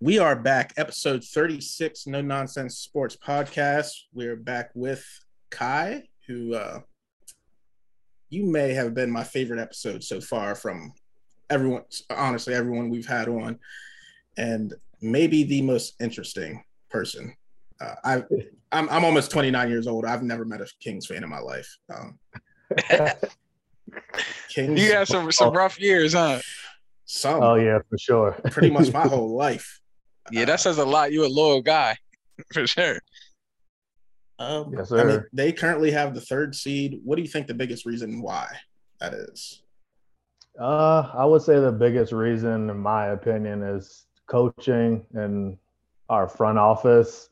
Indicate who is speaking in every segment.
Speaker 1: We are back, episode 36, No Nonsense Sports Podcast. We're back with Kai, who uh, you may have been my favorite episode so far from everyone, honestly, everyone we've had on, and maybe the most interesting person. Uh, I, I'm, I'm almost 29 years old. I've never met a Kings fan in my life. Um, Kings,
Speaker 2: You have some some rough years, huh?
Speaker 1: some,
Speaker 3: Oh yeah, for sure.
Speaker 1: pretty much my whole life.
Speaker 2: Yeah, that says a lot. You a loyal guy, for sure.
Speaker 1: Um,
Speaker 3: Yes,
Speaker 1: I mean,
Speaker 3: sir.
Speaker 1: they currently have the third seed. What do you think the biggest reason why that is?
Speaker 3: Uh, I would say the biggest reason, in my opinion, is coaching and our front office.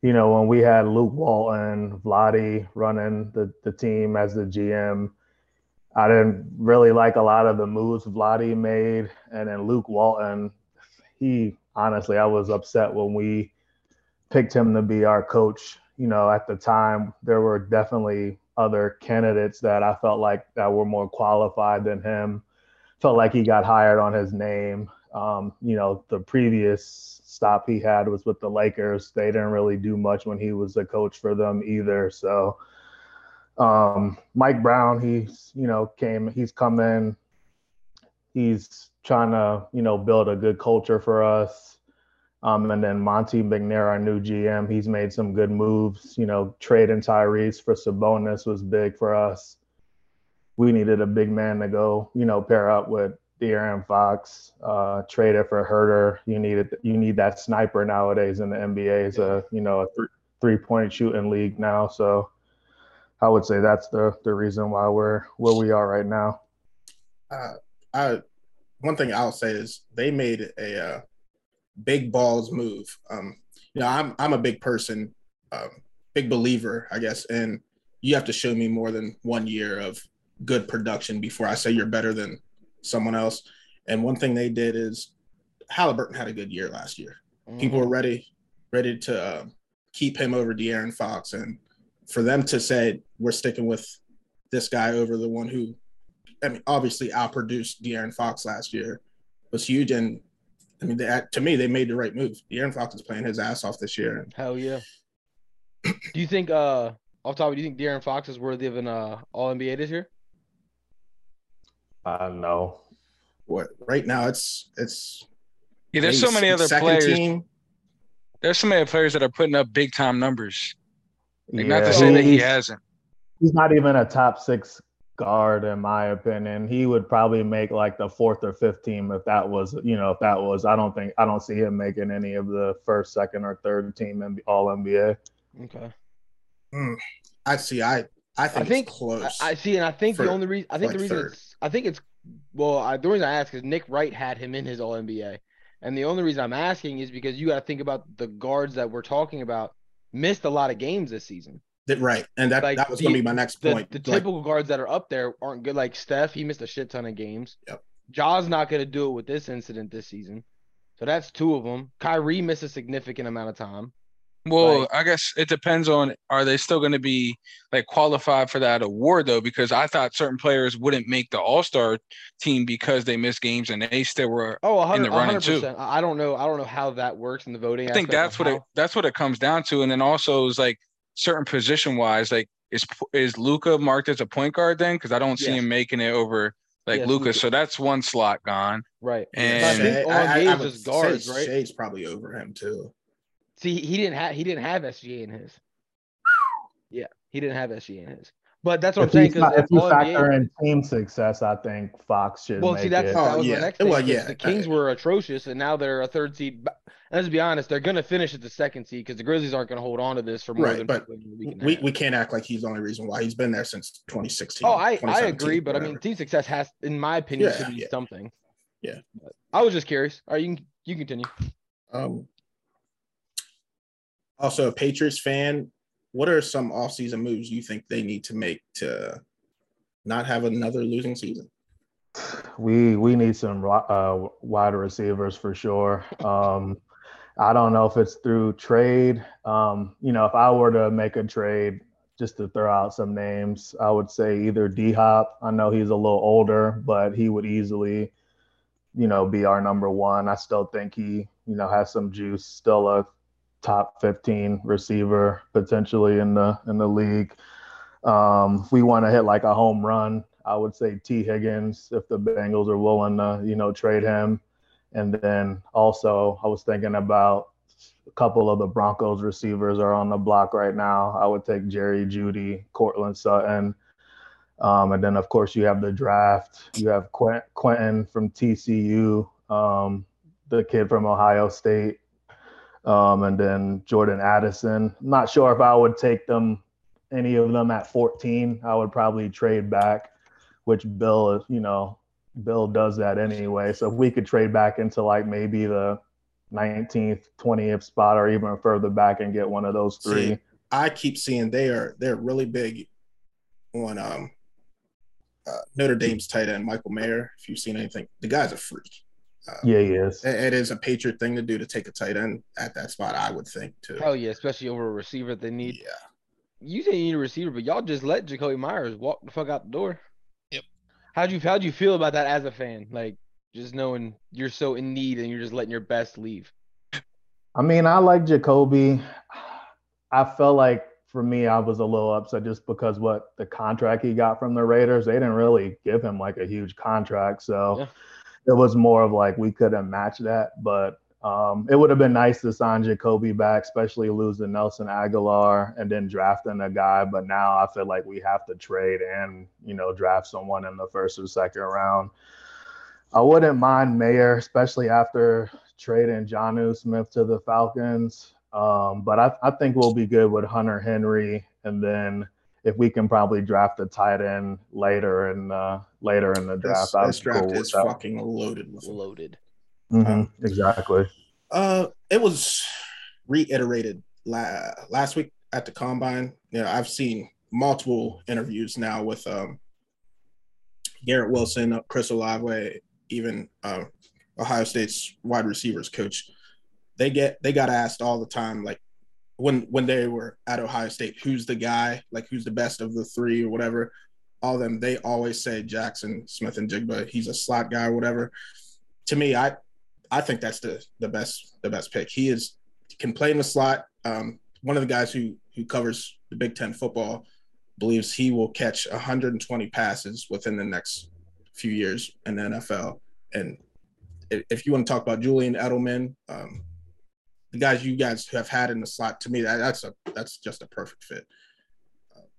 Speaker 3: You know, when we had Luke Walton, Vladi running the, the team as the GM, I didn't really like a lot of the moves Vladi made. And then Luke Walton, he honestly, I was upset when we picked him to be our coach. You know, at the time, there were definitely other candidates that I felt like that were more qualified than him. Felt like he got hired on his name. Um, you know, the previous stop he had was with the Lakers. They didn't really do much when he was a coach for them either. So, um, Mike Brown, he's you know came, he's come in, he's trying to you know build a good culture for us. Um, and then Monty McNair, our new GM, he's made some good moves. You know, trading Tyrese for Sabonis was big for us. We needed a big man to go, you know, pair up with De'Aaron Fox. Uh, traded for Herder. You needed you need that sniper nowadays in the NBA. It's a you know a th- three point shooting league now. So I would say that's the the reason why we're where we are right now.
Speaker 1: Uh, I one thing I'll say is they made a uh, big balls move. Um, you know, I'm I'm a big person, um, big believer, I guess, and you have to show me more than one year of good production before I say you're better than someone else. And one thing they did is Halliburton had a good year last year.
Speaker 4: Mm.
Speaker 1: people were
Speaker 4: Mm-hmm.
Speaker 1: ready ready to uh, keep him over De'Aaron Fox, and for them to say we're sticking with this guy over the one who, I mean, obviously outproduced De'Aaron Fox last year was huge, and I mean, they, to me, they made the right move. De'Aaron Fox is playing his ass off this year.
Speaker 4: Hell yeah. do you think uh off topic, do you think De'Aaron Fox is worthy of an uh all NBA this year?
Speaker 3: I know.
Speaker 1: What right now, it's it's
Speaker 2: Yeah, there's so
Speaker 1: maybe
Speaker 2: many other
Speaker 1: second
Speaker 2: players.
Speaker 1: Team.
Speaker 2: There's so many players that are putting up big time numbers. Like, Not
Speaker 3: Yeah.
Speaker 2: to say that he
Speaker 3: He's-
Speaker 2: hasn't.
Speaker 3: he's not even a top six guard in my opinion. He would probably make like the fourth or fifth team if that was, you know, if that was. I don't think I don't see him making any of the first, second, or third team in All NBA.
Speaker 4: Okay.
Speaker 1: I see. I I think,
Speaker 4: I think
Speaker 1: it's close.
Speaker 4: I, I see, and I think
Speaker 1: For-
Speaker 4: the only reason I think
Speaker 1: like
Speaker 4: the reason
Speaker 1: third.
Speaker 4: it's, I think it's well, I, the reason I ask is Nick Wright had him in his all NBA. And the only reason I'm asking is because you gotta think about the guards that we're talking about missed a lot of games this season.
Speaker 1: That- right, and that
Speaker 4: like,
Speaker 1: that was
Speaker 4: the-
Speaker 1: going to be my next
Speaker 4: The,
Speaker 1: point.
Speaker 4: the
Speaker 1: Like,
Speaker 4: typical guards that are up there aren't good. Like Steph, he missed a shit ton of games.
Speaker 1: Yep.
Speaker 4: Jaw's not gonna do it with this incident this season. So that's two of them. Kyrie missed a significant amount of time.
Speaker 2: Well,
Speaker 4: Like-
Speaker 2: I guess it depends on are they still going to be like qualified for that award though? Because I thought certain players wouldn't make the All Star team because they missed games and they still were.
Speaker 4: Oh, a
Speaker 2: in the
Speaker 4: hundred, a
Speaker 2: running,
Speaker 4: hundred
Speaker 2: too.
Speaker 4: percent. I I don't know. I don't know how that works in the voting.
Speaker 2: I think
Speaker 4: aspect
Speaker 2: that's
Speaker 4: of
Speaker 2: what it
Speaker 4: how-
Speaker 2: that's what it comes down to. And then also is like certain position wise, like is is Luca marked as a point guard then? Because I don't see
Speaker 4: Yes.
Speaker 2: him making it over like
Speaker 4: Yes,
Speaker 2: Luca.
Speaker 4: Luka.
Speaker 2: So that's one slot gone.
Speaker 4: right.
Speaker 2: And
Speaker 4: I think
Speaker 1: Shea-
Speaker 4: all
Speaker 1: I- I-
Speaker 4: games
Speaker 1: I would
Speaker 4: is guards,
Speaker 1: say
Speaker 4: right?
Speaker 1: Shea's probably over him too.
Speaker 4: See, he- he didn't have he didn't have SGA in his. Yeah, he didn't have SGA in his. But that's
Speaker 3: If,
Speaker 4: what I'm saying.
Speaker 3: he's not-
Speaker 4: Because
Speaker 3: if you factor in team success, I think Fox should
Speaker 4: well,
Speaker 3: make
Speaker 4: see, that's
Speaker 3: it.
Speaker 1: Oh,
Speaker 4: that was
Speaker 1: yeah.
Speaker 4: the next
Speaker 1: Well,
Speaker 4: thing. 'cause
Speaker 1: yeah.
Speaker 4: the Kings were atrocious, and now they're a third seed. But- and Let's be honest, they're gonna finish at the second seed because the Grizzlies aren't gonna hold on to this for more
Speaker 1: Right,
Speaker 4: than
Speaker 1: but
Speaker 4: we can.
Speaker 1: We,
Speaker 4: have.
Speaker 1: we can't act like he's the only reason why he's been there since 2016.
Speaker 4: Oh, I, I
Speaker 1: 2017,
Speaker 4: agree, but I mean,
Speaker 1: whatever.
Speaker 4: team success has, in my opinion, should
Speaker 1: Yeah,
Speaker 4: be
Speaker 1: yeah.
Speaker 4: something.
Speaker 1: Yeah.
Speaker 4: But I was just curious. All right, you can you can continue.
Speaker 1: um, also a Patriots fan. What are some offseason moves you think they need to make to not have another losing season?
Speaker 3: we we need some ro- uh, wide receivers for sure. Um, I don't know if it's through trade. Um, you know, if I were to make a trade, just to throw out some names, I would say either D Hop. I know he's a little older, but he would easily you know, be our number one. I still think he, you know, has some juice. Still a top 15 receiver potentially in the in the league. Um, if we want to hit like a home run, I would say T. Higgins if the Bengals are willing to, you know, trade him. And then also, I was thinking about a couple of the Broncos receivers are on the block right now. I would take Jerry Judy, Cortland Sutton. Um, and then, of course, you have the draft. You have Quent- Quentin from TCU, um, the kid from Ohio State, um, and then Jordan Addison. I'm not sure if I would take them, any of them at 14. I would probably trade back, which Bill, you know, Bill does that anyway. So if we could trade back into like maybe the 19th, 20th spot, or even further back and get one of those three.
Speaker 1: See, I keep seeing they are they're really big on um uh, Notre Dame's tight end Michael Mayer. If you've seen anything, the guy's a freak. Uh,
Speaker 3: yeah, he is.
Speaker 1: it- it is a Patriot thing to do to take a tight end at that spot. I would think too.
Speaker 4: Hell yeah, especially over a receiver that they
Speaker 1: yeah,
Speaker 4: need. You say you need a receiver, but y'all just let Jacoby Myers walk the fuck out the door.
Speaker 5: Yep.
Speaker 4: How'd you how'd you feel about that as a fan? Like just knowing you're so in need and you're just letting your best leave.
Speaker 3: I mean, I like Jacoby. I felt like for me, I was a little upset just because what the contract he got from the Raiders, they didn't really give him like a huge contract. So
Speaker 4: Yeah.
Speaker 3: it was more of like we couldn't match that. But um, it would have been nice to sign Jacoby back, especially losing Nelson Aguilar and then drafting a guy. But now I feel like we have to trade and, you know, draft someone in the first or second round. I wouldn't mind Mayer, especially after trading Johnu Smith to the Falcons. Um, but I, I think we'll be good with Hunter Henry, and then if we can probably draft a tight end later in uh, later in the
Speaker 1: this,
Speaker 3: draft, I'd
Speaker 1: this
Speaker 3: be
Speaker 1: draft
Speaker 3: cool with
Speaker 1: is
Speaker 3: that.
Speaker 1: fucking loaded with
Speaker 4: Loaded.
Speaker 1: Um,
Speaker 3: Mhm, exactly.
Speaker 1: Uh, it was reiterated la- last week at the combine. You know, I've seen multiple interviews now with um, Garrett Wilson, uh, Chris Olave, even uh, Ohio State's wide receivers coach. They get they got asked all the time, like when when they were at Ohio State, who's the guy, like who's the best of the three or whatever. All of them, they always say Jackson Smith and Jigba. He's a slot guy or whatever. To me, I I think that's the the best the best pick. He is can play in the slot. Um, one of the guys who who covers the Big Ten football believes he will catch 120 passes within the next few years in the NFL. And i- if you want to talk about Julian Edelman, um, the guys you guys have had in the slot, to me that, that's a that's just a perfect fit.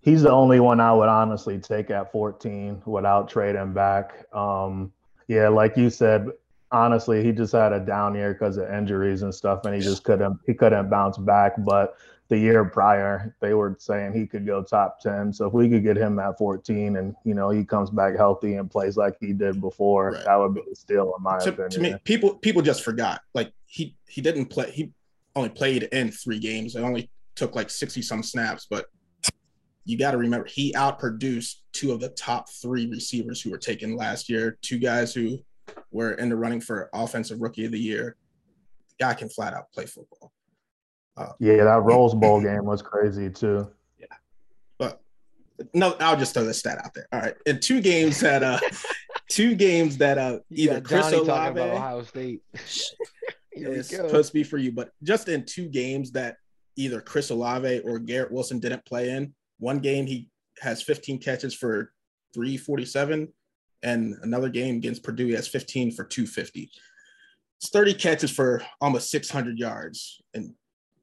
Speaker 3: He's the only one I would honestly take at 14 without trading back. Um, yeah, like you said, honestly, he just had a down year because of injuries and stuff, and he just couldn't he couldn't bounce back. But the year prior, they were saying he could go top 10. So if we could get him at 14, and you know he comes back healthy and plays like he did before,
Speaker 1: Right.
Speaker 3: that would be still in my
Speaker 1: to,
Speaker 3: opinion.
Speaker 1: to me, people people just forgot. Like he he didn't play. He only played in three games. It only took like sixty some snaps. But you got to remember, he outproduced two of the top three receivers who were taken last year. Two guys who were in the running for offensive rookie of the year. guy can flat out play football.
Speaker 3: Yeah, that Rose Bowl game was crazy too.
Speaker 1: No, I'll just throw this stat out there. All right, in two games that uh, two games that uh,
Speaker 4: You
Speaker 1: either
Speaker 4: got
Speaker 1: Chris
Speaker 4: Johnny talking
Speaker 1: Olave.
Speaker 4: about Ohio State. Here we
Speaker 1: It's
Speaker 4: go.
Speaker 1: supposed to be for you, but just in two games that either Chris Olave or Garrett Wilson didn't play in, one game he has 15 catches for 347, and another game against Purdue he has 15 for 250. It's 30 catches for almost 600 yards in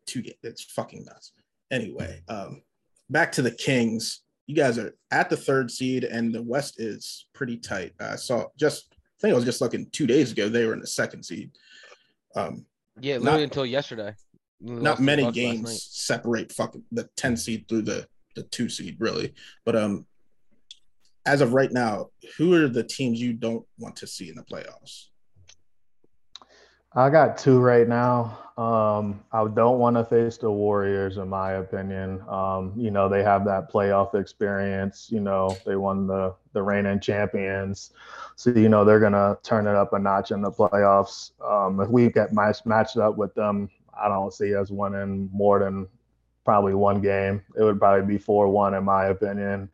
Speaker 1: two games. It's fucking nuts. Anyway, um, back to the Kings. You guys are at the third seed, and the West is pretty tight. I saw just, I think I was just looking two days ago, they were in the second seed. Um,
Speaker 4: yeah, literally
Speaker 1: not-
Speaker 4: until yesterday. We lost
Speaker 1: not
Speaker 4: to the
Speaker 1: many
Speaker 4: Bucks last
Speaker 1: games
Speaker 4: night.
Speaker 1: separate fucking the 10 seed through the the 2 seed really but um as of right now who are the teams you don't want to see in the playoffs
Speaker 3: I got two right now. Um, I don't want to face the Warriors, in my opinion. Um, you know, they have that playoff experience. You know, they won the the reigning champions, so you know they're gonna turn it up a notch in the playoffs. Um, if we get match, matched up with them, I don't see us winning more than probably one game. It would probably be four one, in my opinion.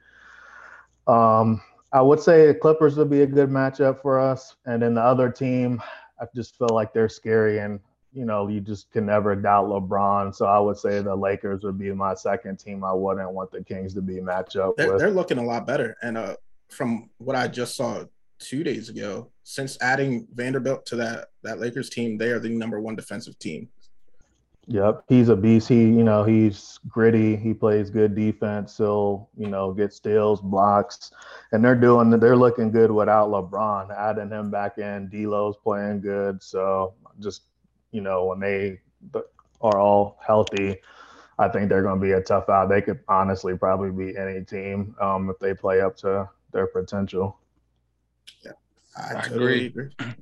Speaker 3: Um, I would say the Clippers would be a good matchup for us, and then the other team, I just feel like they're scary, and you know you just can never doubt LeBron. So I would say the Lakers would be my second team. I wouldn't want the Kings to be matchup
Speaker 1: They're,
Speaker 3: with.
Speaker 1: they're looking a lot better. And uh, from what I just saw two days ago, since adding Vanderbilt to that that Lakers team, they are the number one defensive team.
Speaker 3: Yep, he's a beast. He, you know, he's gritty. He plays good defense. He'll, you know, get steals, blocks, and they're doing. They're looking good without LeBron. Adding him back in, D'Lo's playing good. So just, you know, when they are all healthy, I think they're going to be a tough out. They could honestly probably be any team um, if they play up to their potential.
Speaker 1: I,
Speaker 2: I
Speaker 1: totally
Speaker 2: agree.
Speaker 1: agree.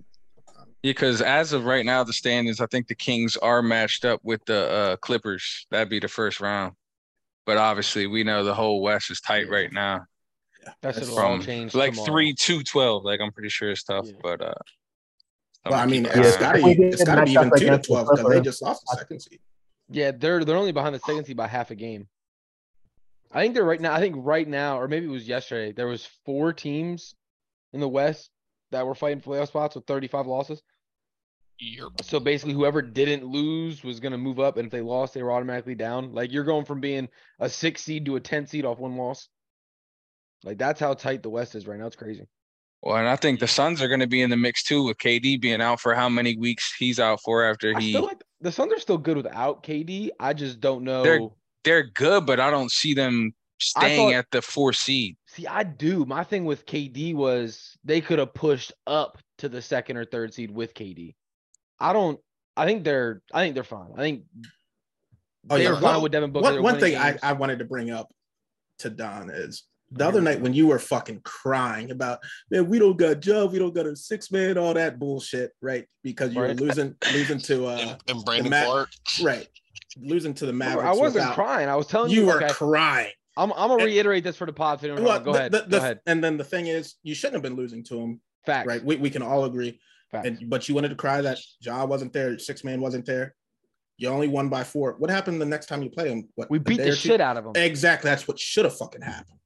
Speaker 2: Because as of right now, the standings, I think the Kings are matched up with the uh, Clippers. That'd be the first round. But obviously, we know the whole West is tight right now.
Speaker 4: That's
Speaker 1: It's
Speaker 4: it'll all
Speaker 2: from,
Speaker 4: change.
Speaker 2: Like
Speaker 4: tomorrow.
Speaker 2: three, two, twelve. Like I'm pretty sure it's tough,
Speaker 4: Yeah.
Speaker 2: but uh. I'm
Speaker 1: Well, I
Speaker 2: gonna
Speaker 1: mean,
Speaker 2: keep an
Speaker 1: it's
Speaker 2: eye on
Speaker 1: got to
Speaker 3: We did
Speaker 1: it's got to be
Speaker 3: match up
Speaker 1: even two to
Speaker 3: against the
Speaker 1: twelve because they
Speaker 3: Clippers.
Speaker 1: just lost the second seed.
Speaker 4: Yeah, they're they're only behind the second seed by half a game. I think they're right now. I think right now, or maybe it was yesterday, there was four teams in the West that were fighting for playoff spots with 35 losses. So basically, whoever didn't lose was going to move up, and if they lost, they were automatically down. Like you're going from being a six seed to a 10 seed off one loss. Like that's how tight the West is right now. It's crazy.
Speaker 2: Well, and I think the Suns are going to be in the mix too, with KD being out for how many weeks he's out for after
Speaker 4: I
Speaker 2: he.
Speaker 4: still like the Suns are still good without KD. I just don't know.
Speaker 2: They're good, but I don't see them staying
Speaker 4: thought-
Speaker 2: at the four seed.
Speaker 4: See, I do. My thing with KD was they could have pushed up to the second or third seed with KD. I don't. I think they're. I think they're fine. I think
Speaker 1: Oh,
Speaker 4: they
Speaker 1: yeah.
Speaker 4: were fine
Speaker 1: Well,
Speaker 4: with Devin Booker. They
Speaker 1: One,
Speaker 4: were
Speaker 1: one
Speaker 4: winning
Speaker 1: thing I,
Speaker 4: games.
Speaker 1: I wanted to bring up to Don is the
Speaker 4: Here
Speaker 1: other
Speaker 4: we
Speaker 1: night
Speaker 4: go.
Speaker 1: when you were fucking crying about man, we don't got Jove, we don't got a six man, all that bullshit, right? Because you were
Speaker 4: Right.
Speaker 1: losing losing to uh
Speaker 5: and, and Brandon
Speaker 1: Mac-
Speaker 5: Clark.
Speaker 1: right losing to the
Speaker 4: Remember,
Speaker 1: Mavericks.
Speaker 4: I wasn't
Speaker 1: without-
Speaker 4: crying. I was telling you.
Speaker 1: You were
Speaker 4: okay,
Speaker 1: crying.
Speaker 4: I'm. I'm gonna
Speaker 1: and-
Speaker 4: reiterate this for the pod. if you don't
Speaker 1: Well,
Speaker 4: remember. Go
Speaker 1: the-
Speaker 4: ahead.
Speaker 1: the-
Speaker 4: go
Speaker 1: the-
Speaker 4: ahead.
Speaker 1: And then the thing is, you shouldn't have been losing to him,
Speaker 4: Facts.
Speaker 1: right? We, we can all agree.
Speaker 4: Facts.
Speaker 1: And but you wanted to cry that Ja wasn't there, six man wasn't there. You only won by four. What happened the next time you play him? What
Speaker 4: we
Speaker 1: a
Speaker 4: beat
Speaker 1: day
Speaker 4: the
Speaker 1: or two?
Speaker 4: shit out of them.
Speaker 1: Exactly. That's what should have fucking happened.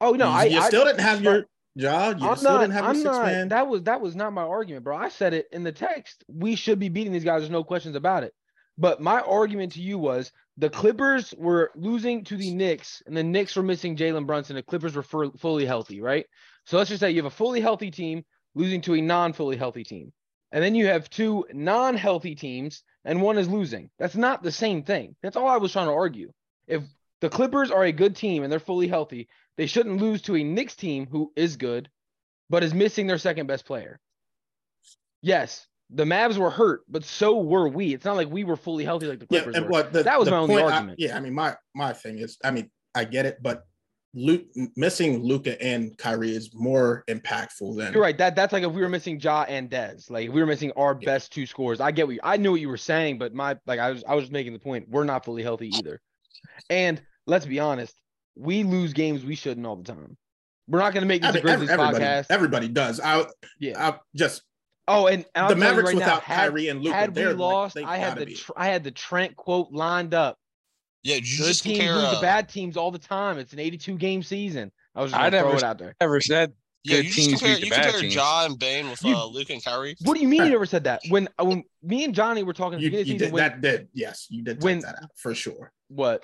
Speaker 4: Oh no,
Speaker 1: you,
Speaker 4: I.
Speaker 1: you
Speaker 4: I
Speaker 1: still didn't have your job. You
Speaker 4: I'm
Speaker 1: still
Speaker 4: not.
Speaker 1: didn't have your
Speaker 4: I'm
Speaker 1: six
Speaker 4: not.
Speaker 1: man.
Speaker 4: That was that was not my argument, bro. I said it in the text. We should be beating these guys. There's no questions about it. But my argument to you was the Clippers were losing to the Knicks, and the Knicks were missing Jalen Brunson. The Clippers were fu- fully healthy, right? So let's just say you have a fully healthy team losing to a non-fully healthy team, and then you have two non-healthy teams, and one is losing. That's not the same thing. That's all I was trying to argue. If the Clippers are a good team and they're fully healthy, they shouldn't lose to a Knicks team who is good but is missing their second best player. Yes, the Mavs were hurt, but so were we. It's not like we were fully healthy like the
Speaker 1: yeah,
Speaker 4: Clippers
Speaker 1: and
Speaker 4: were.
Speaker 1: what the,
Speaker 4: That was
Speaker 1: the
Speaker 4: my only
Speaker 1: point I-
Speaker 4: argument.
Speaker 1: yeah, I mean, my my thing is, I mean, I get it, but Luke missing Luca and Kyrie is more impactful than
Speaker 4: You're right. That that's like if we were missing Ja and Dez. Like if we were missing our
Speaker 1: Yeah.
Speaker 4: best two scores. I get what you, I knew what you were saying, but my like I was I was just making the point we're not fully healthy either. And let's be honest, we lose games we shouldn't all the time. We're not going to make this
Speaker 1: I
Speaker 4: a
Speaker 1: mean, ev-
Speaker 4: Grizzlies
Speaker 1: everybody,
Speaker 4: podcast.
Speaker 1: everybody does. I,
Speaker 4: yeah.
Speaker 1: I just
Speaker 4: Oh, and, and I'll
Speaker 1: the
Speaker 4: tell you
Speaker 1: Mavericks
Speaker 4: right now,
Speaker 1: without
Speaker 4: had,
Speaker 1: Kyrie and Luca,
Speaker 4: had we
Speaker 1: they're
Speaker 4: lost,
Speaker 1: like, they
Speaker 4: I had
Speaker 1: gotta
Speaker 4: the
Speaker 1: be.
Speaker 4: tr- I had the Trent quote lined up.
Speaker 5: Yeah, did you
Speaker 4: Good
Speaker 5: just
Speaker 4: teams
Speaker 5: compare.
Speaker 4: lose
Speaker 5: uh,
Speaker 4: to bad teams all the time. It's an 82 game season. I was just
Speaker 2: I
Speaker 4: gonna throw
Speaker 2: never
Speaker 4: it out there.
Speaker 2: Never said.
Speaker 5: yeah,
Speaker 2: good
Speaker 5: you
Speaker 2: teams
Speaker 5: just compare.
Speaker 2: beat the
Speaker 5: You
Speaker 2: bad
Speaker 5: compare
Speaker 2: teams.
Speaker 5: Ja and Bane with
Speaker 4: You-
Speaker 5: uh, Luke and Kyrie.
Speaker 4: What do you mean you never said that? When uh, when me and Johnny were talking at the
Speaker 1: you,
Speaker 4: beginning of the
Speaker 1: you
Speaker 4: season,
Speaker 1: did
Speaker 4: when-
Speaker 1: that did yes, you did
Speaker 4: when-
Speaker 1: take that out for sure.
Speaker 4: what?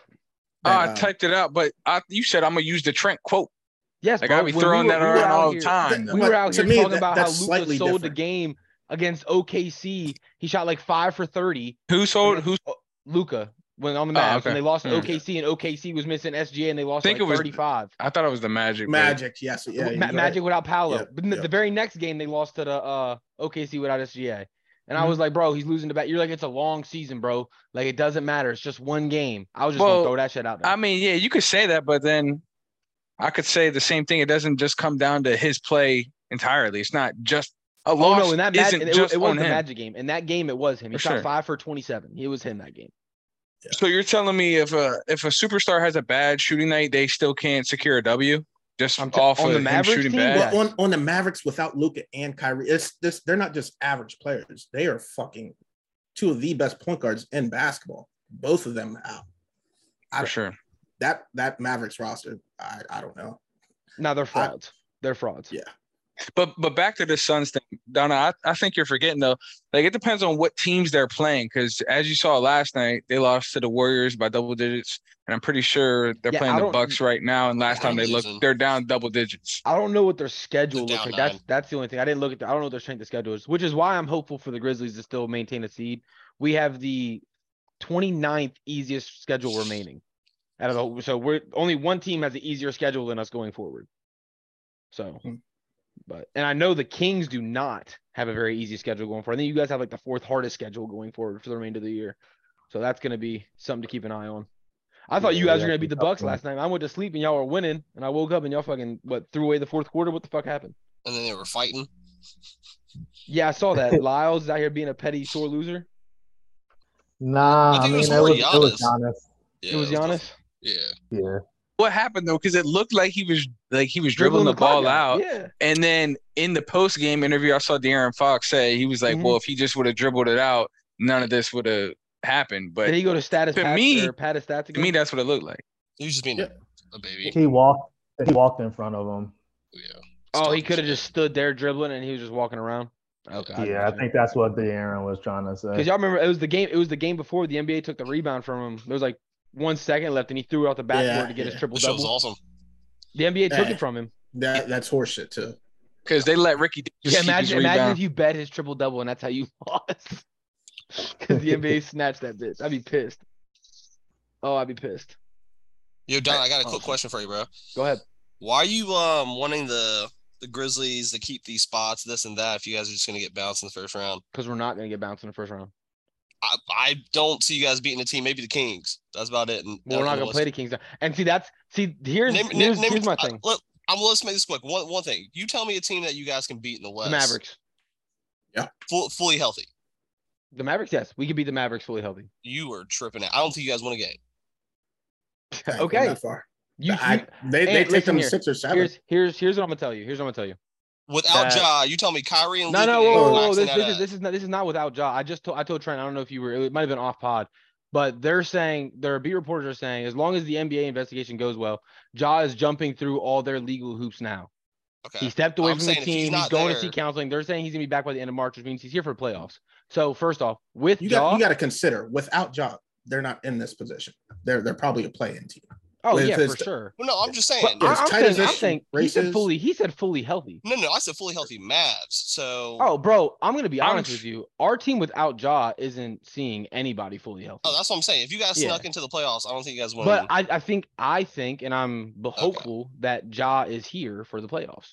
Speaker 2: Uh,
Speaker 1: That,
Speaker 2: I
Speaker 1: uh,
Speaker 2: typed it out, but I, you said I'm gonna use the Trent quote.
Speaker 4: Yes,
Speaker 2: Like
Speaker 4: bro,
Speaker 2: I be
Speaker 4: when we
Speaker 2: throwing
Speaker 4: were-
Speaker 2: that
Speaker 4: we were
Speaker 2: around
Speaker 4: out
Speaker 2: all
Speaker 4: here-
Speaker 2: the time.
Speaker 1: Th-
Speaker 4: We
Speaker 1: But
Speaker 4: were out
Speaker 1: to
Speaker 4: here
Speaker 1: me,
Speaker 4: talking
Speaker 1: that-
Speaker 4: about how
Speaker 1: that's
Speaker 4: Luca sold
Speaker 1: slightly
Speaker 4: the
Speaker 1: different.
Speaker 4: game against OKC. He shot like five for 30.
Speaker 2: Who
Speaker 4: Mm-hmm.
Speaker 2: sold? Who?
Speaker 4: Luca when uh, on the
Speaker 2: Oh,
Speaker 4: Mavs
Speaker 2: okay.
Speaker 4: when they lost to
Speaker 2: Hmm.
Speaker 4: OKC and OKC was missing SGA and they lost
Speaker 2: Think
Speaker 4: like
Speaker 2: it was-
Speaker 4: 35.
Speaker 2: I thought it was the Magic. but-
Speaker 1: Magic, yes, yeah,
Speaker 4: Ma-
Speaker 1: you're right.
Speaker 4: Magic without Paolo.
Speaker 1: Yep,
Speaker 4: But n- the
Speaker 1: yep.
Speaker 4: very next game they lost to the uh, OKC without SGA. And
Speaker 1: Mm-hmm.
Speaker 4: I was like, bro, he's losing the bat. You're like, it's a long season, bro. Like it doesn't matter. It's just one game. I was just
Speaker 2: Well,
Speaker 4: gonna throw that shit out there.
Speaker 2: I mean, yeah, you could say that, but then I could say the same thing. It doesn't just come down to his play entirely. It's not just a
Speaker 4: oh
Speaker 2: loss.
Speaker 4: no, in that match,
Speaker 2: isn't
Speaker 4: it, was,
Speaker 2: just
Speaker 4: it was
Speaker 2: on
Speaker 4: the
Speaker 2: him.
Speaker 4: Magic game. In that game, it was him. He
Speaker 2: For
Speaker 4: shot
Speaker 2: sure.
Speaker 4: five for 27. It was him that game.
Speaker 2: So you're telling me if a if a superstar has a bad shooting night, they still can't secure a W just
Speaker 4: I'm t-
Speaker 2: off
Speaker 4: on
Speaker 2: of
Speaker 4: the
Speaker 2: him
Speaker 4: Mavericks
Speaker 2: shooting
Speaker 4: team?
Speaker 2: bad?
Speaker 4: Yeah.
Speaker 1: Well, on, on the Mavericks without Luca and Kyrie, it's this they're not just average players. They are fucking two of the best point guards in basketball. Both of them out. I-
Speaker 2: For sure.
Speaker 1: That that Mavericks roster, I, I don't know.
Speaker 4: Now they're frauds. They're frauds.
Speaker 1: Yeah.
Speaker 2: But but back to the Suns thing, Donna. I, I think you're forgetting though. Like it depends on what teams they're playing, because as you saw last night, they lost to the Warriors by double digits, and I'm pretty sure they're
Speaker 4: Yeah,
Speaker 2: playing
Speaker 4: I
Speaker 2: the
Speaker 4: don't-
Speaker 2: Bucks right now. And last
Speaker 5: I
Speaker 2: time
Speaker 5: don't
Speaker 2: they
Speaker 5: think
Speaker 2: looked,
Speaker 5: so.
Speaker 2: they're down double digits.
Speaker 4: I don't know what their schedule looks
Speaker 5: down
Speaker 4: like. That's
Speaker 5: nine.
Speaker 4: that's the only thing. I didn't look at. The, I don't know what their strength of schedule is, which is why I'm hopeful for the Grizzlies to still maintain a seed. We have the 29th easiest schedule remaining. Out of the, whole- so we're only one team has an easier schedule than us going forward. So,
Speaker 1: Hmm.
Speaker 4: but and I know the Kings do not have a very easy schedule going forward. I think you guys have like the fourth hardest schedule going forward for the remainder of the year. So that's going to be something to keep an eye on. I thought
Speaker 3: Yeah, we
Speaker 4: you guys were
Speaker 3: have
Speaker 4: gonna
Speaker 3: to
Speaker 4: beat the
Speaker 3: tough
Speaker 4: Bucks
Speaker 3: one.
Speaker 4: last night. I went to sleep and y'all were winning, and I woke up and y'all fucking what threw away the fourth quarter. What the fuck happened?
Speaker 5: and then they were fighting.
Speaker 4: Yeah, I saw that. Lyles is out here being a petty sore loser.
Speaker 3: Nah,
Speaker 5: I
Speaker 3: I,
Speaker 5: think it
Speaker 3: mean
Speaker 5: was
Speaker 3: it was,
Speaker 5: more
Speaker 3: it was Giannis.
Speaker 5: Yeah,
Speaker 4: it was
Speaker 5: that
Speaker 4: Giannis
Speaker 5: Yeah.
Speaker 3: Yeah,
Speaker 2: What happened though? Because it looked like he was like he was dribbling, the, ball out,
Speaker 4: Yeah,
Speaker 2: and then in the post game interview, I saw De'Aaron Fox say he was like,
Speaker 4: Mhm.
Speaker 2: "Well, if he just would have dribbled it out, none of this would have happened." But
Speaker 4: did he go to status?
Speaker 2: to
Speaker 4: pat,
Speaker 2: me-
Speaker 4: or pat his stats
Speaker 2: to
Speaker 4: again?
Speaker 2: me, that's what it looked like.
Speaker 5: He was just being
Speaker 1: Yeah.
Speaker 5: a baby.
Speaker 3: he walked. He walked in front of him.
Speaker 5: Yeah.
Speaker 4: oh, he
Speaker 5: Stop
Speaker 4: could have
Speaker 5: shit.
Speaker 4: just stood there dribbling and he was just walking around. Okay.
Speaker 3: yeah, I think that's what the Aaron was trying to
Speaker 4: because
Speaker 3: say.
Speaker 4: y'all remember it was the game. It was the game before the NBA took the rebound from him. There was like one second left, and he threw it out the backboard
Speaker 1: Yeah,
Speaker 4: to get his
Speaker 1: yeah.
Speaker 4: triple
Speaker 5: That shit was
Speaker 4: double.
Speaker 5: awesome.
Speaker 4: The NBA took
Speaker 1: Yeah.
Speaker 4: it from him.
Speaker 1: That that's horseshit too.
Speaker 2: Because they let Ricky just
Speaker 4: yeah,
Speaker 2: keep his
Speaker 4: imagine imagine
Speaker 2: rebound.
Speaker 4: if you bet his triple double and that's how you lost. Because the NBA snatched that bitch. I'd be pissed. Oh, I'd be pissed.
Speaker 5: Yo, Don, I got a
Speaker 4: Oh,
Speaker 5: quick
Speaker 4: shit.
Speaker 5: question for you, bro.
Speaker 4: Go ahead.
Speaker 5: Why are you um wanting the the Grizzlies to keep these spots, this and that, if you guys are just gonna get bounced in the first round?
Speaker 4: Because we're not gonna get bounced in the first round.
Speaker 5: I, I don't see you guys beating the team. Maybe the Kings. That's about it. And
Speaker 4: Well, we're not gonna play the Kings. now. And see, that's see here's
Speaker 5: Name- name-
Speaker 4: here's,
Speaker 5: name-
Speaker 4: here's my
Speaker 5: I-
Speaker 4: thing.
Speaker 5: Look, I'm, let's make this quick. One one thing. You tell me a team that you guys can beat in the
Speaker 4: The
Speaker 5: West.
Speaker 4: Mavericks.
Speaker 5: Full, fully healthy.
Speaker 4: The Mavericks, yes, we could beat the Mavericks fully healthy.
Speaker 5: You are tripping out. I don't think you guys win a game.
Speaker 1: Like,
Speaker 4: Okay.
Speaker 1: not far.
Speaker 4: You,
Speaker 1: I- they
Speaker 4: and
Speaker 1: they take
Speaker 4: listen
Speaker 1: them
Speaker 4: here.
Speaker 1: six or
Speaker 4: you-
Speaker 1: seven.
Speaker 4: here's here's here's what I'm gonna tell you. Here's what I'm gonna tell you.
Speaker 5: Without
Speaker 4: That-
Speaker 5: Ja, you tell me Kyrie and
Speaker 4: No,
Speaker 5: Luka
Speaker 4: no,
Speaker 5: ain't
Speaker 4: whoa, whoa, whoa.
Speaker 5: waxing
Speaker 4: This,
Speaker 5: that
Speaker 4: this is
Speaker 5: ass.
Speaker 4: this is not this is not without Ja. I just told I told Trent. I don't know if you were. It might have been off pod, but they're saying their beat reporters are saying as long as the NBA investigation goes well, Ja is jumping through all their legal hoops now.
Speaker 5: okay.
Speaker 4: He stepped away
Speaker 5: I'm
Speaker 4: from the
Speaker 5: saying if he's
Speaker 4: team. He's,
Speaker 5: not
Speaker 4: going to see
Speaker 5: there-
Speaker 4: counseling. They're saying he's gonna be back by the end of March, which means he's here for the playoffs. So first off, with
Speaker 1: You
Speaker 4: Ja,
Speaker 1: got you got to consider without job, they're not in this position. They're they're probably a play-in team.
Speaker 4: oh
Speaker 1: with
Speaker 4: yeah,
Speaker 1: his-
Speaker 4: for sure.
Speaker 5: Well, no, I'm just saying.
Speaker 4: But I,
Speaker 1: it's
Speaker 4: I'm
Speaker 1: tight
Speaker 4: saying, I'm
Speaker 1: position,
Speaker 4: saying he said
Speaker 1: races.
Speaker 4: fully. He said fully healthy.
Speaker 5: no, no, I said fully healthy Mavs. So
Speaker 4: Oh, bro, I'm gonna be
Speaker 2: I'm
Speaker 4: honest
Speaker 2: sh-
Speaker 4: with you. Our team without Ja isn't seeing anybody fully healthy.
Speaker 5: Oh, that's what I'm saying. If you guys
Speaker 4: Yeah.
Speaker 5: snuck into the playoffs, I don't think you guys won.
Speaker 4: But I, I think I think, and I'm b- hopeful that Ja is here for the playoffs.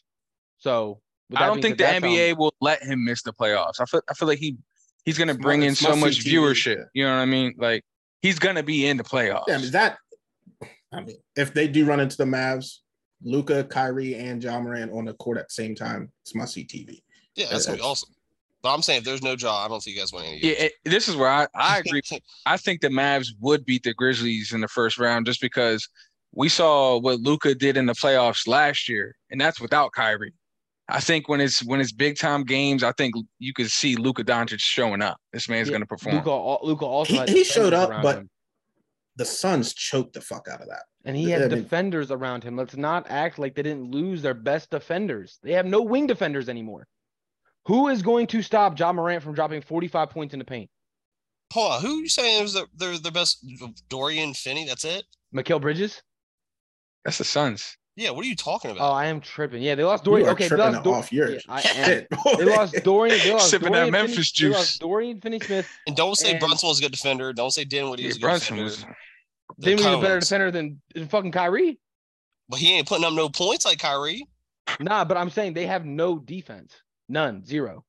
Speaker 4: So with
Speaker 2: I
Speaker 4: that
Speaker 2: don't
Speaker 4: being
Speaker 2: think the
Speaker 4: said, that's um, how
Speaker 2: NBA will let him miss the playoffs. I feel I feel like he he's gonna
Speaker 1: It's
Speaker 2: bring
Speaker 1: mu-
Speaker 2: in
Speaker 1: it's
Speaker 2: so much
Speaker 1: must-see TV,
Speaker 2: viewership.
Speaker 1: yeah.
Speaker 2: You know what I mean? Like he's gonna be in the playoffs.
Speaker 1: Yeah, I mean that. I mean, if they do run into the Mavs, Luca, Kyrie, and John Moran on the court at the same time, it's must see TV.
Speaker 5: yeah, that's gonna be awesome. But I'm saying if there's no jaw, I don't think you guys win any.
Speaker 2: yeah, it- this is where I, I agree. I think the Mavs would beat the Grizzlies in the first round just because we saw what Luca did in the playoffs last year, and that's without Kyrie. I think when it's when it's big time games, I think you could see Luka Doncic showing up. This man's
Speaker 4: Yeah,
Speaker 2: gonna perform.
Speaker 4: Luka, al- Luka also
Speaker 1: He-
Speaker 4: had
Speaker 1: he
Speaker 4: defenders
Speaker 1: showed up,
Speaker 4: around
Speaker 1: but-
Speaker 4: him,
Speaker 1: The Suns choked the fuck out of that.
Speaker 4: and he had
Speaker 1: I mean-
Speaker 4: defenders around him. Let's not act like they didn't lose their best defenders. They have no wing defenders anymore. Who is going to stop Ja Morant from dropping 45 points in the paint?
Speaker 5: Hold on, who you saying is the, their their best? Dorian Finney. That's it.
Speaker 4: Mikael Bridges?
Speaker 2: That's the Suns.
Speaker 5: Yeah. What are you talking
Speaker 4: Oh,
Speaker 5: about?
Speaker 4: I am tripping. Yeah, they lost
Speaker 1: You
Speaker 4: Dorian.
Speaker 1: are
Speaker 4: Okay, they
Speaker 1: tripping
Speaker 4: lost
Speaker 1: it
Speaker 4: Dor-
Speaker 1: off yours.
Speaker 4: Yeah, I am.
Speaker 1: Shit,
Speaker 4: They lost Dorian. They lost
Speaker 2: Sipping that
Speaker 4: Dorian
Speaker 2: Memphis
Speaker 4: Finney-
Speaker 2: juice.
Speaker 4: They lost Dorian Finney-Smith.
Speaker 5: and don't say
Speaker 4: and-
Speaker 5: Brunson was a good defender. Don't say Dinwiddie
Speaker 2: Yeah,
Speaker 5: was a good
Speaker 2: Brunson
Speaker 5: defender.
Speaker 2: was
Speaker 5: They're
Speaker 4: Then we was a better
Speaker 5: cones.
Speaker 4: defender than than fucking Kyrie.
Speaker 5: But he ain't putting up no points like Kyrie.
Speaker 4: Nah, but I'm saying they have no defense. None. Zero.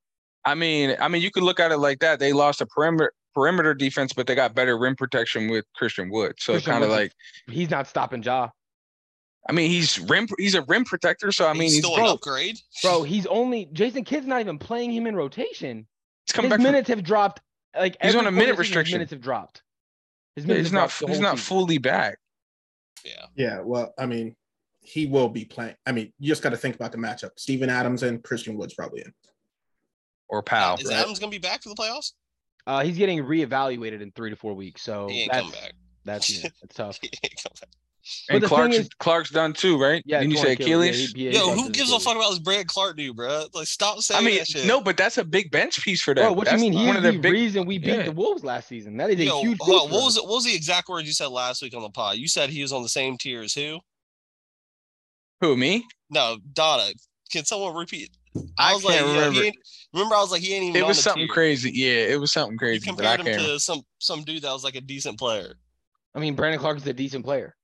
Speaker 2: I mean, I mean, you could look at it like that. They lost a perimeter perimeter defense, but they got better rim protection with Christian Wood. So
Speaker 4: Christian
Speaker 2: kind of
Speaker 4: Wood's a-
Speaker 2: like,
Speaker 4: He's not stopping Ja.
Speaker 2: I mean, he's rim, he's a rim protector. So I mean,
Speaker 5: he's
Speaker 2: he's,
Speaker 5: still an
Speaker 2: bro,
Speaker 5: upgrade.
Speaker 4: Bro, he's only Jason Kidd's not even playing him in rotation.
Speaker 2: he's come
Speaker 4: his
Speaker 2: back. From,
Speaker 4: minutes have dropped like
Speaker 2: He's
Speaker 4: every
Speaker 2: on a
Speaker 4: quarter
Speaker 2: minute
Speaker 4: this season,
Speaker 2: restriction.
Speaker 4: His minutes have dropped. His
Speaker 2: yeah, he's
Speaker 4: have
Speaker 2: not
Speaker 4: dropped the
Speaker 2: he's
Speaker 4: whole
Speaker 2: not
Speaker 4: season.
Speaker 2: fully back.
Speaker 5: Yeah.
Speaker 1: Yeah, well, I mean, he will be playing. I mean, you just got to think about the matchup. Steven Adams and Christian Woods probably in.
Speaker 2: Or Powell.
Speaker 5: Is
Speaker 1: right.
Speaker 5: Adams gonna be back for the playoffs?
Speaker 4: Uh, he's getting reevaluated in three to four weeks, so
Speaker 5: he ain't
Speaker 4: that's
Speaker 5: come back.
Speaker 4: that's yeah, that's tough.
Speaker 5: He ain't come back.
Speaker 2: And
Speaker 4: the thing
Speaker 2: Clark's
Speaker 4: is-
Speaker 2: Clark's done too, right? Yeah. Didn't you say Achilles?
Speaker 5: Yo, who gives a fuck about this Brad Clark dude, bro? Like, stop saying
Speaker 2: I mean,
Speaker 5: that shit.
Speaker 2: no, but that's a big bench piece for that.
Speaker 4: Bro, what
Speaker 2: That's
Speaker 4: you mean? He's
Speaker 2: One of
Speaker 4: the
Speaker 2: the big.
Speaker 4: reason we beat
Speaker 2: yeah.
Speaker 4: the Wolves last season. That is a
Speaker 5: Yo,
Speaker 4: huge.
Speaker 5: hold on,
Speaker 4: boost for
Speaker 5: what
Speaker 4: us.
Speaker 5: was it? What was the exact word you said last week on the pod? You said he was on the same tier as who?
Speaker 2: Who me?
Speaker 5: No, Donna. Can someone repeat?
Speaker 2: I,
Speaker 5: was
Speaker 2: can't
Speaker 5: like, yo, he
Speaker 2: remember.
Speaker 5: ain't- remember, I was like, he ain't even.
Speaker 2: it
Speaker 5: on
Speaker 2: was
Speaker 5: the
Speaker 2: something
Speaker 5: tier.
Speaker 2: crazy. Yeah, it was something
Speaker 5: You
Speaker 2: crazy, but I
Speaker 5: compared him
Speaker 2: can't. remember.
Speaker 5: to some some dude that was like a decent player.
Speaker 4: I mean, Brandon Clark is a decent player.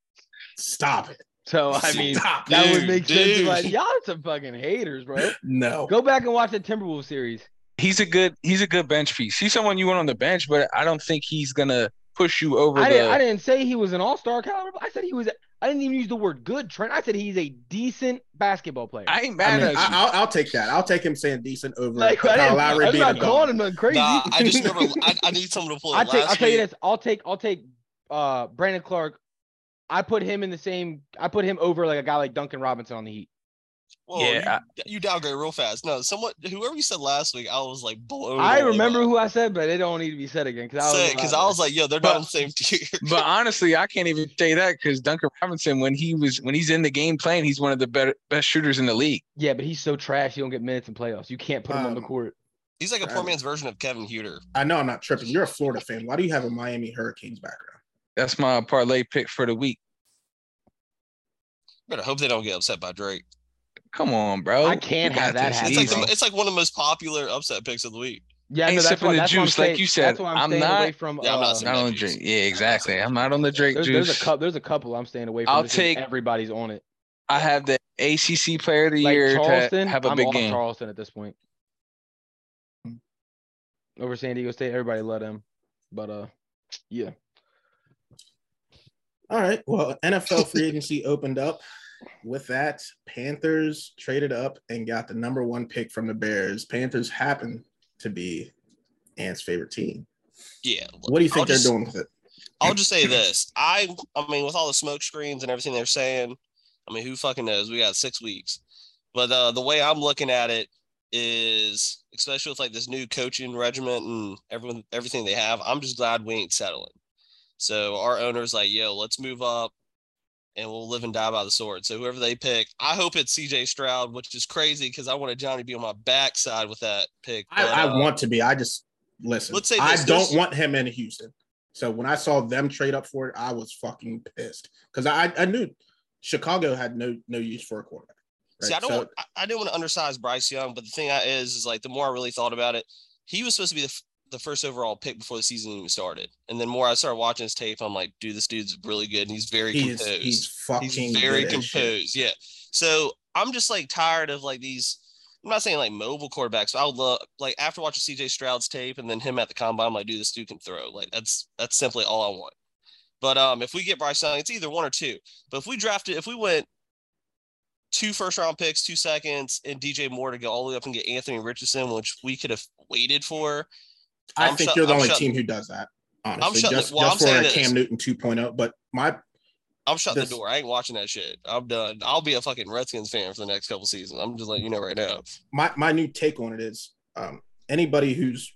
Speaker 1: Stop it.
Speaker 4: So Oh, I mean,
Speaker 1: Stop it.
Speaker 4: that
Speaker 5: Dude,
Speaker 4: would make sense.
Speaker 5: dude.
Speaker 4: Like, y'all are some fucking haters, bro.
Speaker 1: No.
Speaker 4: Go back and watch the Timberwolves series.
Speaker 2: He's a good. He's a good bench piece. He's someone you want on the bench, but I don't think he's gonna push you over
Speaker 4: I
Speaker 2: the.
Speaker 4: didn't, I didn't say he was an all star caliber. I said he was. I didn't even use the word good, Trent. I said he's a decent basketball player.
Speaker 2: I ain't
Speaker 1: I
Speaker 2: mad
Speaker 1: mean,
Speaker 2: at you.
Speaker 1: I, will I'll take that. I'll take him saying decent over
Speaker 4: like, I
Speaker 1: Kyle
Speaker 4: didn't,
Speaker 1: Lowry
Speaker 4: I'm
Speaker 1: being a
Speaker 4: not calling
Speaker 1: dog.
Speaker 4: him nothing crazy.
Speaker 5: Nah, I just never. I, I need someone to pull it
Speaker 4: I take,
Speaker 5: last
Speaker 4: I'll tell you
Speaker 5: week.
Speaker 4: this. I'll take. I'll take. Uh, Brandon Clark. I put him in the same. I put him over like a guy like Duncan Robinson on the Heat.
Speaker 5: Whoa,
Speaker 2: Yeah,
Speaker 5: you, you downgrade real fast. No, someone whoever you said last week, I was like blown.
Speaker 4: I remember who I said, but it don't need to be said again because I was.
Speaker 5: because
Speaker 4: alive
Speaker 5: I was like, yo, they're
Speaker 2: But-
Speaker 5: not on the same tier.
Speaker 2: but honestly, I can't even say that because Duncan Robinson, when he was when he's in the game playing, he's one of the better best shooters in the league.
Speaker 4: then. Yeah, but he's so trash. He don't get minutes in playoffs. You can't put him on the
Speaker 1: Um,
Speaker 4: court.
Speaker 5: He's like a poor man's version of Kevin Huter.
Speaker 1: I know I'm not tripping. You're a Florida fan. Why do you have a Miami Hurricanes background?
Speaker 2: That's my parlay pick for the week.
Speaker 5: Better hope they don't get upset by Drake.
Speaker 2: Come on, bro.
Speaker 4: I can't
Speaker 2: You
Speaker 4: have
Speaker 2: got
Speaker 4: that
Speaker 2: this
Speaker 4: happen,
Speaker 5: It's
Speaker 4: Easy.
Speaker 5: like
Speaker 2: easy.
Speaker 5: the, it's like one of the most popular upset picks of the week.
Speaker 4: Yeah,
Speaker 2: Ain't
Speaker 4: no, that's
Speaker 2: sipping
Speaker 4: why,
Speaker 2: the
Speaker 4: that's why I'm
Speaker 2: juice, like
Speaker 4: saying-
Speaker 2: you said.
Speaker 4: That's why I'm,
Speaker 2: I'm
Speaker 4: staying away
Speaker 2: not-
Speaker 4: from.
Speaker 5: Yeah, I'm not
Speaker 4: uh,
Speaker 5: sipping
Speaker 2: not on the
Speaker 5: that juice.
Speaker 2: drink. Yeah, exactly. I'm not on the Drake
Speaker 4: there's,
Speaker 2: juice.
Speaker 4: there's a couple. There's a couple I'm staying away from.
Speaker 2: I'll
Speaker 4: just 'cause
Speaker 2: take-
Speaker 4: everybody's on it.
Speaker 2: I have the ACC Player of the
Speaker 4: Like
Speaker 2: Year
Speaker 4: Charleston,
Speaker 2: to have a
Speaker 4: I'm
Speaker 2: big
Speaker 4: off
Speaker 2: game.
Speaker 4: Charleston at this point. Over San Diego State, everybody let him. But uh, yeah.
Speaker 1: All right. Well, NFL free agency opened up. With that, Panthers traded up and got the number one pick from the Bears. Panthers happen to be Ant's favorite team.
Speaker 5: Yeah.
Speaker 1: What do you think
Speaker 5: I'll
Speaker 1: they're
Speaker 5: just-
Speaker 1: doing with it?
Speaker 5: I'll just say this. I I mean, with all the smoke screens and everything they're saying, I mean, who fucking knows? We got six weeks. But uh, the way I'm looking at it is, especially with like this new coaching regiment and everyone, everything they have, I'm just glad we ain't settling. So our owner's like, yo, let's move up and we'll live and die by the sword. So whoever they pick, I hope it's CJ Stroud, which is crazy because I wanted Johnny to be on my backside with that pick.
Speaker 1: I,
Speaker 5: But, uh,
Speaker 1: I want to be. I just listen.
Speaker 5: Let's say
Speaker 1: I
Speaker 5: this-
Speaker 1: don't
Speaker 5: this-
Speaker 1: want him in Houston. So when I saw them trade up for it, I was fucking pissed because I I knew Chicago had no no use for a quarterback.
Speaker 5: See, I
Speaker 1: right?
Speaker 5: don't
Speaker 1: So-
Speaker 5: want, I, I didn't want to undersize Bryce Young, but the thing I is is like the more I really thought about it, he was supposed to be the, f- the first overall pick before the season even started. And then more I started watching his tape, I'm like, dude, this dude's really good and he's very
Speaker 1: he is,
Speaker 5: composed.
Speaker 1: he's fucking
Speaker 5: He's very
Speaker 1: good as shit.
Speaker 5: composed. Yeah. So I'm just like tired of like these. I'm not saying like mobile quarterbacks. But I would love like after watching CJ Stroud's tape and then him at the combine, I'm like, dude, this dude can throw. Like that's that's simply all I want. But um, if we get Bryce Young, it's either one or two. But if we drafted, if we went two first round picks, two seconds, and DJ Moore to go all the way up and get Anthony Richardson, which we could have waited for,
Speaker 1: I
Speaker 5: I'm
Speaker 1: think
Speaker 5: shut-
Speaker 1: you're the
Speaker 5: I'm
Speaker 1: only
Speaker 5: shut-
Speaker 1: team who does that. Honestly,
Speaker 5: shut-
Speaker 1: just, just
Speaker 5: well, I'm
Speaker 1: for
Speaker 5: saying
Speaker 1: a
Speaker 5: this.
Speaker 1: Cam Newton 2.0. But my
Speaker 5: I'm shutting
Speaker 1: This-
Speaker 5: the door. I ain't watching that shit. I'm done. I'll be a fucking Redskins fan for the next couple seasons. I'm just letting you know right now.
Speaker 1: my my new take on it is um, anybody who's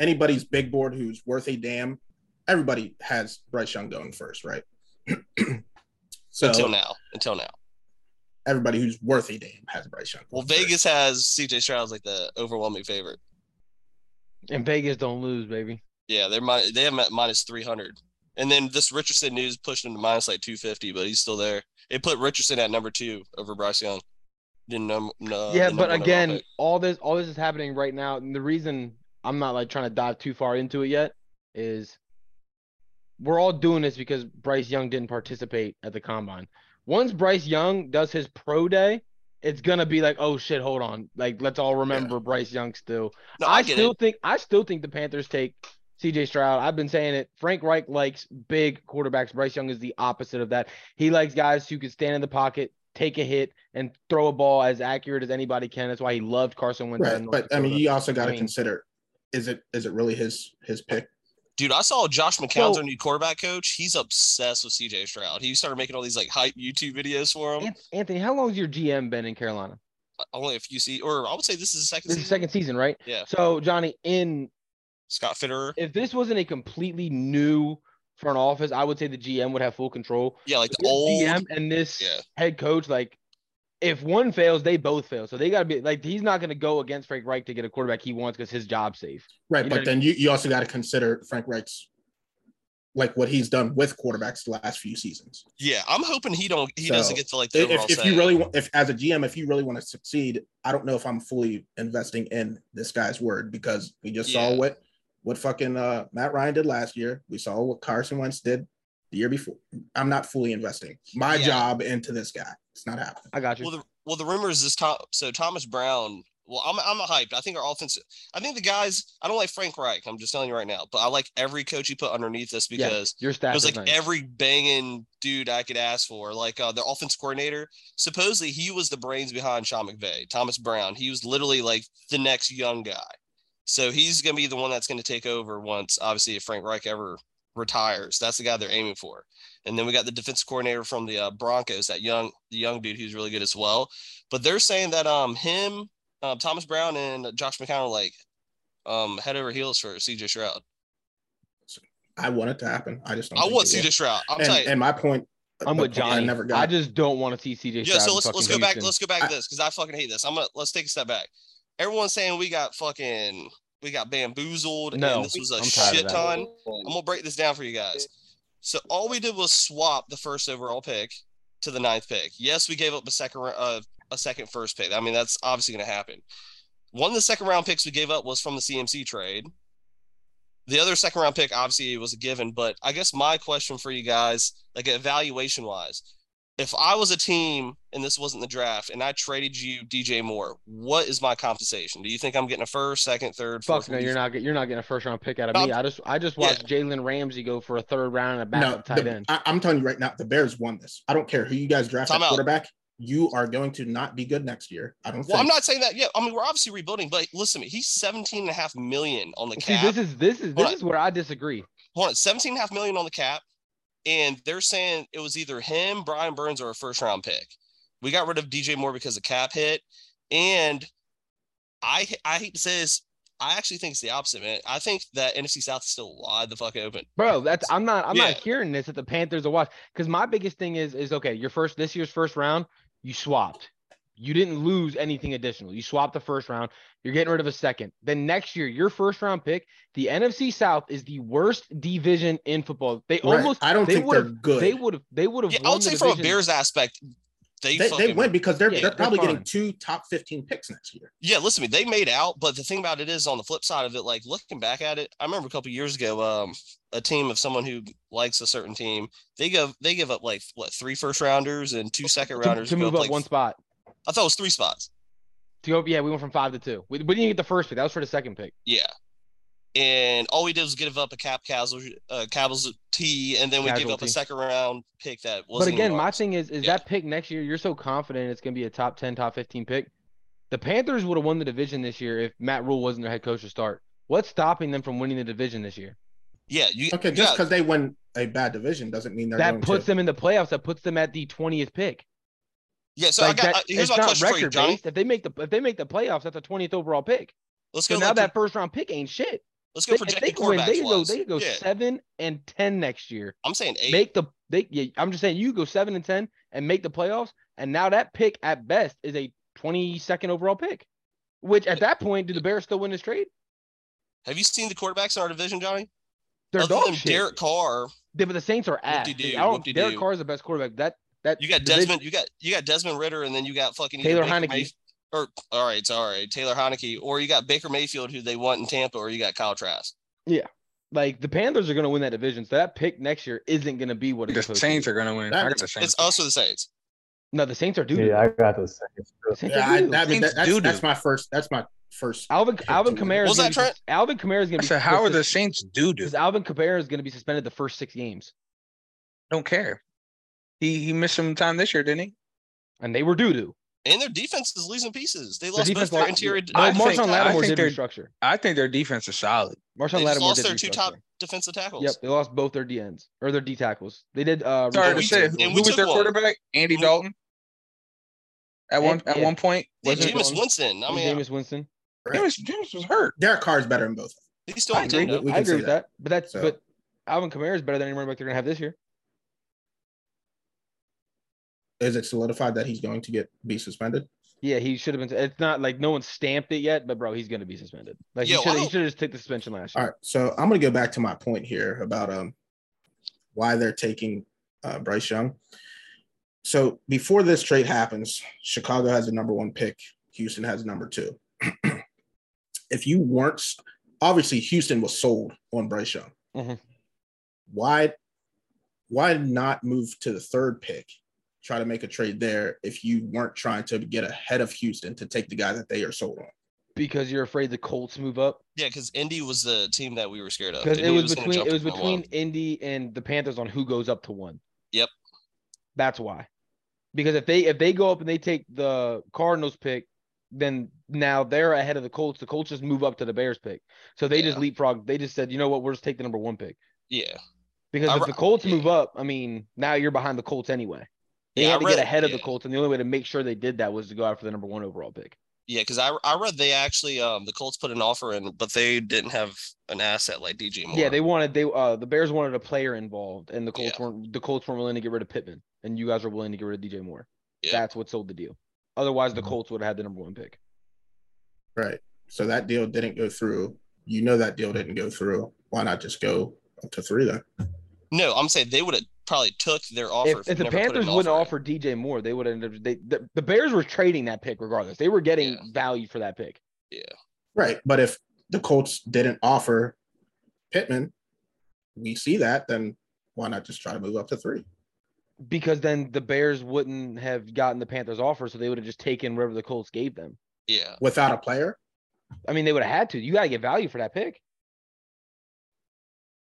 Speaker 1: anybody's big board who's worth a damn, everybody has Bryce Young going first, right? so
Speaker 5: Until now. Until now.
Speaker 1: everybody who's worth a damn has Bryce Young.
Speaker 5: Well,
Speaker 1: going
Speaker 5: Vegas has CJ Stroud as like the overwhelming favorite.
Speaker 4: And Vegas don't lose, baby.
Speaker 5: Yeah, they're min- they have him at minus three hundred, and then this Richardson news pushed him to minus like two fifty, but he's still there. It put Richardson at number two over Bryce Young. Didn't num- no,
Speaker 4: yeah,
Speaker 5: uh,
Speaker 4: but
Speaker 5: the number one overall
Speaker 4: again,
Speaker 5: pick.
Speaker 4: all this all this is happening right now, and the reason I'm not like trying to dive too far into it yet is we're all doing this because Bryce Young didn't participate at the combine. Once Bryce Young does his pro day, it's gonna be like, oh shit, hold on, like let's all remember Bryce Young still.
Speaker 5: no,
Speaker 4: I,
Speaker 5: I, get
Speaker 4: still
Speaker 5: it.
Speaker 4: think I still think the Panthers take CJ Stroud. I've been saying it. Frank Reich likes big quarterbacks. Bryce Young is the opposite of that. He likes guys who can stand in the pocket, take a hit, and throw a ball as accurate as anybody can. That's why he loved Carson Wentz. out of
Speaker 1: Right,
Speaker 4: North
Speaker 1: but I mean,
Speaker 4: Dakota.
Speaker 1: you also got to
Speaker 4: I mean-
Speaker 1: consider: is it is it really his his pick?
Speaker 5: Dude, I saw Josh McCown's
Speaker 4: So-
Speaker 5: our new quarterback coach. He's obsessed with CJ Stroud. He started making all these like hype YouTube videos for him.
Speaker 4: Anth- Anthony, how long's your GM been in Carolina?
Speaker 5: Only a few see, or I would say this is the second.
Speaker 4: This is
Speaker 5: season.
Speaker 4: second season, right?
Speaker 5: Yeah.
Speaker 4: So Johnny, in
Speaker 5: Scott Fitterer.
Speaker 4: if this wasn't a completely new front office, I would say the GM would have full control.
Speaker 5: Yeah, like the
Speaker 4: This
Speaker 5: old.
Speaker 4: GM and this
Speaker 5: yeah.
Speaker 4: head coach, like, if one fails, they both fail. So they got to be like, he's not going to go against Frank Reich to get a quarterback he wants because his job's safe.
Speaker 1: Right,
Speaker 4: You know what
Speaker 1: but
Speaker 4: I
Speaker 1: then you, you also got to consider Frank Reich's like what he's done with quarterbacks the last few seasons.
Speaker 5: Yeah, I'm hoping he don't he
Speaker 1: So,
Speaker 5: doesn't get to like the
Speaker 1: If,
Speaker 5: overall
Speaker 1: if
Speaker 5: say.
Speaker 1: you really want, if as a GM, if you really want to succeed, I don't know if I'm fully investing in this guy's word because we just saw
Speaker 5: Yeah.
Speaker 1: what what fucking uh, Matt Ryan did last year. We saw what Carson Wentz did the year before. I'm not fully investing my
Speaker 5: Yeah.
Speaker 1: job into this guy. It's not happening.
Speaker 4: I got you.
Speaker 5: well, the well the rumors is Tom. So Thomas Brown. Well, I'm I'm hyped. I think our offense. I think the guys. I don't like Frank Reich. I'm just telling you right now. But I like every coach you put underneath us
Speaker 4: Yeah,
Speaker 5: because
Speaker 4: your
Speaker 5: it
Speaker 4: staff
Speaker 5: was
Speaker 4: is
Speaker 5: like
Speaker 4: nice.
Speaker 5: every banging dude I could ask for. Like uh, the offense coordinator, supposedly he was the brains behind Sean McVay, Thomas Brown. He was literally like the next young guy. So he's going to be the one that's going to take over once, obviously, if Frank Reich ever retires. That's the guy they're aiming for. And then we got the defense coordinator from the uh, Broncos, that young, the young dude who's really good as well. But they're saying that um him, uh, Thomas Brown, and Josh McCown are like um head over heels for CJ Shroud.
Speaker 1: I want it to happen. I just don't.
Speaker 5: I
Speaker 1: think
Speaker 5: want
Speaker 1: it will.
Speaker 5: CJ Shroud. I'm
Speaker 1: and,
Speaker 5: telling you.
Speaker 1: and my point. uh,
Speaker 4: I'm
Speaker 1: the
Speaker 4: with
Speaker 1: point
Speaker 4: Johnny.
Speaker 1: I never got.
Speaker 4: I just don't want to see CJ.
Speaker 5: Yeah,
Speaker 4: Stroud
Speaker 5: so
Speaker 4: in
Speaker 5: let's let's go
Speaker 4: fucking
Speaker 5: back.
Speaker 4: Houston.
Speaker 5: Let's go back
Speaker 1: I-
Speaker 5: to this because I fucking hate this. I'm gonna let's take a step back. Everyone's saying we got fucking we got bamboozled
Speaker 4: No,
Speaker 5: and this was a
Speaker 4: I'm tired of
Speaker 5: shit
Speaker 4: that.
Speaker 5: ton. I'm gonna break this down for you guys. So all we did was swap the first overall pick to the ninth pick. Yes, we gave up a second rou- uh, a second first pick. I mean that's obviously gonna happen. One of the second round picks we gave up was from the CMC trade. The other second round pick obviously was a given, but I guess my question for you guys, like evaluation wise, if I was a team and this wasn't the draft and I traded you DJ Moore, what is my compensation? Do you think I'm getting a first, second, third, fourth?
Speaker 4: Fuck no, you're not get, you're not getting a first round pick out of
Speaker 5: No,
Speaker 4: me. I just I just
Speaker 5: yeah.
Speaker 4: watched Jalen Ramsey go for a third round and a backup
Speaker 1: no,
Speaker 4: tight
Speaker 1: the-
Speaker 4: end.
Speaker 1: I, am telling you right now, the Bears won this. I don't care who you guys draft
Speaker 5: Time
Speaker 1: at
Speaker 5: out.
Speaker 1: quarterback. You are going to not be good next year. I don't
Speaker 5: Well, I'm
Speaker 1: think.
Speaker 5: not saying that yet. I mean, we're obviously rebuilding, but listen to me. He's 17 and a half million on the
Speaker 4: See,
Speaker 5: cap.
Speaker 4: this is this is this
Speaker 5: on.
Speaker 4: is where I disagree.
Speaker 5: Hold on, 17 and a half million on the cap. And they're saying it was either him, Brian Burns, or a first round pick. We got rid of DJ Moore because the cap hit. And I I hate to say this. I actually think it's the opposite, man. I think that NFC South is still wide the fuck open.
Speaker 4: Bro, that's I'm not I'm not
Speaker 5: Yeah.
Speaker 4: hearing this at the Panthers to watch. Because my biggest thing is is okay, your first this year's first round, you swapped. You didn't lose anything additional. You swapped the first round. You're getting rid of a second. Then next year, your first round pick, the NFC South is the worst division in football. They
Speaker 1: Right.
Speaker 4: almost
Speaker 1: I don't
Speaker 4: they
Speaker 1: think they're
Speaker 4: would've-
Speaker 1: good.
Speaker 4: they would have they would have
Speaker 5: Yeah, I would say from a Bears aspect, they,
Speaker 1: they,
Speaker 5: fucking,
Speaker 1: they win because they're
Speaker 4: Yeah,
Speaker 1: they're
Speaker 4: they're
Speaker 1: probably
Speaker 4: fine.
Speaker 1: getting two top 15 picks next year.
Speaker 5: Yeah, listen to me. They made out, but the thing about it is, on the flip side of it, like looking back at it, I remember a couple years ago, um, a team of someone who likes a certain team, they give they give up like what three first rounders and two second
Speaker 4: to,
Speaker 5: rounders
Speaker 4: to
Speaker 5: go
Speaker 4: move up
Speaker 5: like,
Speaker 4: one spot.
Speaker 5: I thought it was three spots.
Speaker 4: To go, yeah, we went from five to two. We, we didn't get the first pick. That was for the second pick.
Speaker 5: Yeah, and all we did was give up a cap casual uh, casualty, and then we gave up a
Speaker 4: Casualty.
Speaker 5: second round pick that wasn't.
Speaker 4: but again, my
Speaker 5: ours.
Speaker 4: thing is, is
Speaker 5: Yeah.
Speaker 4: that pick next year? You're so confident it's going to be a top ten, top fifteen pick. The Panthers would have won the division this year if Matt Rule wasn't their head coach to start. What's stopping them from winning the division this year?
Speaker 5: Yeah, you
Speaker 1: Okay, just because they win a bad division doesn't mean they're
Speaker 4: that
Speaker 1: going
Speaker 4: puts
Speaker 1: to.
Speaker 4: them in the playoffs. That puts them at the twentieth pick.
Speaker 5: yeah. So
Speaker 4: Like
Speaker 5: I got
Speaker 4: that-
Speaker 5: uh,
Speaker 4: it's
Speaker 5: here's my
Speaker 4: not
Speaker 5: question for you, Johnny.
Speaker 4: record-based. If they make the if they make the playoffs, that's a twentieth overall pick.
Speaker 5: Let's
Speaker 4: So
Speaker 5: go.
Speaker 4: now
Speaker 5: like,
Speaker 4: that first round pick ain't shit.
Speaker 5: let's go
Speaker 4: They, if
Speaker 5: projected
Speaker 4: they win,
Speaker 5: quarterbacks.
Speaker 4: they could go
Speaker 5: wise.
Speaker 4: they could go
Speaker 5: yeah,
Speaker 4: seven and ten next year.
Speaker 5: I'm saying eight.
Speaker 4: make the they yeah, I'm just saying you go seven and ten and make the playoffs, and now that pick at best is a 22nd overall pick. Which at that point, do the Bears still win this trade?
Speaker 5: Have you seen the quarterbacks in our division, Johnny?
Speaker 4: They're
Speaker 5: Other
Speaker 4: dog
Speaker 5: than
Speaker 4: shit.
Speaker 5: Derek Carr,
Speaker 4: Yeah, but the Saints are ass.
Speaker 5: Whoop-de-doo,
Speaker 4: I don't.
Speaker 5: whoop-de-doo.
Speaker 4: Derek Carr is the best quarterback. That that
Speaker 5: you got
Speaker 4: division-
Speaker 5: Desmond, you got you got Desmond Ritter, and then you got fucking either
Speaker 4: Taylor
Speaker 5: Baker
Speaker 4: Heineke.
Speaker 5: Mayf- or all right, sorry, Taylor Heineke, or you got Baker Mayfield, who they want in Tampa, or you got Kyle Trask.
Speaker 4: Like the Panthers are going to win that division, so that pick next year isn't going to be what
Speaker 2: The
Speaker 4: it's
Speaker 2: Saints are gonna win. I got the Saints.
Speaker 5: It's also the Saints.
Speaker 4: No, the Saints are due.
Speaker 3: Yeah, I got the same.
Speaker 4: The Saints
Speaker 1: Yeah,
Speaker 4: are
Speaker 1: I,
Speaker 4: due.
Speaker 1: that- I mean, that- that's,
Speaker 2: Doo-doo.
Speaker 1: that's my first. That's my first.
Speaker 4: Alvin Alvin
Speaker 1: What
Speaker 4: Kamara.
Speaker 5: was
Speaker 4: is
Speaker 5: that,
Speaker 4: gonna be-
Speaker 5: Trent?
Speaker 4: Alvin Kamara is going
Speaker 2: I
Speaker 4: to be.
Speaker 2: said, how are the
Speaker 4: sus-
Speaker 2: Saints doo doo?
Speaker 4: Because Alvin Kamara is going to be suspended the first six games,
Speaker 2: Don't care. He he missed some time this year, didn't he?
Speaker 4: and they were due to.
Speaker 5: And their defense is losing pieces. They lost both
Speaker 4: defense
Speaker 5: their
Speaker 4: line-
Speaker 5: interior.
Speaker 4: Well,
Speaker 2: I
Speaker 5: defense-
Speaker 2: think-
Speaker 4: Marshawn Lattimore
Speaker 2: think
Speaker 4: did
Speaker 2: they're-
Speaker 4: restructure.
Speaker 2: I think their defense is solid.
Speaker 4: Marshawn
Speaker 5: They just
Speaker 4: Lattimore
Speaker 5: lost
Speaker 4: did
Speaker 5: their two
Speaker 4: restructure.
Speaker 5: top defensive tackles.
Speaker 4: Yep, they lost both their DNs or their D tackles. They did. Uh,
Speaker 2: Sorry
Speaker 5: we
Speaker 2: to
Speaker 4: restructure.
Speaker 2: say,
Speaker 5: took-
Speaker 2: who
Speaker 5: and we
Speaker 2: was
Speaker 5: took
Speaker 2: their
Speaker 5: one.
Speaker 2: quarterback? Andy
Speaker 5: We-
Speaker 2: Dalton. At one
Speaker 4: And-
Speaker 2: at
Speaker 4: yeah.
Speaker 2: one point,
Speaker 5: Yeah,
Speaker 4: Wasn't it
Speaker 5: Jameis
Speaker 4: going-
Speaker 5: Winston. I mean,
Speaker 4: Jameis Winston.
Speaker 1: Right.
Speaker 2: James, James was hurt.
Speaker 1: Derek Carr is better than both.
Speaker 5: he's still
Speaker 2: I
Speaker 5: on
Speaker 2: agree.
Speaker 5: team, though.
Speaker 1: We
Speaker 4: I
Speaker 1: can
Speaker 4: agree
Speaker 1: say
Speaker 4: with that,
Speaker 1: that.
Speaker 4: but that's
Speaker 1: So-
Speaker 4: but Alvin Kamara is better than any running back they're gonna have this year.
Speaker 1: Is it solidified that he's going to get be suspended?
Speaker 4: Yeah, he should have been. It's not like no one stamped it yet, but bro, he's gonna be suspended. Like
Speaker 5: Yo,
Speaker 4: he should
Speaker 5: I
Speaker 4: he
Speaker 5: don't-
Speaker 4: should have just took the suspension last year.
Speaker 1: All right, so I'm gonna go back to my point here about um why they're taking uh, Bryce Young. So before this trade happens, Chicago has the number one pick. Houston has number two. if you weren't obviously Houston was sold on Bryce Young,
Speaker 4: Mhm.
Speaker 1: why why not move to the third pick? Try to make a trade there if you weren't trying to get ahead of Houston to take the guy that they are sold on.
Speaker 4: Because you're afraid the Colts move up.
Speaker 5: Yeah, because Indy was the team that we were scared of.
Speaker 4: Because it
Speaker 5: Indy
Speaker 4: was
Speaker 5: gonna
Speaker 4: between
Speaker 5: jump
Speaker 4: it was
Speaker 5: from that
Speaker 4: between
Speaker 5: one.
Speaker 4: Indy and the Panthers on who goes up to one.
Speaker 5: Yep.
Speaker 4: That's why. Because if they if they go up and they take the Cardinals pick, then now they're ahead of the Colts. The Colts just move up to the Bears pick. So they just leapfrog. They just said, you know what, we'll just take the number one pick.
Speaker 5: Yeah,
Speaker 4: Because
Speaker 5: I
Speaker 4: if
Speaker 5: re-
Speaker 4: the Colts
Speaker 5: yeah.
Speaker 4: move up, I mean, now you're behind the Colts anyway. They
Speaker 5: yeah,
Speaker 4: had
Speaker 5: I
Speaker 4: to
Speaker 5: read-
Speaker 4: get ahead of
Speaker 5: yeah.
Speaker 4: the Colts, and the only way to make sure they did that was to go out for the number one overall pick.
Speaker 5: Yeah, because I I read they actually um the Colts put an offer in, but they didn't have an asset like DJ Moore.
Speaker 4: Yeah, they wanted they uh the Bears wanted a player involved, and the Colts
Speaker 5: Yeah.
Speaker 4: weren't the Colts weren't willing to get rid of Pittman, and you guys were willing to get rid of DJ Moore.
Speaker 5: Yeah. Mm-hmm.
Speaker 4: That's what sold the deal. Otherwise, the
Speaker 3: Mhm.
Speaker 4: Colts would have had the number one pick.
Speaker 1: Right. So that deal didn't go through. You know that deal didn't go through. Why not just go up to three then?
Speaker 5: no, I'm saying they would have probably took their offer.
Speaker 4: If,
Speaker 5: they
Speaker 4: if the
Speaker 5: never put an
Speaker 4: Panthers wouldn't
Speaker 5: in.
Speaker 4: offer DJ Moore, they would have ended up. They the, the Bears were trading that pick regardless. They were getting
Speaker 5: Yeah.
Speaker 4: value for that pick.
Speaker 1: Right. But if the Colts didn't offer Pittman, we see that, then why not just try to move up to three?
Speaker 4: Because then the Bears wouldn't have gotten the Panthers offer, so they would have just taken whatever the Colts gave them.
Speaker 5: yeah,
Speaker 1: Without a player?
Speaker 4: I mean, they would have had to. You got to get value for that pick.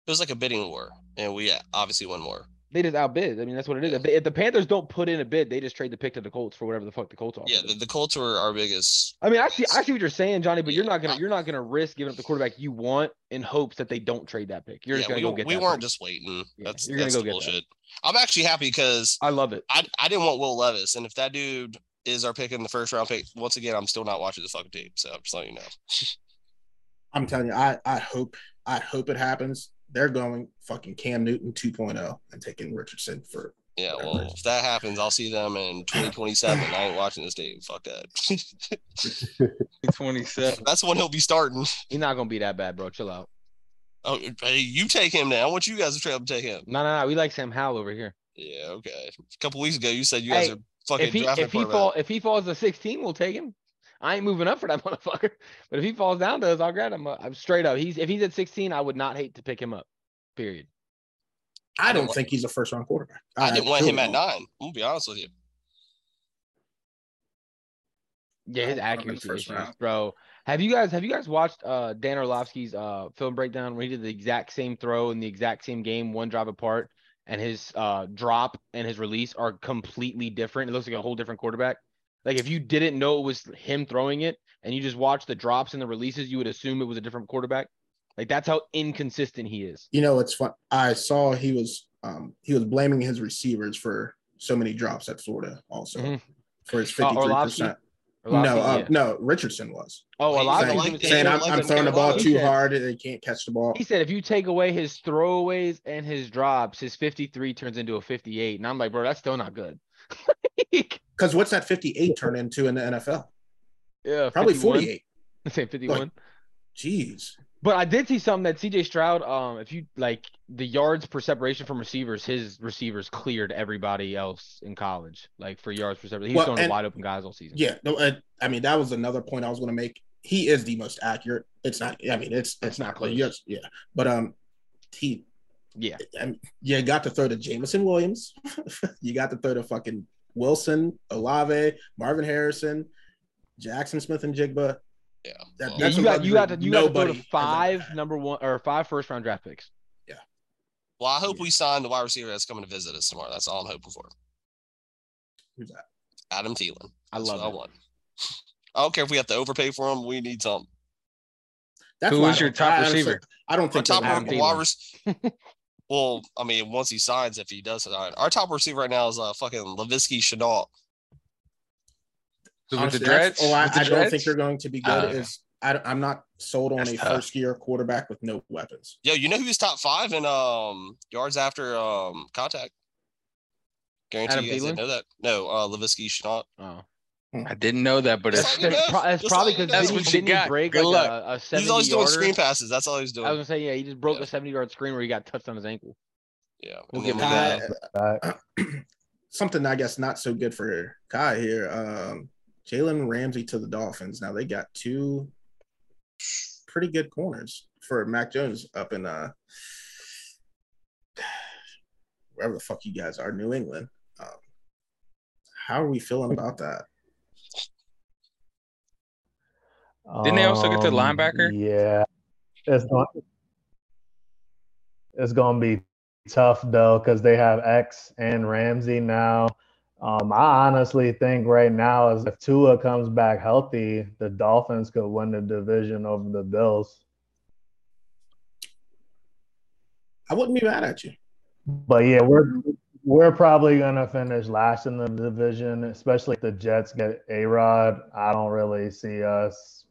Speaker 5: it was like a bidding war, and we uh, obviously won more.
Speaker 4: They just outbid. I mean, that's what it is. If, they, if the Panthers don't put in a bid, they just trade the pick to the Colts for whatever the fuck the Colts offer.
Speaker 5: Yeah, the, the Colts were our biggest.
Speaker 4: I mean, I see, I see what you're saying, Johnny, but you're
Speaker 5: Yeah,
Speaker 4: not gonna,
Speaker 5: I-
Speaker 4: you're not gonna risk giving up the quarterback you want in hopes that they don't trade that pick. You're just
Speaker 5: yeah,
Speaker 4: gonna
Speaker 5: we,
Speaker 4: go get.
Speaker 5: we
Speaker 4: that
Speaker 5: weren't
Speaker 4: pick.
Speaker 5: just waiting.
Speaker 4: Yeah,
Speaker 5: that's
Speaker 4: you're gonna
Speaker 5: that's
Speaker 4: go get that.
Speaker 5: bullshit. I'm actually happy because
Speaker 4: I love it.
Speaker 5: I I didn't want Will Levis, and if that dude is our pick in the first round pick, once again, I'm still not watching the fucking team. So I'm just letting you know.
Speaker 1: I'm telling you, I, I hope I hope it happens. They're going fucking Cam Newton 2.0 and taking Richardson for
Speaker 5: Yeah,
Speaker 1: Whatever.
Speaker 5: well, if that happens, I'll see them in 2027. I ain't watching this team. Fuck that.
Speaker 2: 27.
Speaker 5: That's when he'll be starting.
Speaker 4: He's not gonna be that bad, bro. Chill out.
Speaker 5: Oh, hey, you take him now. I want you guys to try to take him.
Speaker 4: No, no, no. We like Sam Howell over here.
Speaker 5: Yeah, okay. A couple weeks ago, you said you guys
Speaker 4: Hey,
Speaker 5: are fucking
Speaker 4: If he,
Speaker 5: drafting
Speaker 4: if he
Speaker 5: quarterback.
Speaker 4: fall, if he falls to 16, we'll take him. I ain't moving up for that motherfucker. But if he falls down to us, I'll grab him. Uh, I'm straight up. He's if he's at 16, I would not hate to pick him up. Period.
Speaker 1: I don't
Speaker 5: want-
Speaker 1: think he's a first round quarterback.
Speaker 5: I didn't want
Speaker 1: truly
Speaker 5: him
Speaker 1: don't.
Speaker 5: at nine. I'm gonna be honest with you.
Speaker 4: Yeah, his
Speaker 1: I don't remember the
Speaker 4: accuracy
Speaker 1: first
Speaker 4: issues,
Speaker 1: round.
Speaker 4: bro. Have you guys have you guys watched uh Dan Orlovsky's uh film breakdown where he did the exact same throw in the exact same game, one drive apart, and his uh drop and his release are completely different. It looks like a whole different quarterback. Like if you didn't know it was him throwing it and you just watched the drops and the releases, you would assume it was a different quarterback. Like that's how inconsistent he is.
Speaker 1: You know, it's fun. I saw he was um he was blaming his receivers for so many drops at Florida also
Speaker 4: Mhm.
Speaker 1: for his
Speaker 4: Uh,
Speaker 1: fifty three
Speaker 4: Orlovsky?
Speaker 1: percent. No,
Speaker 4: Orlovsky,
Speaker 1: uh,
Speaker 4: yeah.
Speaker 1: no, Richardson was
Speaker 4: Oh,
Speaker 5: Wait,
Speaker 4: Orlovsky
Speaker 5: saying-
Speaker 4: was even
Speaker 5: saying,
Speaker 1: saying I'm,
Speaker 5: like
Speaker 1: I'm
Speaker 5: the
Speaker 1: throwing the ball
Speaker 5: Carolina-
Speaker 1: too
Speaker 4: He said-
Speaker 1: hard and they can't catch the ball.
Speaker 4: He said if you take away his throwaways and his drops, his 53 turns into a 58. And I'm like, bro, that's still not good. Like,
Speaker 1: Because what's that 58 turn into in the NFL?
Speaker 4: yeah,
Speaker 1: Probably
Speaker 4: 51.
Speaker 1: 48.
Speaker 4: I say 51.
Speaker 1: Jeez.
Speaker 4: But I did see something that CJ Stroud, um, if you like the yards per separation from receivers, his receivers cleared everybody else in college, like for yards per separation. He was
Speaker 1: Well,
Speaker 4: throwing to
Speaker 1: and-
Speaker 4: wide open guys all season.
Speaker 1: Yeah. No, I, I mean, that was another point I was going to make. He is the most accurate. It's not, I mean, it's, it's not close. Yes, yeah. But, um, he,
Speaker 4: Yeah.
Speaker 1: I mean, you got to throw to Jamison Williams. you got to throw to fucking Wilson, Olave, Marvin Harrison, Jackson Smith and Jigba.
Speaker 5: Yeah.
Speaker 1: That-
Speaker 5: well,
Speaker 4: Yeah,
Speaker 1: that's
Speaker 4: you got you got to you got to go to
Speaker 1: nobody has ever
Speaker 4: five
Speaker 1: had.
Speaker 4: number one or five first round draft picks.
Speaker 5: well, I hope we sign the wide receiver that's coming to visit us tomorrow. That's all I'm hoping for.
Speaker 1: Who's that?
Speaker 5: Adam Thielen.
Speaker 4: I
Speaker 5: That's
Speaker 4: love
Speaker 5: what I
Speaker 4: it.
Speaker 5: want. I don't care if we have to overpay for him. We need something.
Speaker 1: That's
Speaker 2: Who
Speaker 1: why I
Speaker 2: is your
Speaker 1: don't-
Speaker 2: top
Speaker 1: I honestly-
Speaker 2: receiver?
Speaker 1: I don't
Speaker 5: Our
Speaker 1: think
Speaker 5: top
Speaker 1: they're
Speaker 4: Adam
Speaker 5: wide
Speaker 1: gonna
Speaker 4: Thielen.
Speaker 1: go-
Speaker 5: rec- Well, I mean, once he signs, if he does sign, our top receiver right now is uh, fucking Lavisky Chenault.
Speaker 2: With the
Speaker 1: Honestly,
Speaker 2: dreads?
Speaker 1: that's- Oh, I,
Speaker 2: With the Ah,
Speaker 1: I don't think
Speaker 2: dreads?
Speaker 1: they're going to be good.
Speaker 5: Uh,
Speaker 1: is I, I'm not sold on
Speaker 5: That's
Speaker 1: a
Speaker 5: tough.
Speaker 1: first year quarterback with no weapons.
Speaker 5: Yo, you know who's top five in um yards after um contact? Guarantee
Speaker 4: Adam
Speaker 5: you guys didn't
Speaker 4: Thielen?
Speaker 5: know that. No, uh Levisky Chenault.
Speaker 4: Oh.
Speaker 2: I didn't know that, but
Speaker 5: That's
Speaker 2: it's,
Speaker 5: all you
Speaker 4: That's,
Speaker 5: got.
Speaker 4: pro- that's
Speaker 5: That's
Speaker 4: probably
Speaker 5: all you
Speaker 4: because didn't,
Speaker 5: got.
Speaker 2: That's what
Speaker 4: didn't
Speaker 2: you
Speaker 4: he
Speaker 2: got.
Speaker 4: break
Speaker 2: Good
Speaker 4: like
Speaker 2: luck.
Speaker 4: a, a seventy
Speaker 5: He's always doing
Speaker 4: yarder?
Speaker 5: screen passes. That's all he's doing.
Speaker 4: I was gonna say yeah, he just broke
Speaker 5: Yeah.
Speaker 4: a seventy yard screen where he got touched on his ankle.
Speaker 5: yeah.
Speaker 4: We'll
Speaker 5: and
Speaker 4: give
Speaker 5: then
Speaker 4: him
Speaker 5: the-
Speaker 4: that.
Speaker 1: I,
Speaker 3: That-
Speaker 1: something I guess not so good for Kai here. Um, Jalen Ramsey to the Dolphins. Now they got two pretty good corners for Mac Jones up in uh wherever the fuck you guys are, New England. Um, how are we feeling about that?
Speaker 2: Didn't they also get the
Speaker 3: Um,
Speaker 2: linebacker?
Speaker 3: Yeah, it's going. It's going to be tough though because they have X and Ramsey now. Um, I honestly think right now is if Tua comes back healthy, the Dolphins could win the division over the Bills.
Speaker 1: I wouldn't be mad at you.
Speaker 3: But yeah, we're we're probably gonna finish last in the division, especially if the Jets get A Rod. I don't really see us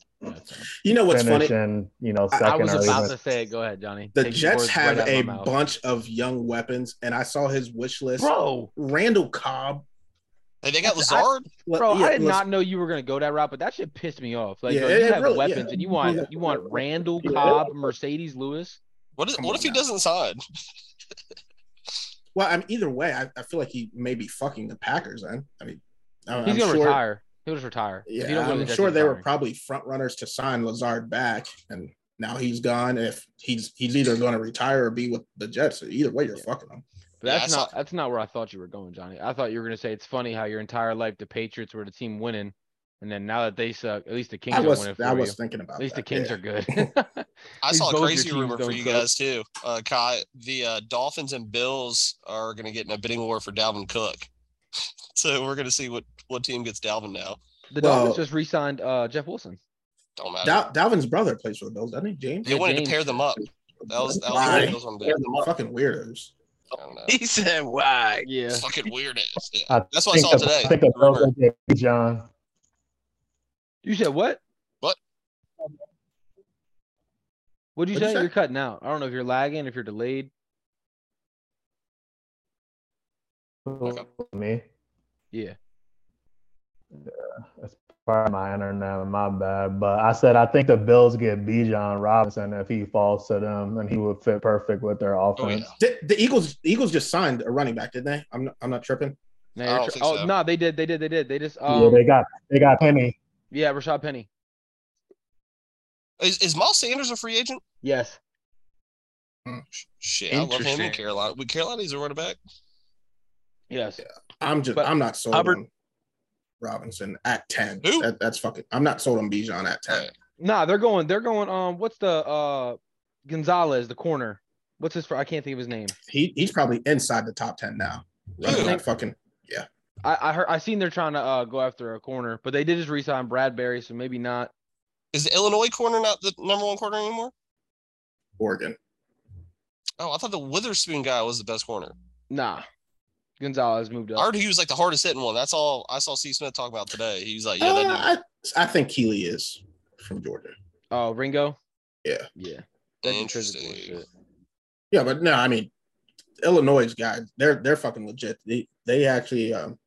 Speaker 1: You know what's funny?
Speaker 3: finishing, you know,
Speaker 1: I- I
Speaker 3: second
Speaker 4: I was
Speaker 3: or
Speaker 4: about
Speaker 3: even-
Speaker 4: to say it. Go ahead, Johnny.
Speaker 1: The
Speaker 4: Take your
Speaker 1: Jets
Speaker 4: words
Speaker 1: have
Speaker 4: right out
Speaker 1: a
Speaker 4: of my mouth.
Speaker 1: bunch of young weapons, and I saw his wish list.
Speaker 4: Bro,
Speaker 1: Randall Cobb.
Speaker 5: Hey, they got
Speaker 4: That's- I-
Speaker 5: Lazard.
Speaker 4: bro,
Speaker 1: Yeah,
Speaker 4: I did
Speaker 1: let's-
Speaker 4: not know you were gonna go that route, but that shit pissed me off. Like,
Speaker 1: Yeah,
Speaker 4: bro,
Speaker 1: it-
Speaker 4: you
Speaker 1: it
Speaker 4: have
Speaker 1: really-
Speaker 4: weapons
Speaker 1: yeah.
Speaker 4: and you want
Speaker 1: Yeah.
Speaker 4: you want Randall
Speaker 1: Yeah.
Speaker 4: Cobb, Mercedes Lewis.
Speaker 5: What is,
Speaker 1: Come
Speaker 5: what
Speaker 1: on
Speaker 5: if he
Speaker 1: now.
Speaker 5: doesn't sign?
Speaker 1: Well, I'm either way. I, I feel like he may be fucking the Packers. Then I mean, I- I'm,
Speaker 4: He's gonna
Speaker 1: sure.
Speaker 4: retire. He'll just retire. If you
Speaker 1: Yeah,
Speaker 4: don't go to the
Speaker 1: I'm
Speaker 4: Jets,
Speaker 1: sure
Speaker 4: he's
Speaker 1: they were
Speaker 4: retiring.
Speaker 1: probably front runners to sign Lazard back, and now he's gone. If he's he's either going to retire or be with the Jets, either way, you're fucking him.
Speaker 4: But
Speaker 5: Yeah,
Speaker 4: that's
Speaker 5: I saw-
Speaker 4: not that's not where I thought you were going, Johnny. I thought you were gonna say it's funny how your entire life the Patriots were the team winning, and then now that they suck, at least the Kings
Speaker 1: I
Speaker 4: are
Speaker 1: was
Speaker 4: winning for
Speaker 1: I
Speaker 4: you.
Speaker 1: was thinking about
Speaker 4: At least the
Speaker 1: that,
Speaker 4: Kings
Speaker 1: yeah.
Speaker 4: are good.
Speaker 5: I
Speaker 4: These
Speaker 5: saw
Speaker 4: both
Speaker 5: a
Speaker 4: your
Speaker 5: crazy
Speaker 4: teams
Speaker 5: rumor for
Speaker 4: don't
Speaker 5: you
Speaker 4: suck.
Speaker 5: guys too. Uh, Kai, the uh, Dolphins and Bills are going to get in a bidding war for Dalvin Cook. so we're going to see what what team gets Dalvin now.
Speaker 4: The
Speaker 1: Well-
Speaker 4: Dolphins just re-signed uh, Jeff Wilson.
Speaker 5: Don't matter.
Speaker 1: Dal- Dalvin's brother plays for the Bills, doesn't he, James?
Speaker 5: they
Speaker 4: Yeah,
Speaker 5: wanted
Speaker 4: James-
Speaker 5: to pair them up. That was that was
Speaker 1: Why?
Speaker 5: what the Bills wanted to do.
Speaker 1: Fucking weirdos.
Speaker 5: I don't know.
Speaker 2: he said, "Why?"
Speaker 4: Yeah.
Speaker 5: It's fucking weird. ass. Yeah.
Speaker 3: I
Speaker 5: That's what I
Speaker 3: think
Speaker 5: saw
Speaker 3: the-
Speaker 5: today.
Speaker 3: I think the Bills
Speaker 5: Rumor.
Speaker 3: will get Bijan.
Speaker 4: You said what?
Speaker 5: What?
Speaker 4: What'd you
Speaker 1: What'd you
Speaker 4: say?
Speaker 1: say?
Speaker 4: You're cutting out. I don't know if you're lagging, if you're delayed.
Speaker 3: Me,
Speaker 4: Yeah.
Speaker 3: that's part of my internet. My bad. But I said I think the Bills get Bijan Robinson if he falls to them, and he would fit perfect with their
Speaker 5: Oh yeah.
Speaker 3: offense.
Speaker 1: The, the Eagles the Eagles just signed a running back, didn't they? I'm not, I'm not tripping.
Speaker 4: No,
Speaker 5: I
Speaker 4: you're
Speaker 5: don't
Speaker 4: tr-
Speaker 5: think
Speaker 4: oh
Speaker 5: so.
Speaker 4: no, they did, they did, they did. They just
Speaker 3: Yeah,
Speaker 4: um
Speaker 3: they got they got Penny.
Speaker 4: yeah, Rashad Penny.
Speaker 5: Is, is Miles Sanders a free agent?
Speaker 4: Yes.
Speaker 5: Hmm. Shit, I love him in
Speaker 2: Interesting.
Speaker 5: Carolina. We Carolina needs a running back.
Speaker 4: Yes.
Speaker 1: I'm just
Speaker 4: But-
Speaker 1: I'm not sold
Speaker 2: Hubbard-
Speaker 1: on Robinson at ten.
Speaker 5: Who?
Speaker 1: That, that's fucking. I'm not sold on Bijan at ten.
Speaker 5: Right.
Speaker 4: Nah, they're going, they're going, um, what's the uh Gonzalez, the corner. What's his for I can't think of his name.
Speaker 1: He he's probably inside the top ten now. Running
Speaker 5: Dude.
Speaker 1: back fucking.
Speaker 4: I, I heard I seen they're trying to uh go after a corner, but they did just re-sign Bradbury, so maybe not.
Speaker 5: Is the Illinois corner not the number one corner anymore?
Speaker 1: Oregon.
Speaker 5: Oh, I thought the Witherspoon guy was the best corner.
Speaker 4: Nah. Gonzalez moved
Speaker 5: I
Speaker 4: up.
Speaker 5: heard he was like the hardest hitting one. That's all I saw C. Smith talk about today. He's like, yeah, that dude.
Speaker 1: Uh, I I think Keely is from Georgia.
Speaker 4: Oh, Ringo?
Speaker 1: Yeah.
Speaker 4: Yeah. That dude's physical as
Speaker 5: Interesting.
Speaker 4: shit.
Speaker 1: Yeah, but no, I mean, Illinois guys, they're they're fucking legit. They they actually, um,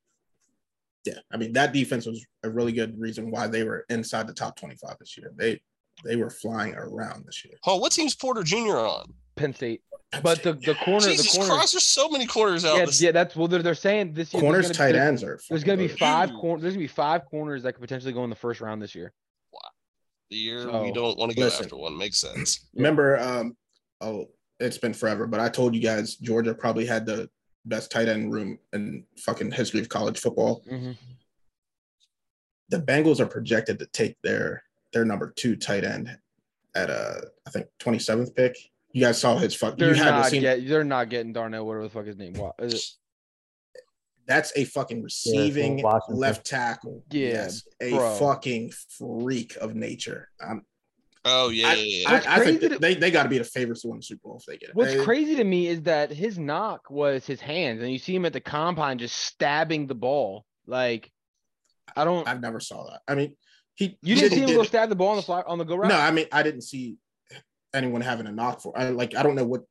Speaker 1: yeah, I mean that defense was a really good reason why they were inside the top twenty five this year. They they were flying around this year.
Speaker 5: Oh, what team's Porter Jr. on?
Speaker 4: Penn State. But the, the corner,
Speaker 5: Jesus
Speaker 4: the corner.
Speaker 5: Christ, there's so many corners out.
Speaker 4: Yeah,
Speaker 5: this-
Speaker 4: yeah, that's well they're, they're saying this year there's
Speaker 1: corners,
Speaker 4: gonna be-
Speaker 1: tight
Speaker 4: there's-
Speaker 1: ends are.
Speaker 4: There's
Speaker 1: fucking
Speaker 4: gonna be
Speaker 1: loaded.
Speaker 4: five
Speaker 5: Dude.
Speaker 4: corners. There's gonna be five corners that could potentially go in the first round this year.
Speaker 5: The year
Speaker 4: So,
Speaker 5: we don't want to go
Speaker 1: listen.
Speaker 5: after one makes sense.
Speaker 1: Remember, um, oh, it's been forever, but I told you guys Georgia probably had the best tight end room in fucking history of college football.
Speaker 5: Mm-hmm.
Speaker 1: The Bengals are projected to take their their number two tight end at uh I think twenty seventh pick. You guys saw his fuck.
Speaker 4: They're
Speaker 1: you haven't
Speaker 4: not
Speaker 1: seen
Speaker 4: get, they're not getting Darnell, whatever the fuck his name was. Is it-
Speaker 1: that's a fucking receiving
Speaker 3: Washington.
Speaker 1: left tackle.
Speaker 4: Yeah,
Speaker 1: a
Speaker 4: bro.
Speaker 1: fucking freak of nature. I'm,
Speaker 5: Oh yeah, yeah, yeah.
Speaker 1: I,
Speaker 4: What's
Speaker 1: I think
Speaker 4: crazy
Speaker 1: that
Speaker 4: to-
Speaker 1: they they got to be the favorites to win the Super Bowl if they get it.
Speaker 4: What's
Speaker 1: They-
Speaker 4: crazy to me is that his knock was his hands, and you see him at the combine just stabbing the ball. Like, I don't.
Speaker 1: I've never saw that. I mean, He
Speaker 4: You
Speaker 1: he
Speaker 4: didn't see him
Speaker 1: did
Speaker 4: go
Speaker 1: it.
Speaker 4: stab the ball on the fly on the go route.
Speaker 1: No, I mean I didn't see anyone having a knock for. I like I don't know what.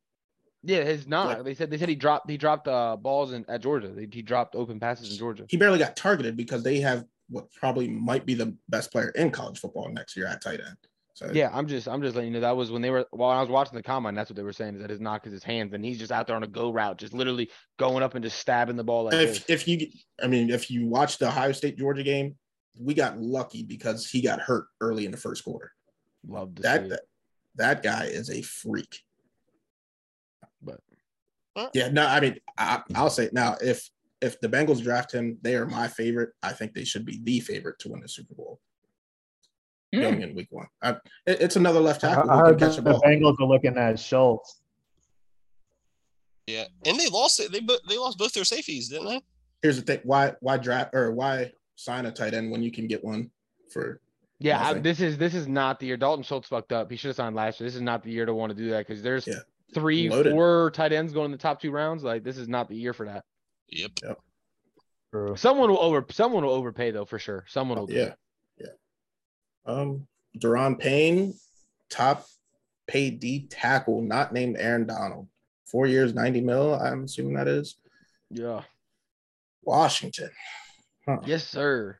Speaker 4: yeah, his not.
Speaker 1: Like-
Speaker 4: they said they said he dropped he dropped uh, balls in at Georgia. They, he dropped open passes in Georgia.
Speaker 1: He barely got targeted because they have what probably might be the best player in college football next year at tight end. So
Speaker 4: Yeah, I'm just I'm just letting you know that was when they were while I was watching the combine. That's what they were saying is that his knock is his hands, and he's just out there on a go route, just literally going up and just stabbing the ball like this.
Speaker 1: if if you I mean if you watch the Ohio State Georgia game, we got lucky because he got hurt early in the first quarter.
Speaker 4: Love to see
Speaker 1: That
Speaker 4: it.
Speaker 1: that, that guy is a freak.
Speaker 4: But-
Speaker 1: yeah, no, I mean I,
Speaker 3: Mm-hmm.
Speaker 1: I'll say it now if if the Bengals draft him, they are my favorite. I think they should be the favorite to win the Super Bowl.
Speaker 2: Hmm.
Speaker 1: Going in week one, I, it- it's another left
Speaker 3: I,
Speaker 1: tackle
Speaker 3: I
Speaker 1: who can
Speaker 3: heard
Speaker 1: catch
Speaker 3: the
Speaker 1: the ball.
Speaker 3: Bengals are looking at Schultz.
Speaker 5: Yeah, and they lost it. They bo- they lost both their safeties, didn't they?
Speaker 1: Here's the thing: why why draft or why sign a tight end when you can get one for?
Speaker 4: Yeah, I,
Speaker 1: Nothing.
Speaker 4: this is this is not the year. Dalton Schultz fucked up. He should have signed last year. This is not the year to want to do that because there's
Speaker 1: Yeah.
Speaker 4: three,
Speaker 1: Loaded.
Speaker 4: four tight ends going in the top two rounds. Like this is not the year for that.
Speaker 5: Yep.
Speaker 3: True.
Speaker 4: Someone will over someone will overpay though for sure. Someone will do
Speaker 1: Yeah,
Speaker 4: it.
Speaker 1: yeah. Um, Deron Payne, top paid D tackle, not named Aaron Donald. Four years, ninety mil. I'm assuming that is
Speaker 4: Yeah.
Speaker 1: Washington.
Speaker 4: Yes, sir.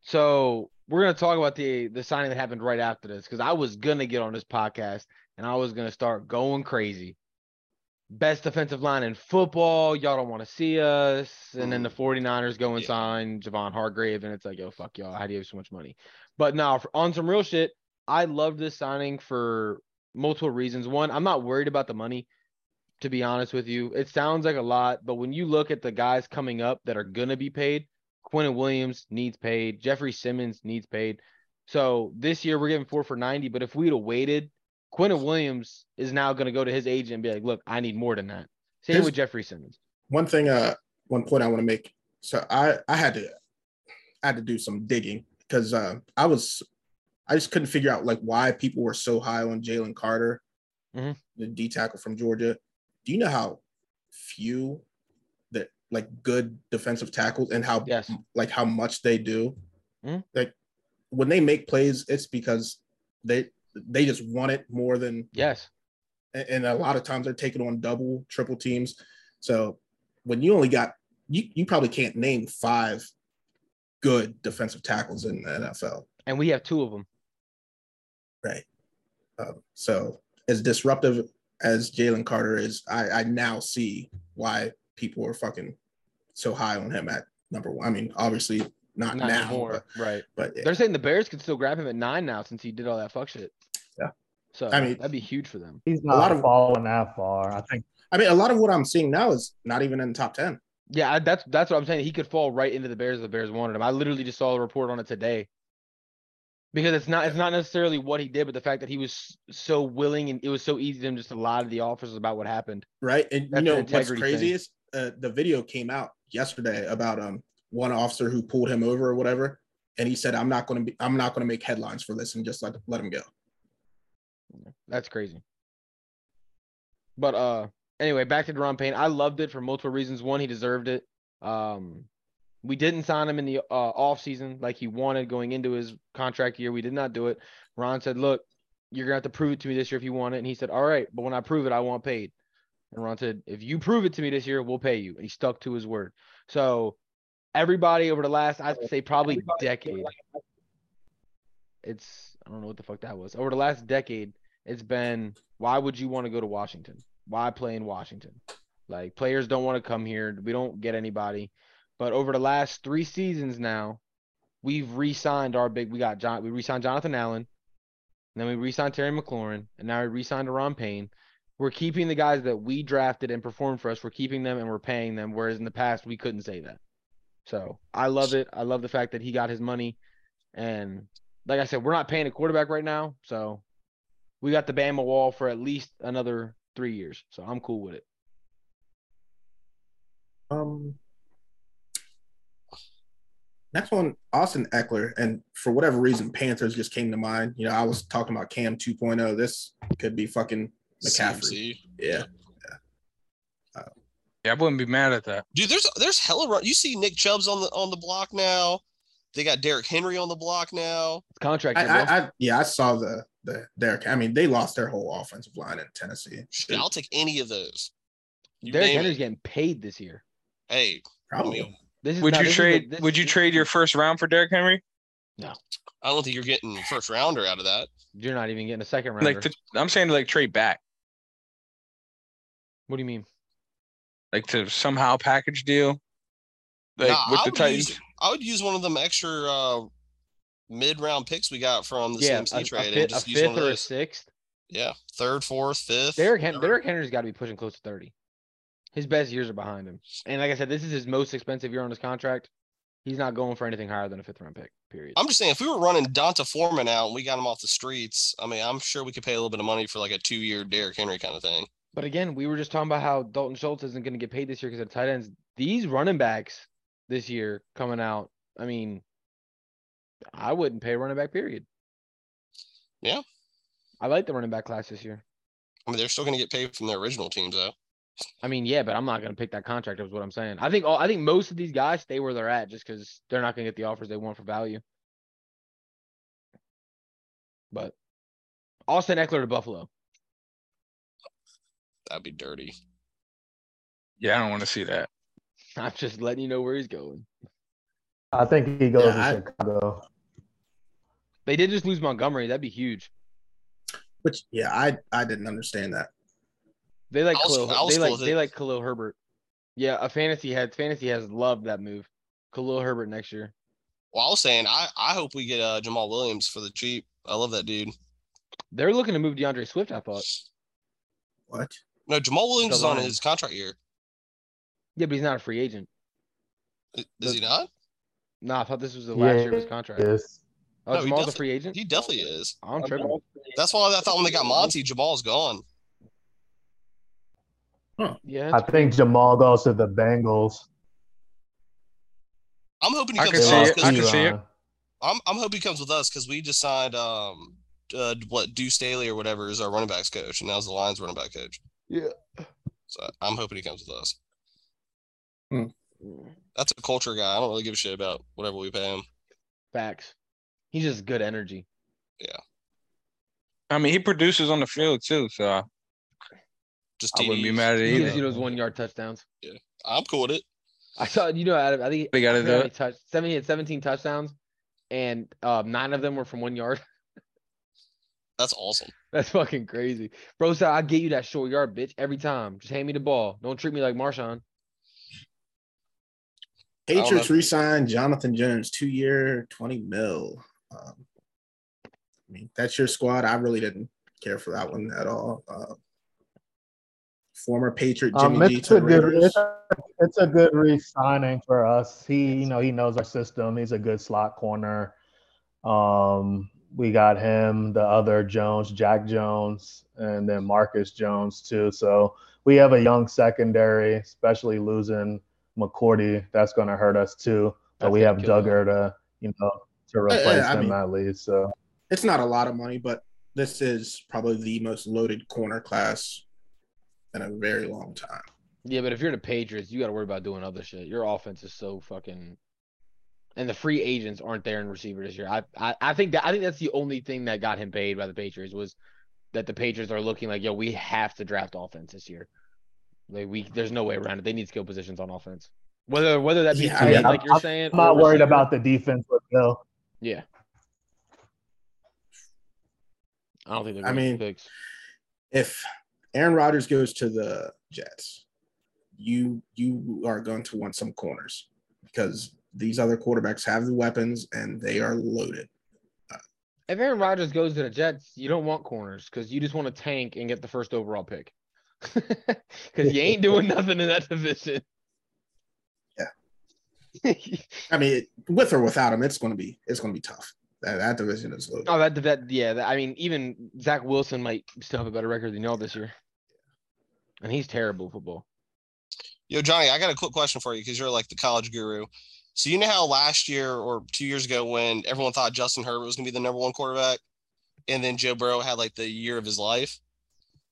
Speaker 4: So we're gonna talk about the the signing that happened right after this because I was gonna get on this podcast and I was gonna start going crazy. Best defensive line in football. Y'all don't want to see us. And then the 49ers go and
Speaker 5: Yeah.
Speaker 4: sign Javon Hargrave, and it's like, yo, fuck y'all. How do you have so much money? But now on some real shit, I love this signing for multiple reasons. One, I'm not worried about the money, to be honest with you. It sounds like a lot, but when you look at the guys coming up that are gonna be paid, Quentin Williams needs paid, Jeffrey Simmons needs paid. So this year we're getting four for 90, but if we'd have waited, Quentin Williams is now gonna go to his agent and be like, look, I need more than that. Same
Speaker 1: His-
Speaker 4: with Jeffrey Simmons.
Speaker 1: one thing uh one point i want to make so i i had to i had to do some digging because uh i was i just couldn't figure out like why people were so high on jalen carter
Speaker 4: Mhm.
Speaker 1: the d tackle from georgia do you know how few that like good defensive tackles and how
Speaker 4: Yes.
Speaker 1: like how much they do
Speaker 4: Mhm.
Speaker 1: like when they make plays it's because they they just want it more than
Speaker 4: Yes.
Speaker 1: and, and a lot of times they're taking on double, triple teams. So when you only got you, you probably can't name five good defensive tackles in the NFL,
Speaker 4: And we have two of them.
Speaker 1: right? Um, so as disruptive as Jalen Carter is, I, I now see why people are fucking so high on him at number one. I mean, obviously not,
Speaker 4: Not
Speaker 1: now,
Speaker 4: anymore.
Speaker 1: but,
Speaker 4: Right.
Speaker 1: but yeah.
Speaker 4: They're saying the Bears could still grab him at nine now since he did all that fuck shit.
Speaker 1: Yeah.
Speaker 4: So
Speaker 1: I mean-
Speaker 4: that'd be huge for them.
Speaker 3: He's not
Speaker 1: lot of-
Speaker 3: falling that far. I think
Speaker 1: I mean, a lot of what I'm seeing now is not even in the top ten.
Speaker 4: Yeah, I, that's that's what I'm saying. He could fall right into the Bears if the Bears wanted him. I literally just saw a report on it today. Because it's not it's not necessarily what he did, but the fact that he was so willing and it was so easy to him just to lie to the officers about what happened.
Speaker 1: right? And
Speaker 4: That's
Speaker 1: you know
Speaker 4: an
Speaker 1: what's
Speaker 4: integrity
Speaker 1: crazy
Speaker 4: thing.
Speaker 1: is uh, the video came out yesterday about um one officer who pulled him over or whatever, and he said, "I'm not going to be, I'm not going to make headlines for this, and just let let him go."
Speaker 4: That's crazy. But uh anyway, back to Deron Payne. I loved it for multiple reasons. One, he deserved it. Um we didn't sign him in the uh offseason like he wanted going into his contract year. We did not do it. Ron said, Look, you're gonna have to prove it to me this year if you want it. And he said, All right, but when I prove it, I want paid. And Ron said, If you prove it to me this year, we'll pay you. And he stuck to his word. So everybody over the last, I'd say probably decade. It's I don't know what the fuck that was. Over the last decade, it's been why would you want to go to Washington? Why play in Washington? Like players don't want to come here. We don't get anybody. But over the last three seasons now, we've re-signed our big. We got John. We re-signed Jonathan Allen, and then we re-signed Terry McLaurin, and now we re-signed Deron Payne. We're keeping the guys that we drafted and performed for us. We're keeping them and we're paying them. Whereas in the past, we couldn't say that. So I love it. I love the fact that he got his money, and like I said, we're not paying a quarterback right now. So we got the Bama wall for at least another three years. So I'm cool with it.
Speaker 1: Um, next one, Austin Eckler, and for whatever reason, Panthers just came to mind. You know, I was talking about Cam 2.0. This could be fucking McCaffrey.
Speaker 5: CMC.
Speaker 1: yeah.
Speaker 2: Yeah, I wouldn't be mad at that.
Speaker 5: Dude, there's there's hella run. You see Nick Chubb's on the on the block now. They got Derrick Henry on the block now.
Speaker 4: It's contracted.
Speaker 1: I,
Speaker 4: bro.
Speaker 1: I, I yeah, I saw the the Derek. I mean, they lost their whole offensive line in Tennessee.
Speaker 5: Shit, I'll take any of those. You
Speaker 4: Derrick
Speaker 5: name
Speaker 4: Henry's
Speaker 5: it.
Speaker 4: getting Oh. paid this year.
Speaker 5: Hey,
Speaker 1: Probably.
Speaker 4: This is
Speaker 2: Would
Speaker 4: not-
Speaker 2: you
Speaker 4: this is the-
Speaker 2: trade?
Speaker 4: this-
Speaker 2: would you
Speaker 4: this-
Speaker 2: trade your first round for Derrick Henry?
Speaker 5: I don't think you're getting first rounder out of that.
Speaker 4: You're not even getting a second round.
Speaker 2: Like, to, I'm saying like trade back,
Speaker 4: what do you mean?
Speaker 2: like to somehow package deal, like
Speaker 5: Nah,
Speaker 2: with
Speaker 5: I
Speaker 2: the
Speaker 5: would
Speaker 2: Titans.
Speaker 5: use- I would use one of them extra uh, mid-round picks we got from the
Speaker 4: Yeah,
Speaker 5: CMC
Speaker 4: a, a
Speaker 5: trade
Speaker 4: fi-
Speaker 5: and
Speaker 4: a
Speaker 5: just use one
Speaker 4: fifth
Speaker 5: of
Speaker 4: or a
Speaker 5: those.
Speaker 4: sixth.
Speaker 5: Yeah, third, fourth, fifth.
Speaker 4: Derrick, Hen-
Speaker 5: whatever.
Speaker 4: Derrick Henry's got to be pushing close to 30. His best years are behind him. And like I said, this is his most expensive year on his contract. He's not going for anything higher than a fifth round pick, period.
Speaker 5: I'm just saying, if we were running Donta Foreman out and we got him off the streets, I mean, I'm sure we could pay a little bit of money for like a two-year Derrick Henry kind of thing.
Speaker 4: but again, we were just talking about how Dalton Schultz isn't going to get paid this year because of tight ends. These running backs this year coming out, I mean, I wouldn't pay a running back, period.
Speaker 5: Yeah.
Speaker 4: I like the running back class this year.
Speaker 5: I mean, they're still going to get paid from their original teams, though.
Speaker 4: I mean, yeah, but I'm not gonna pick that contract. Is what I'm saying. I think all I think most of these guys stay where they're at just because they're not gonna get the offers they want for value. But Austin Eckler to Buffalo.
Speaker 5: That'd be dirty.
Speaker 2: Yeah, I don't want to see that.
Speaker 4: I'm just letting you know where he's going.
Speaker 3: I think he goes
Speaker 1: Yeah,
Speaker 3: to
Speaker 1: I-
Speaker 3: Chicago.
Speaker 4: They did just lose Montgomery. That'd be huge.
Speaker 1: Which yeah, I I didn't understand that.
Speaker 4: They like
Speaker 5: I was-
Speaker 4: Khalil,
Speaker 5: I was
Speaker 4: they
Speaker 5: cool
Speaker 4: like
Speaker 5: with
Speaker 4: they
Speaker 5: it.
Speaker 4: like Khalil Herbert. Yeah, a fantasy has fantasy has loved that move. Khalil Herbert next year.
Speaker 5: Well, I was saying, I, I hope we get uh, Jamal Williams for the cheap. I love that dude.
Speaker 4: They're looking to move DeAndre Swift. I thought.
Speaker 1: What?
Speaker 5: No, Jamal Williams is on
Speaker 4: line.
Speaker 5: his contract year.
Speaker 4: Yeah, but he's not a free agent.
Speaker 5: I- Is
Speaker 4: The-
Speaker 5: he not?
Speaker 4: No, I thought this was the last year of his
Speaker 3: Yeah.
Speaker 4: contract.
Speaker 3: Yes.
Speaker 4: Oh,
Speaker 5: No, he
Speaker 4: Jamal's a
Speaker 5: defi-
Speaker 4: free agent.
Speaker 5: He definitely is.
Speaker 4: I'm tripping.
Speaker 5: That's why I thought when they got Monty, Jamal's gone.
Speaker 4: Yeah,
Speaker 3: I think Jamal goes to the Bengals.
Speaker 5: I'm hoping he
Speaker 2: I can
Speaker 5: comes with
Speaker 2: see
Speaker 5: us.
Speaker 2: it. I
Speaker 5: 'cause-
Speaker 2: can see it.
Speaker 3: Ebron.
Speaker 5: I'm, I'm hoping he comes with us because we just signed um uh, what Deuce Staley or whatever is our running backs coach, and now's the Lions running back coach.
Speaker 4: Yeah.
Speaker 5: So I'm hoping he comes with us.
Speaker 4: that's
Speaker 5: That's a culture guy. I don't really give a shit about whatever we pay him.
Speaker 4: facts. He's just good energy.
Speaker 2: I mean, he produces on the field too, so I
Speaker 5: Just
Speaker 2: I wouldn't be
Speaker 5: TDs.
Speaker 2: mad at it
Speaker 4: He
Speaker 2: either.
Speaker 4: gives you those one yard touchdowns.
Speaker 5: I'm cool with it.
Speaker 4: I saw you know out of I think
Speaker 2: They got
Speaker 4: I
Speaker 2: to do
Speaker 4: forgot how many
Speaker 2: it. uh,
Speaker 4: touch seven he had seventeen touchdowns, and um, nine of them were from one yard.
Speaker 5: That's awesome.
Speaker 4: That's fucking crazy, bro. So I get you that short yard, bitch. Every time, just hand me the ball. Don't treat me like Marshawn.
Speaker 5: I don't
Speaker 1: Patriots
Speaker 5: know.
Speaker 1: re-signed Jonathan Jones, two year, twenty mil. Um, I mean, that's your squad. I really didn't care for that one at all. Uh, former Patriot
Speaker 3: Um,
Speaker 1: Jimmy G
Speaker 3: it's,
Speaker 1: to
Speaker 3: a
Speaker 1: the
Speaker 3: good,
Speaker 1: Raiders.
Speaker 3: it's, a, it's a good re-signing for us. He, you know, he knows our system. He's a good slot corner. Um, we got him, the other Jones, Jack Jones, and then Marcus Jones too. So we have a young secondary, especially losing McCourty. That's going to hurt us too. But
Speaker 4: That's
Speaker 3: we
Speaker 4: gonna
Speaker 3: have
Speaker 4: kill us.
Speaker 3: Duggar to, you know, to
Speaker 1: yeah,
Speaker 3: replace
Speaker 1: I
Speaker 3: him
Speaker 1: mean-
Speaker 3: at least. So.
Speaker 1: It's not a lot of money, but this is probably the most loaded corner class in a very long time.
Speaker 4: Yeah, but if you're the Patriots, you got to worry about doing other shit. Your offense is so fucking. And the free agents aren't there in receiver this year. I, I, I think that I think that's the only thing that got him paid by the Patriots was that the Patriots are looking like, yo, we have to draft offense this year. Like we, there's no way around it. They need skill positions on offense. Whether whether that be
Speaker 1: Yeah,
Speaker 4: tight
Speaker 1: I-
Speaker 4: end, like you're
Speaker 3: I'm-
Speaker 4: saying,
Speaker 3: I'm not
Speaker 4: or
Speaker 3: worried
Speaker 4: receiver.
Speaker 3: about the defense with Bill.
Speaker 4: Yeah, I don't think they're.
Speaker 1: I
Speaker 4: I
Speaker 1: mean,
Speaker 4: mean, picks.
Speaker 1: If Aaron Rodgers goes to the Jets, you you are going to want some corners because these other quarterbacks have the weapons and they are loaded.
Speaker 4: if Aaron Rodgers goes to the Jets, you don't want corners because you just want to tank and get the first overall pick. Because you ain't doing nothing in that division. Yeah.
Speaker 1: I mean, it- with or without him, it's going to be it's going to be tough. That, that division is loaded.
Speaker 4: oh, that that yeah. That, I mean, even Zach Wilson might still have a better record than y'all this year, and he's terrible at football.
Speaker 5: Yo, Johnny, I got a quick question for you because you're like the college guru. So you know how last year or two years ago when everyone thought Justin Herbert was gonna be the number one quarterback, and then Joe Burrow had like the year of his life.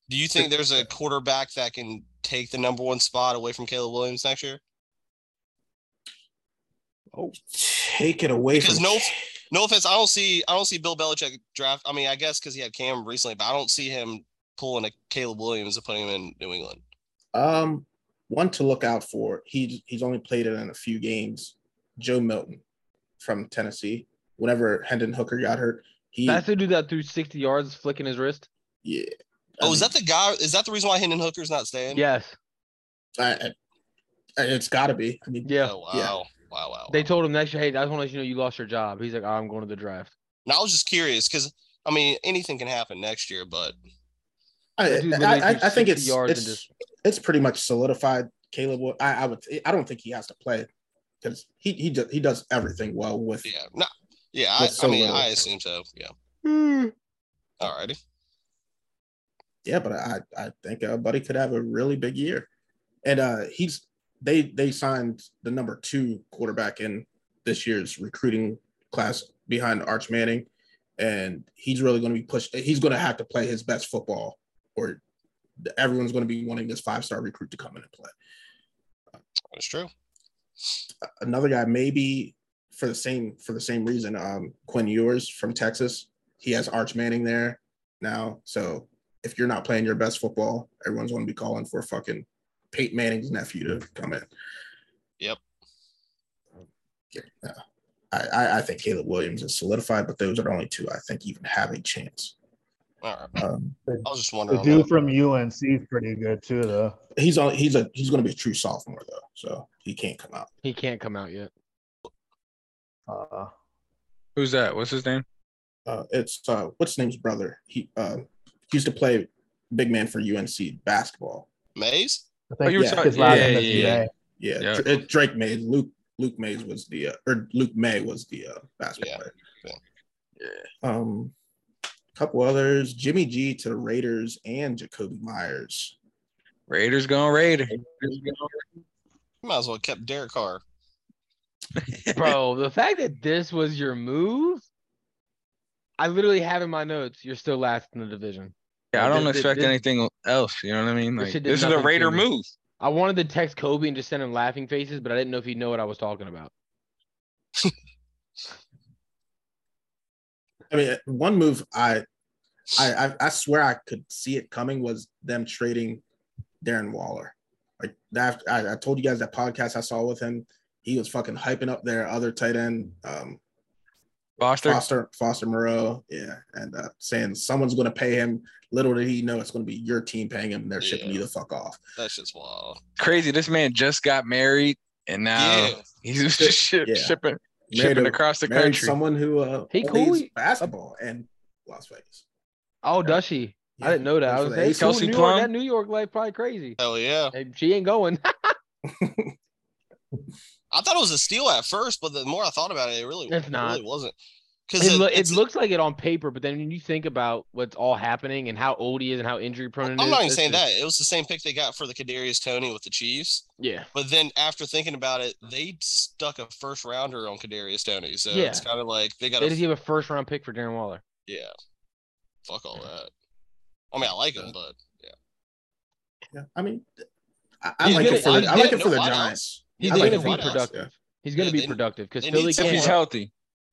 Speaker 5: Do you think there's a quarterback that can take the number one spot away from Caleb Williams next year?
Speaker 1: Oh, take it away
Speaker 5: Because
Speaker 1: from
Speaker 5: no- No offense, I don't see I don't see Bill Belichick draft. I mean, I guess because he had Cam recently, but I don't see him pulling a Caleb Williams and putting him in New England.
Speaker 1: Um, one to look out for. He he's only played it in a few games. Joe Milton from Tennessee. Whenever Hendon Hooker got hurt, he
Speaker 4: That's the dude that threw 60 yards, flicking his wrist.
Speaker 1: yeah.
Speaker 5: Oh,
Speaker 4: Um,
Speaker 5: is that the guy? Is that the reason why Hendon Hooker's not staying?
Speaker 4: Yes.
Speaker 1: I, I, it's got to be. I mean,
Speaker 4: Yeah.
Speaker 5: Oh, wow.
Speaker 1: Yeah.
Speaker 5: wow. Wow. Wow.
Speaker 4: They told him next year, hey, I just want to let you know you lost your job. He's like, "Oh, I'm going to the draft.
Speaker 5: and I was just curious because I mean anything can happen next year, but
Speaker 1: I,
Speaker 4: That dude literally
Speaker 1: I, I,
Speaker 4: threw
Speaker 1: I think
Speaker 4: 60
Speaker 1: it's
Speaker 4: yards
Speaker 1: it's,
Speaker 4: and just-
Speaker 1: it's pretty much solidified. Caleb, Wil- I, I would. I don't think he has to play because he he do, he does everything well with.
Speaker 5: yeah, no, yeah. I,
Speaker 1: With so
Speaker 5: I mean,
Speaker 1: little.
Speaker 5: I assume so. Yeah. Alrighty.
Speaker 1: Yeah, but I I think uh, Buddy could have a really big year, and uh he's they they signed the number two quarterback in this year's recruiting class behind Arch Manning, and he's really going to be pushed. He's going to have to play his best football, or everyone's going to be wanting this five star recruit to come in and play.
Speaker 5: That's true.
Speaker 1: Another guy, maybe for the same for the same reason, um, Quinn Ewers from Texas. He has Arch Manning there now, so if you're not playing your best football, everyone's going to be calling for fucking Peyton Manning's nephew to come in.
Speaker 5: Yep.
Speaker 1: Yeah, no. I, I, I think Caleb Williams is solidified, but those are the only two I think even have a chance.
Speaker 5: All right.
Speaker 1: Um,
Speaker 5: I was just
Speaker 3: The
Speaker 5: wondering.
Speaker 3: dude from UNC is pretty good too, though.
Speaker 1: he's on. He's a. He's going to be a true sophomore though, so he can't come out.
Speaker 4: He can't come out yet.
Speaker 3: Uh,
Speaker 4: Oh,
Speaker 2: Who's that? What's his name?
Speaker 1: Uh, it's uh, what's his name's brother. He uh, used to play big man for UNC basketball.
Speaker 5: Maze.
Speaker 3: I
Speaker 2: Oh,
Speaker 3: think
Speaker 2: you were
Speaker 1: yeah,
Speaker 2: talking-
Speaker 3: his last
Speaker 2: yeah,
Speaker 3: name
Speaker 2: yeah,
Speaker 3: is
Speaker 2: yeah.
Speaker 3: May.
Speaker 1: Yeah,
Speaker 2: Yeah.
Speaker 1: Dr- it, Drake Mays. Luke Luke Mays was the uh, or Luke May was the uh, basketball
Speaker 5: Yeah.
Speaker 1: player.
Speaker 5: Yeah.
Speaker 1: Um, couple others: Jimmy G to the Raiders and Jacoby Myers.
Speaker 2: Raiders going Raider.
Speaker 5: Might as well kept Derek Carr.
Speaker 4: Bro, the fact that this was your move, I literally have in my notes, you're still last in the division.
Speaker 2: Yeah, I
Speaker 4: Like,
Speaker 2: don't
Speaker 4: this-
Speaker 2: expect
Speaker 4: this-
Speaker 2: anything else. You know what I mean?
Speaker 4: this
Speaker 2: Like
Speaker 4: shit
Speaker 2: this,
Speaker 4: did
Speaker 2: is a
Speaker 4: nothing to
Speaker 2: Raider
Speaker 4: me.
Speaker 2: move.
Speaker 4: I wanted to text Kobe and just send him laughing faces, but I didn't know if he'd know what I was talking about.
Speaker 1: I mean, one move I, I, I, I swear I could see it coming was them trading Darren Waller. Like that, I, I told you guys that podcast I saw with him. He was fucking hyping up their other tight end, um,
Speaker 2: Foster.
Speaker 1: Foster Foster Moreau, yeah, and uh, saying someone's going to pay him. Little did he know it's going to be your team paying him. and They're shipping
Speaker 5: Yeah.
Speaker 1: you the fuck off.
Speaker 5: That's just wild.
Speaker 2: Crazy. This man just got married and now
Speaker 5: Yeah.
Speaker 2: he's just ship,
Speaker 1: Yeah.
Speaker 2: shipping
Speaker 1: Married,
Speaker 2: shipping
Speaker 1: a-
Speaker 2: across the
Speaker 1: married
Speaker 2: country.
Speaker 1: someone who uh,
Speaker 4: He
Speaker 1: plays
Speaker 4: cool.
Speaker 1: basketball and Las Vegas.
Speaker 4: Oh, does she? I didn't know that. I was like,
Speaker 1: Plays for the
Speaker 2: Kelsey
Speaker 4: Kelsey New
Speaker 2: Plum?
Speaker 4: York, that New York life probably crazy.
Speaker 5: Hell yeah.
Speaker 4: Hey, She ain't going.
Speaker 5: I thought it was a steal at first, but the more I thought about it, it really,
Speaker 4: It's
Speaker 5: it
Speaker 4: not.
Speaker 5: really wasn't. Because
Speaker 4: it,
Speaker 5: it,
Speaker 4: loo- it
Speaker 5: it's-
Speaker 4: looks like it on paper, but then when you think about what's all happening and how old he is and how injury prone it
Speaker 5: I'm
Speaker 4: is,
Speaker 5: not even
Speaker 4: it's
Speaker 5: saying
Speaker 4: just-
Speaker 5: that. It was the same pick they got for the Kadarius Tony with the Chiefs.
Speaker 4: Yeah.
Speaker 5: But then after thinking about it, they stuck a first rounder on Kadarius Tony. So
Speaker 4: Yeah.
Speaker 5: it's kind of like they got
Speaker 4: They
Speaker 5: a
Speaker 4: just give a first round pick for Darren Waller.
Speaker 5: yeah. Fuck all that. I mean, I like him, but
Speaker 1: Yeah, I mean, I, I
Speaker 5: He's
Speaker 1: like
Speaker 5: gonna-
Speaker 1: it for the,
Speaker 5: he's
Speaker 1: I like
Speaker 5: gonna-
Speaker 1: it for the
Speaker 5: no, why not?
Speaker 1: Giants.
Speaker 4: He's
Speaker 1: I like
Speaker 4: gonna
Speaker 1: it for
Speaker 4: be
Speaker 1: the Giants,
Speaker 4: productive. He's gonna
Speaker 5: Yeah,
Speaker 4: be
Speaker 5: they-
Speaker 4: productive because
Speaker 5: they need
Speaker 4: Philly
Speaker 5: something
Speaker 2: if
Speaker 4: can't
Speaker 2: he's
Speaker 5: help-
Speaker 2: healthy.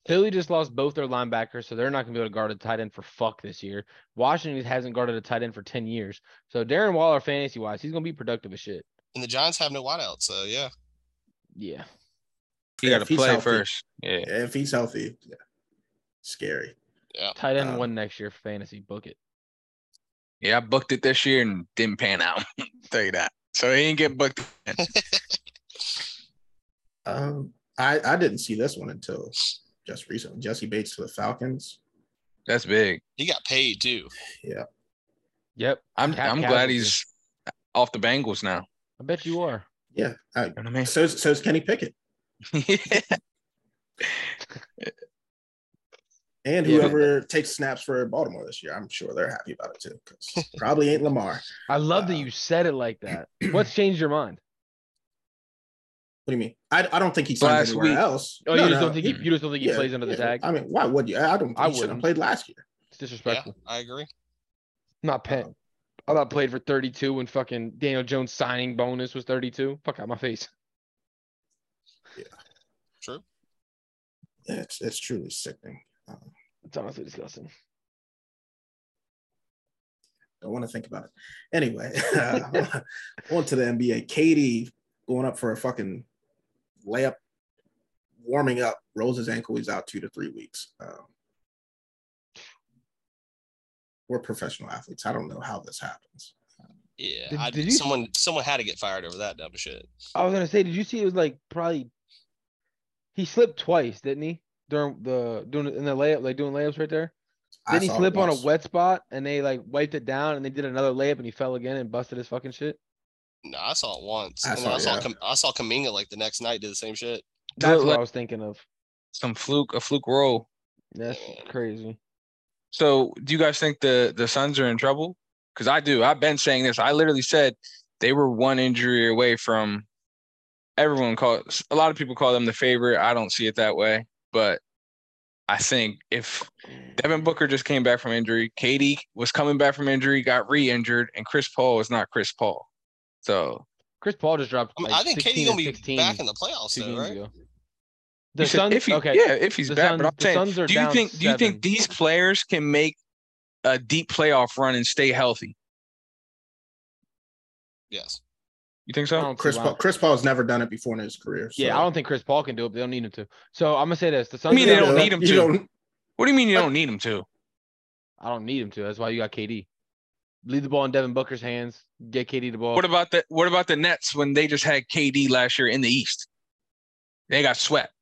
Speaker 4: Philly just lost both their linebackers, so they're not gonna be able to guard a tight end for fuck this year. Washington hasn't guarded a tight end for ten years, so Darren Waller, fantasy wise, he's gonna be productive as shit.
Speaker 5: and the Giants have no wideout, so yeah.
Speaker 4: Yeah,
Speaker 2: You
Speaker 1: Yeah,
Speaker 2: gotta
Speaker 1: if he's
Speaker 2: play
Speaker 1: healthy.
Speaker 2: first. Yeah.
Speaker 1: Yeah, if he's healthy, yeah. scary.
Speaker 4: tight end
Speaker 1: Um,
Speaker 4: one next year for fantasy. Book it.
Speaker 2: Yeah, I booked it this year and didn't pan out. Tell you that. So he ain't get booked.
Speaker 1: Um, I I didn't see this one until just recently. Jesse Bates to the Falcons.
Speaker 2: That's big.
Speaker 5: He got paid too.
Speaker 4: Yep,
Speaker 2: I'm
Speaker 4: Cap
Speaker 2: I'm glad
Speaker 4: casualty.
Speaker 2: he's off the Bengals now.
Speaker 4: I bet you are.
Speaker 1: Yeah. I,
Speaker 2: You know what
Speaker 1: so so is Kenny Pickett
Speaker 2: I mean?
Speaker 1: and
Speaker 2: Yeah.
Speaker 1: whoever takes snaps for Baltimore this year. I'm sure they're happy about it too. 'cause probably ain't Lamar.
Speaker 4: I love that
Speaker 1: Wow.
Speaker 4: you said it like that. What's changed your mind?
Speaker 1: What do you mean? I, I don't think he signed
Speaker 2: Last
Speaker 1: anywhere
Speaker 2: week.
Speaker 1: else. No,
Speaker 4: Oh, you just
Speaker 1: no,
Speaker 4: don't think he, you just don't think he
Speaker 1: yeah,
Speaker 4: plays under the
Speaker 1: yeah.
Speaker 4: tag?
Speaker 1: I mean, why would you? I I don't.
Speaker 4: I
Speaker 1: I should have
Speaker 4: wouldn't.
Speaker 1: played last year.
Speaker 4: It's
Speaker 5: Yeah,
Speaker 4: disrespectful.
Speaker 5: I agree.
Speaker 4: I'm not paying. I thought I played for 32 when fucking Daniel Jones signing bonus was 32. Fuck out my face.
Speaker 5: True.
Speaker 1: Yeah, it's it's truly sickening. Um,
Speaker 4: It's honestly disgusting.
Speaker 1: don't want to think about it. Anyway, uh, on to the NBA. Katie going up for a fucking layup, warming up, rolls his ankle. He's out two to three weeks. Um, we're professional athletes. I don't know how this happens.
Speaker 5: Yeah,
Speaker 4: Did-
Speaker 5: I,
Speaker 4: did you-
Speaker 5: someone someone had to get fired over that dumb shit.
Speaker 4: I was gonna say, did you see? It was like probably he slipped twice, didn't he? During the doing in the layup, like doing layups right there.
Speaker 1: I
Speaker 4: Didn't he
Speaker 1: saw it
Speaker 4: slip on a
Speaker 1: once.
Speaker 4: wet spot and they like wiped it down and they did another layup and he fell again and busted his fucking shit?
Speaker 5: No, I saw it once,
Speaker 1: I
Speaker 5: and then I
Speaker 1: saw
Speaker 5: saw
Speaker 1: it,
Speaker 5: Kam- I saw Kaminga like the next night did the same shit.
Speaker 4: That's
Speaker 2: Look,
Speaker 4: what
Speaker 2: like
Speaker 4: I was thinking of.
Speaker 2: some fluke, a fluke roll.
Speaker 4: That's
Speaker 5: Yeah.
Speaker 4: crazy.
Speaker 2: So, do you guys think the the Suns are in trouble? Because I do. I've been saying this. I literally said they were one injury away from. Everyone call a lot of people call them the favorite. I don't see it that way, but I think if Devin Booker just came back from injury, Katie was coming back from injury, got re-injured, and Chris Paul is not Chris Paul. So
Speaker 4: Chris Paul just dropped.
Speaker 5: I, mean,
Speaker 4: like,
Speaker 5: I think
Speaker 4: 16
Speaker 5: Katie's gonna
Speaker 4: and
Speaker 5: be
Speaker 4: 16
Speaker 5: back in the playoffs,
Speaker 4: two
Speaker 5: though,
Speaker 4: games
Speaker 5: right?
Speaker 4: ago.
Speaker 2: He
Speaker 4: The
Speaker 2: said
Speaker 4: Suns.
Speaker 2: if he,
Speaker 4: okay.
Speaker 2: yeah, if he's
Speaker 4: the
Speaker 2: back.
Speaker 4: Suns,
Speaker 2: but I'm
Speaker 4: the
Speaker 2: saying,
Speaker 4: Suns are
Speaker 2: do you
Speaker 4: down
Speaker 2: think do you
Speaker 4: seven.
Speaker 2: think these players can make a deep playoff run and stay healthy?
Speaker 5: Yes.
Speaker 2: You think
Speaker 4: I
Speaker 2: so?
Speaker 4: don't see
Speaker 1: Chris
Speaker 4: why.
Speaker 1: Paul, Chris Paul's never done it before in his career. so-
Speaker 4: Yeah, I don't think Chris Paul can do it. But they don't need him to. So I'm gonna say this: the Suns.
Speaker 2: I mean,
Speaker 4: are
Speaker 2: they
Speaker 4: down
Speaker 2: don't
Speaker 4: seven-
Speaker 2: need him
Speaker 1: You
Speaker 2: to.
Speaker 1: don't-
Speaker 2: What do you mean you don't need him to?
Speaker 4: I don't need him to. That's why you got KD. Leave the ball in Devin Booker's hands. Get KD
Speaker 1: Oh.
Speaker 4: the ball.
Speaker 2: What about the what about the Nets when they just had KD last year in the East? They got swept.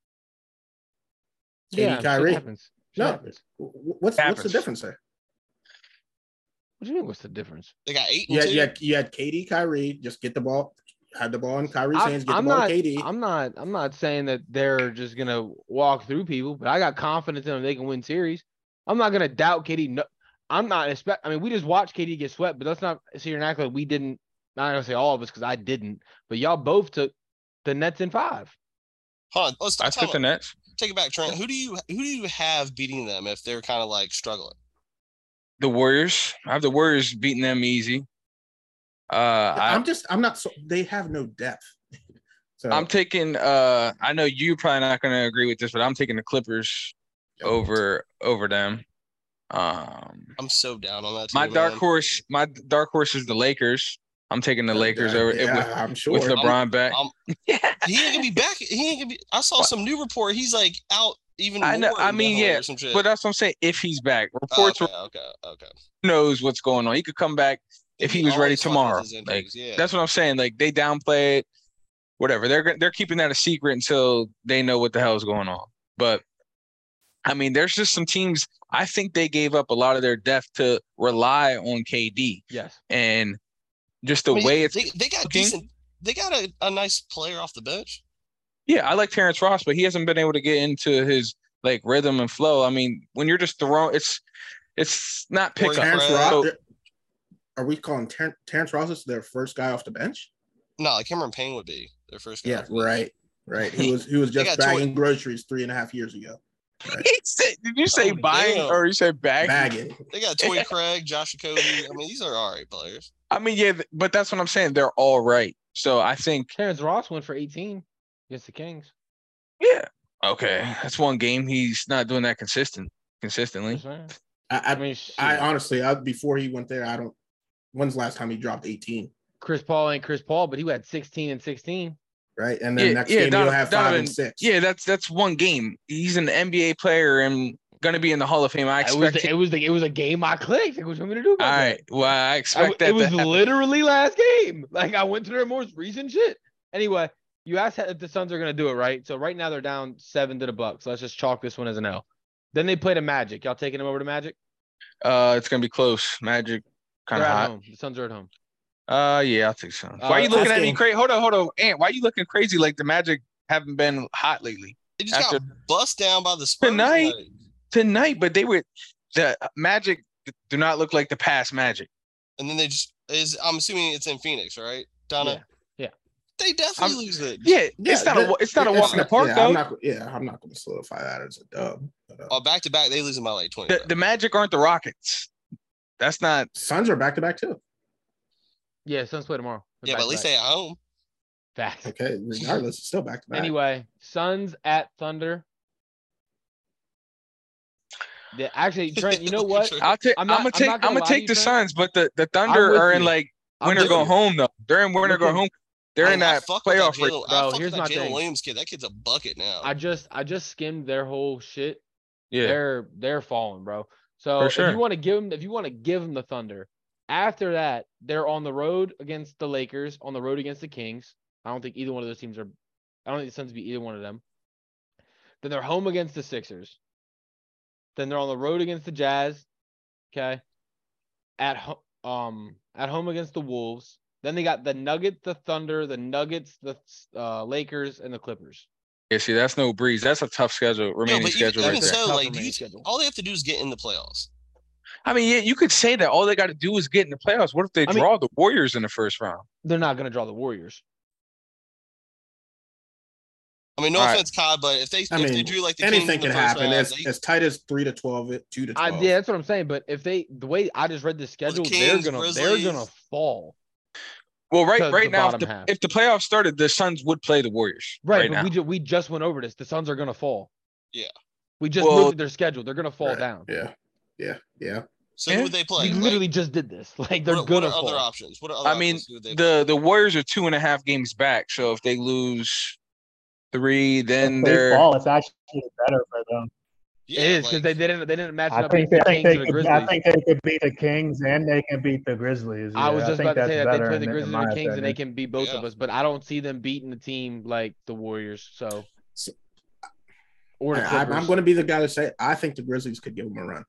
Speaker 1: KD,
Speaker 4: yeah, shit
Speaker 1: Kyrie.
Speaker 4: happens. Shit
Speaker 1: No.
Speaker 4: happens.
Speaker 1: What's what's the
Speaker 2: Happens.
Speaker 1: difference there?
Speaker 4: What do you mean? What's the difference?
Speaker 5: They got eight and
Speaker 1: Yeah,
Speaker 5: two.
Speaker 1: yeah. You had Katie, Kyrie. Just get the ball. Had the ball in Kyrie's
Speaker 4: I-
Speaker 1: hands. Get
Speaker 4: I'm
Speaker 1: the ball
Speaker 4: not-
Speaker 1: in Katie.
Speaker 4: I'm not. I'm not saying that they're just gonna walk through people, but I got confidence in them. They can win series. I'm not gonna doubt KD. No, I'm not expect. I mean, we just watched KD get swept, but let's not sit here and act like we didn't. Not gonna say all of us because I didn't, but y'all both took the Nets in five.
Speaker 5: Hold on, let's
Speaker 2: I
Speaker 5: talk
Speaker 2: took the Nets.
Speaker 5: take it back, Trent. Who do you who do you have beating them if they're kind of like struggling?
Speaker 2: The Warriors. I have the Warriors beating them easy. Uh, I,
Speaker 1: I'm just. I'm not. So, they have no depth. So
Speaker 2: I'm taking. Uh, I know you're probably not going to agree with this, but I'm taking the Clippers over over them. Um,
Speaker 5: I'm so down on that. Team,
Speaker 2: my dark
Speaker 5: man.
Speaker 2: horse, my dark horse is the Lakers. I'm taking the Lakers over it
Speaker 1: Yeah,
Speaker 2: with,
Speaker 1: I'm sure.
Speaker 2: with LeBron back.
Speaker 5: I'm- He ain't gonna be back. He ain't gonna be. I saw some new report. He's like out even more.
Speaker 2: I know- I
Speaker 5: in
Speaker 2: mean,
Speaker 5: Denver
Speaker 2: yeah,
Speaker 5: or some shit.
Speaker 2: but that's what I'm saying. If he's back,
Speaker 1: Uh,
Speaker 5: Oh,
Speaker 2: reports
Speaker 5: okay, okay, okay.
Speaker 2: were- knows what's going on. He could come back if he was ready
Speaker 5: always fucks with
Speaker 2: tomorrow.
Speaker 5: his
Speaker 2: Like
Speaker 5: injuries, yeah.
Speaker 2: that's what I'm saying. Like they downplay it, whatever. They're gon- they're keeping that a secret until they know what the hell is going on. But I mean, there's just some teams. I think they gave up a lot of their depth to rely on KD
Speaker 4: Yes.
Speaker 2: and just the
Speaker 5: I mean,
Speaker 2: way it's.
Speaker 5: they, they got
Speaker 2: looking.
Speaker 5: decent. They got a, a nice player off the bench.
Speaker 2: Yeah, I like Terrence Ross, but he hasn't been able to get into his like rhythm and flow. I mean, when you're just throwing, it's it's not
Speaker 5: Or
Speaker 2: pickup.
Speaker 1: Terrence
Speaker 5: Brad.
Speaker 1: Ross.
Speaker 2: So-
Speaker 1: Are we calling Ter- Terrence Ross is their first guy off the bench?
Speaker 5: No, like Cameron Payne would be their first guy. off the bench.
Speaker 1: right, right. He was he was
Speaker 5: They
Speaker 1: just
Speaker 5: got twen-
Speaker 1: bagging groceries three and a half years ago.
Speaker 2: He said- Did you say
Speaker 5: Oh,
Speaker 2: buying
Speaker 5: damn.
Speaker 2: or you said bagging?
Speaker 1: Bagging.
Speaker 5: They got Toy Craig, Josh Okogie. I mean, these are all right players.
Speaker 2: I mean, yeah, th- but that's what I'm saying. They're all right. So I think,
Speaker 4: Terrence Ross went for 18 against the Kings.
Speaker 2: yeah, okay, that's one game he's not doing that consistent consistently.
Speaker 4: Just saying. I
Speaker 1: I,
Speaker 4: mean,
Speaker 1: I, I
Speaker 4: shit.
Speaker 1: honestly, I, before he went there, I don't. When's the last time he dropped 18?
Speaker 4: Chris Paul ain't Chris Paul, but he had 16 and 16.
Speaker 1: Right, and then
Speaker 2: Yeah,
Speaker 1: next
Speaker 2: yeah,
Speaker 1: game
Speaker 2: Donovan-
Speaker 1: he'll have five and
Speaker 2: Donovan-
Speaker 1: six.
Speaker 2: Yeah, that's that's one game. He's an NBA player and gonna be in the Hall of Fame. I
Speaker 4: It was,
Speaker 2: expect.
Speaker 4: the,
Speaker 2: him-
Speaker 4: it was the, it was a game I clicked. Like, what you want me to do?
Speaker 2: all
Speaker 4: about that?
Speaker 2: right, well, I
Speaker 4: I,
Speaker 2: expect that.
Speaker 4: it
Speaker 2: to
Speaker 4: was
Speaker 2: happen.
Speaker 4: literally last game. Like I went through their most recent shit. Anyway, you asked if the Suns are gonna do it, right? So right now they're down seven to the Bucks. Let's just chalk this one as an L. Then they play the Magic. Y'all taking them over to Magic?
Speaker 2: Uh, it's gonna be close. Magic, kind
Speaker 4: they're
Speaker 2: of
Speaker 4: at
Speaker 2: hot.
Speaker 4: home. The Suns are at home.
Speaker 2: Uh, yeah, I think so.
Speaker 4: Uh,
Speaker 2: why are you looking
Speaker 1: last
Speaker 2: at me
Speaker 1: game.
Speaker 2: crazy? Hold on, hold on, Ant. Why are you looking crazy like the Magic haven't been hot lately
Speaker 5: They just
Speaker 2: After-
Speaker 5: got bust down by the Spurs
Speaker 2: Tonight?
Speaker 5: tonight.
Speaker 2: tonight? But they were the Magic do not look like the past Magic.
Speaker 5: and then they just is. I'm assuming it's in Phoenix, right, Donna?
Speaker 4: Yeah, yeah.
Speaker 5: They definitely
Speaker 2: I'm-
Speaker 5: lose it.
Speaker 2: Yeah, it's not
Speaker 1: that-
Speaker 2: a it's not a
Speaker 1: yeah,
Speaker 2: walk in the park
Speaker 1: yeah,
Speaker 2: though.
Speaker 1: I'm not, yeah, I'm not going to solidify that as a dub. But, uh,
Speaker 5: Oh, back to back, they losing by like 20.
Speaker 2: the, the Magic aren't the Rockets. That's not.
Speaker 1: Suns are back to back too.
Speaker 4: Yeah, Suns play tomorrow. They're
Speaker 5: yeah, but at least
Speaker 4: back-to-back.
Speaker 5: they at home.
Speaker 4: Facts.
Speaker 1: Okay, regardless, it's still back to back.
Speaker 4: Anyway, Suns at Thunder. Yeah, actually, Trent, you know what?
Speaker 2: I'll take.
Speaker 4: I'm
Speaker 2: I'm,
Speaker 4: not-
Speaker 2: gonna
Speaker 4: I'm
Speaker 2: take.
Speaker 4: not
Speaker 2: I'm
Speaker 4: gonna
Speaker 2: gonna
Speaker 4: lie to
Speaker 2: take
Speaker 4: you,
Speaker 2: the
Speaker 4: Trent.
Speaker 2: Suns, but the the
Speaker 4: I'm
Speaker 2: Thunder
Speaker 4: with
Speaker 2: are in
Speaker 4: you.
Speaker 2: like
Speaker 4: I'm
Speaker 2: winter
Speaker 4: with
Speaker 2: go
Speaker 4: you.
Speaker 2: home though. They're in winter
Speaker 4: Look
Speaker 2: go
Speaker 4: at-
Speaker 2: home. They're in
Speaker 5: I- I
Speaker 2: that
Speaker 5: fuck with
Speaker 2: playoff.
Speaker 5: Jalen-
Speaker 2: race.
Speaker 5: I
Speaker 4: Bro,
Speaker 5: fuck
Speaker 4: here's
Speaker 5: with that
Speaker 4: my
Speaker 5: Jalen
Speaker 4: thing.
Speaker 5: Williams kid. That kid's a bucket now.
Speaker 4: I just I just skimmed their whole shit.
Speaker 2: Yeah,
Speaker 4: They're they're falling, bro. So if
Speaker 2: sure.
Speaker 4: you want to give them if you want to give them the Thunder, after that they're on the road against the Lakers, on the road against the Kings. I don't think either one of those teams are. I don't think the Suns be either one of them. Then they're home against the Sixers. Then they're on the road against the Jazz. Okay. At home um at home against the Wolves. Then they got the Nuggets, the Thunder, the Nuggets, the uh, Lakers, and the Clippers.
Speaker 2: yeah. See, that's no breeze. That's a tough schedule. Remaining
Speaker 5: but even-
Speaker 2: schedule
Speaker 5: even
Speaker 2: right there.
Speaker 5: so-
Speaker 4: Tough
Speaker 5: like, do
Speaker 4: remaining
Speaker 5: you-
Speaker 4: schedule.
Speaker 5: All they have to do is get in the playoffs.
Speaker 2: I mean, yeah, you could say that all they got to do is get in the playoffs. What if they
Speaker 4: I mean-
Speaker 2: draw the Warriors in the first round?
Speaker 4: They're not gonna draw the Warriors.
Speaker 5: I mean, no
Speaker 2: All right.
Speaker 5: offense, Todd, but if they
Speaker 1: I
Speaker 5: if they
Speaker 1: mean,
Speaker 5: drew like the Kings in
Speaker 1: Anything
Speaker 5: the
Speaker 1: can
Speaker 5: first
Speaker 1: happen.
Speaker 5: round,
Speaker 1: As,
Speaker 5: they-
Speaker 1: as tight as three to twelve, it two to
Speaker 4: I,
Speaker 1: twelve.
Speaker 4: yeah, that's what I'm saying. But if they, the way I just read the schedule, they're
Speaker 5: Kings,
Speaker 4: gonna
Speaker 5: Grizzlies.
Speaker 4: they're gonna fall.
Speaker 2: Well,
Speaker 4: To
Speaker 2: right,
Speaker 4: the
Speaker 2: right now,
Speaker 4: bottom
Speaker 2: if the,
Speaker 4: half.
Speaker 2: if the playoffs started, the Suns would play the Warriors.
Speaker 4: Right,
Speaker 2: Right,
Speaker 4: but
Speaker 2: now,
Speaker 4: we just we just went over this. The Suns are gonna fall.
Speaker 5: Yeah.
Speaker 4: We just
Speaker 2: Well-
Speaker 4: looked at their schedule. They're gonna fall
Speaker 1: Right.
Speaker 4: down.
Speaker 1: yeah, yeah, yeah.
Speaker 5: so
Speaker 2: Yeah.
Speaker 5: who would they play?
Speaker 4: We
Speaker 5: Like,
Speaker 4: literally just did this. Like they're
Speaker 5: what, what
Speaker 4: gonna
Speaker 5: are other
Speaker 4: fall.
Speaker 5: options? What are other
Speaker 2: I mean,
Speaker 5: options? Who would they play?
Speaker 2: the the Warriors are two and a half games back. So if they lose three, then
Speaker 3: if they
Speaker 2: they're
Speaker 3: fall, it's actually better for them.
Speaker 5: Yeah,
Speaker 4: it is
Speaker 5: like,
Speaker 4: because they, they didn't they didn't match it
Speaker 3: I
Speaker 4: up
Speaker 3: think
Speaker 4: against
Speaker 3: they,
Speaker 4: the
Speaker 3: I think they
Speaker 4: Kings and the
Speaker 3: could,
Speaker 4: Grizzlies.
Speaker 3: I think they could beat the Kings and they can beat the Grizzlies.
Speaker 4: I was
Speaker 3: Yeah,
Speaker 4: just
Speaker 3: think
Speaker 4: about to say
Speaker 3: that's
Speaker 4: that they
Speaker 3: better
Speaker 4: play the
Speaker 3: in- in
Speaker 4: Grizzlies and the
Speaker 3: my
Speaker 4: Kings, and they
Speaker 3: opinion.
Speaker 4: can beat both of
Speaker 5: Yeah.
Speaker 4: us. But I don't see them beating the team like the Warriors. So,
Speaker 1: So-
Speaker 4: or the
Speaker 1: I,
Speaker 4: Clippers.
Speaker 1: am
Speaker 4: I,
Speaker 1: going to be the guy to say I think the Grizzlies could give them a run.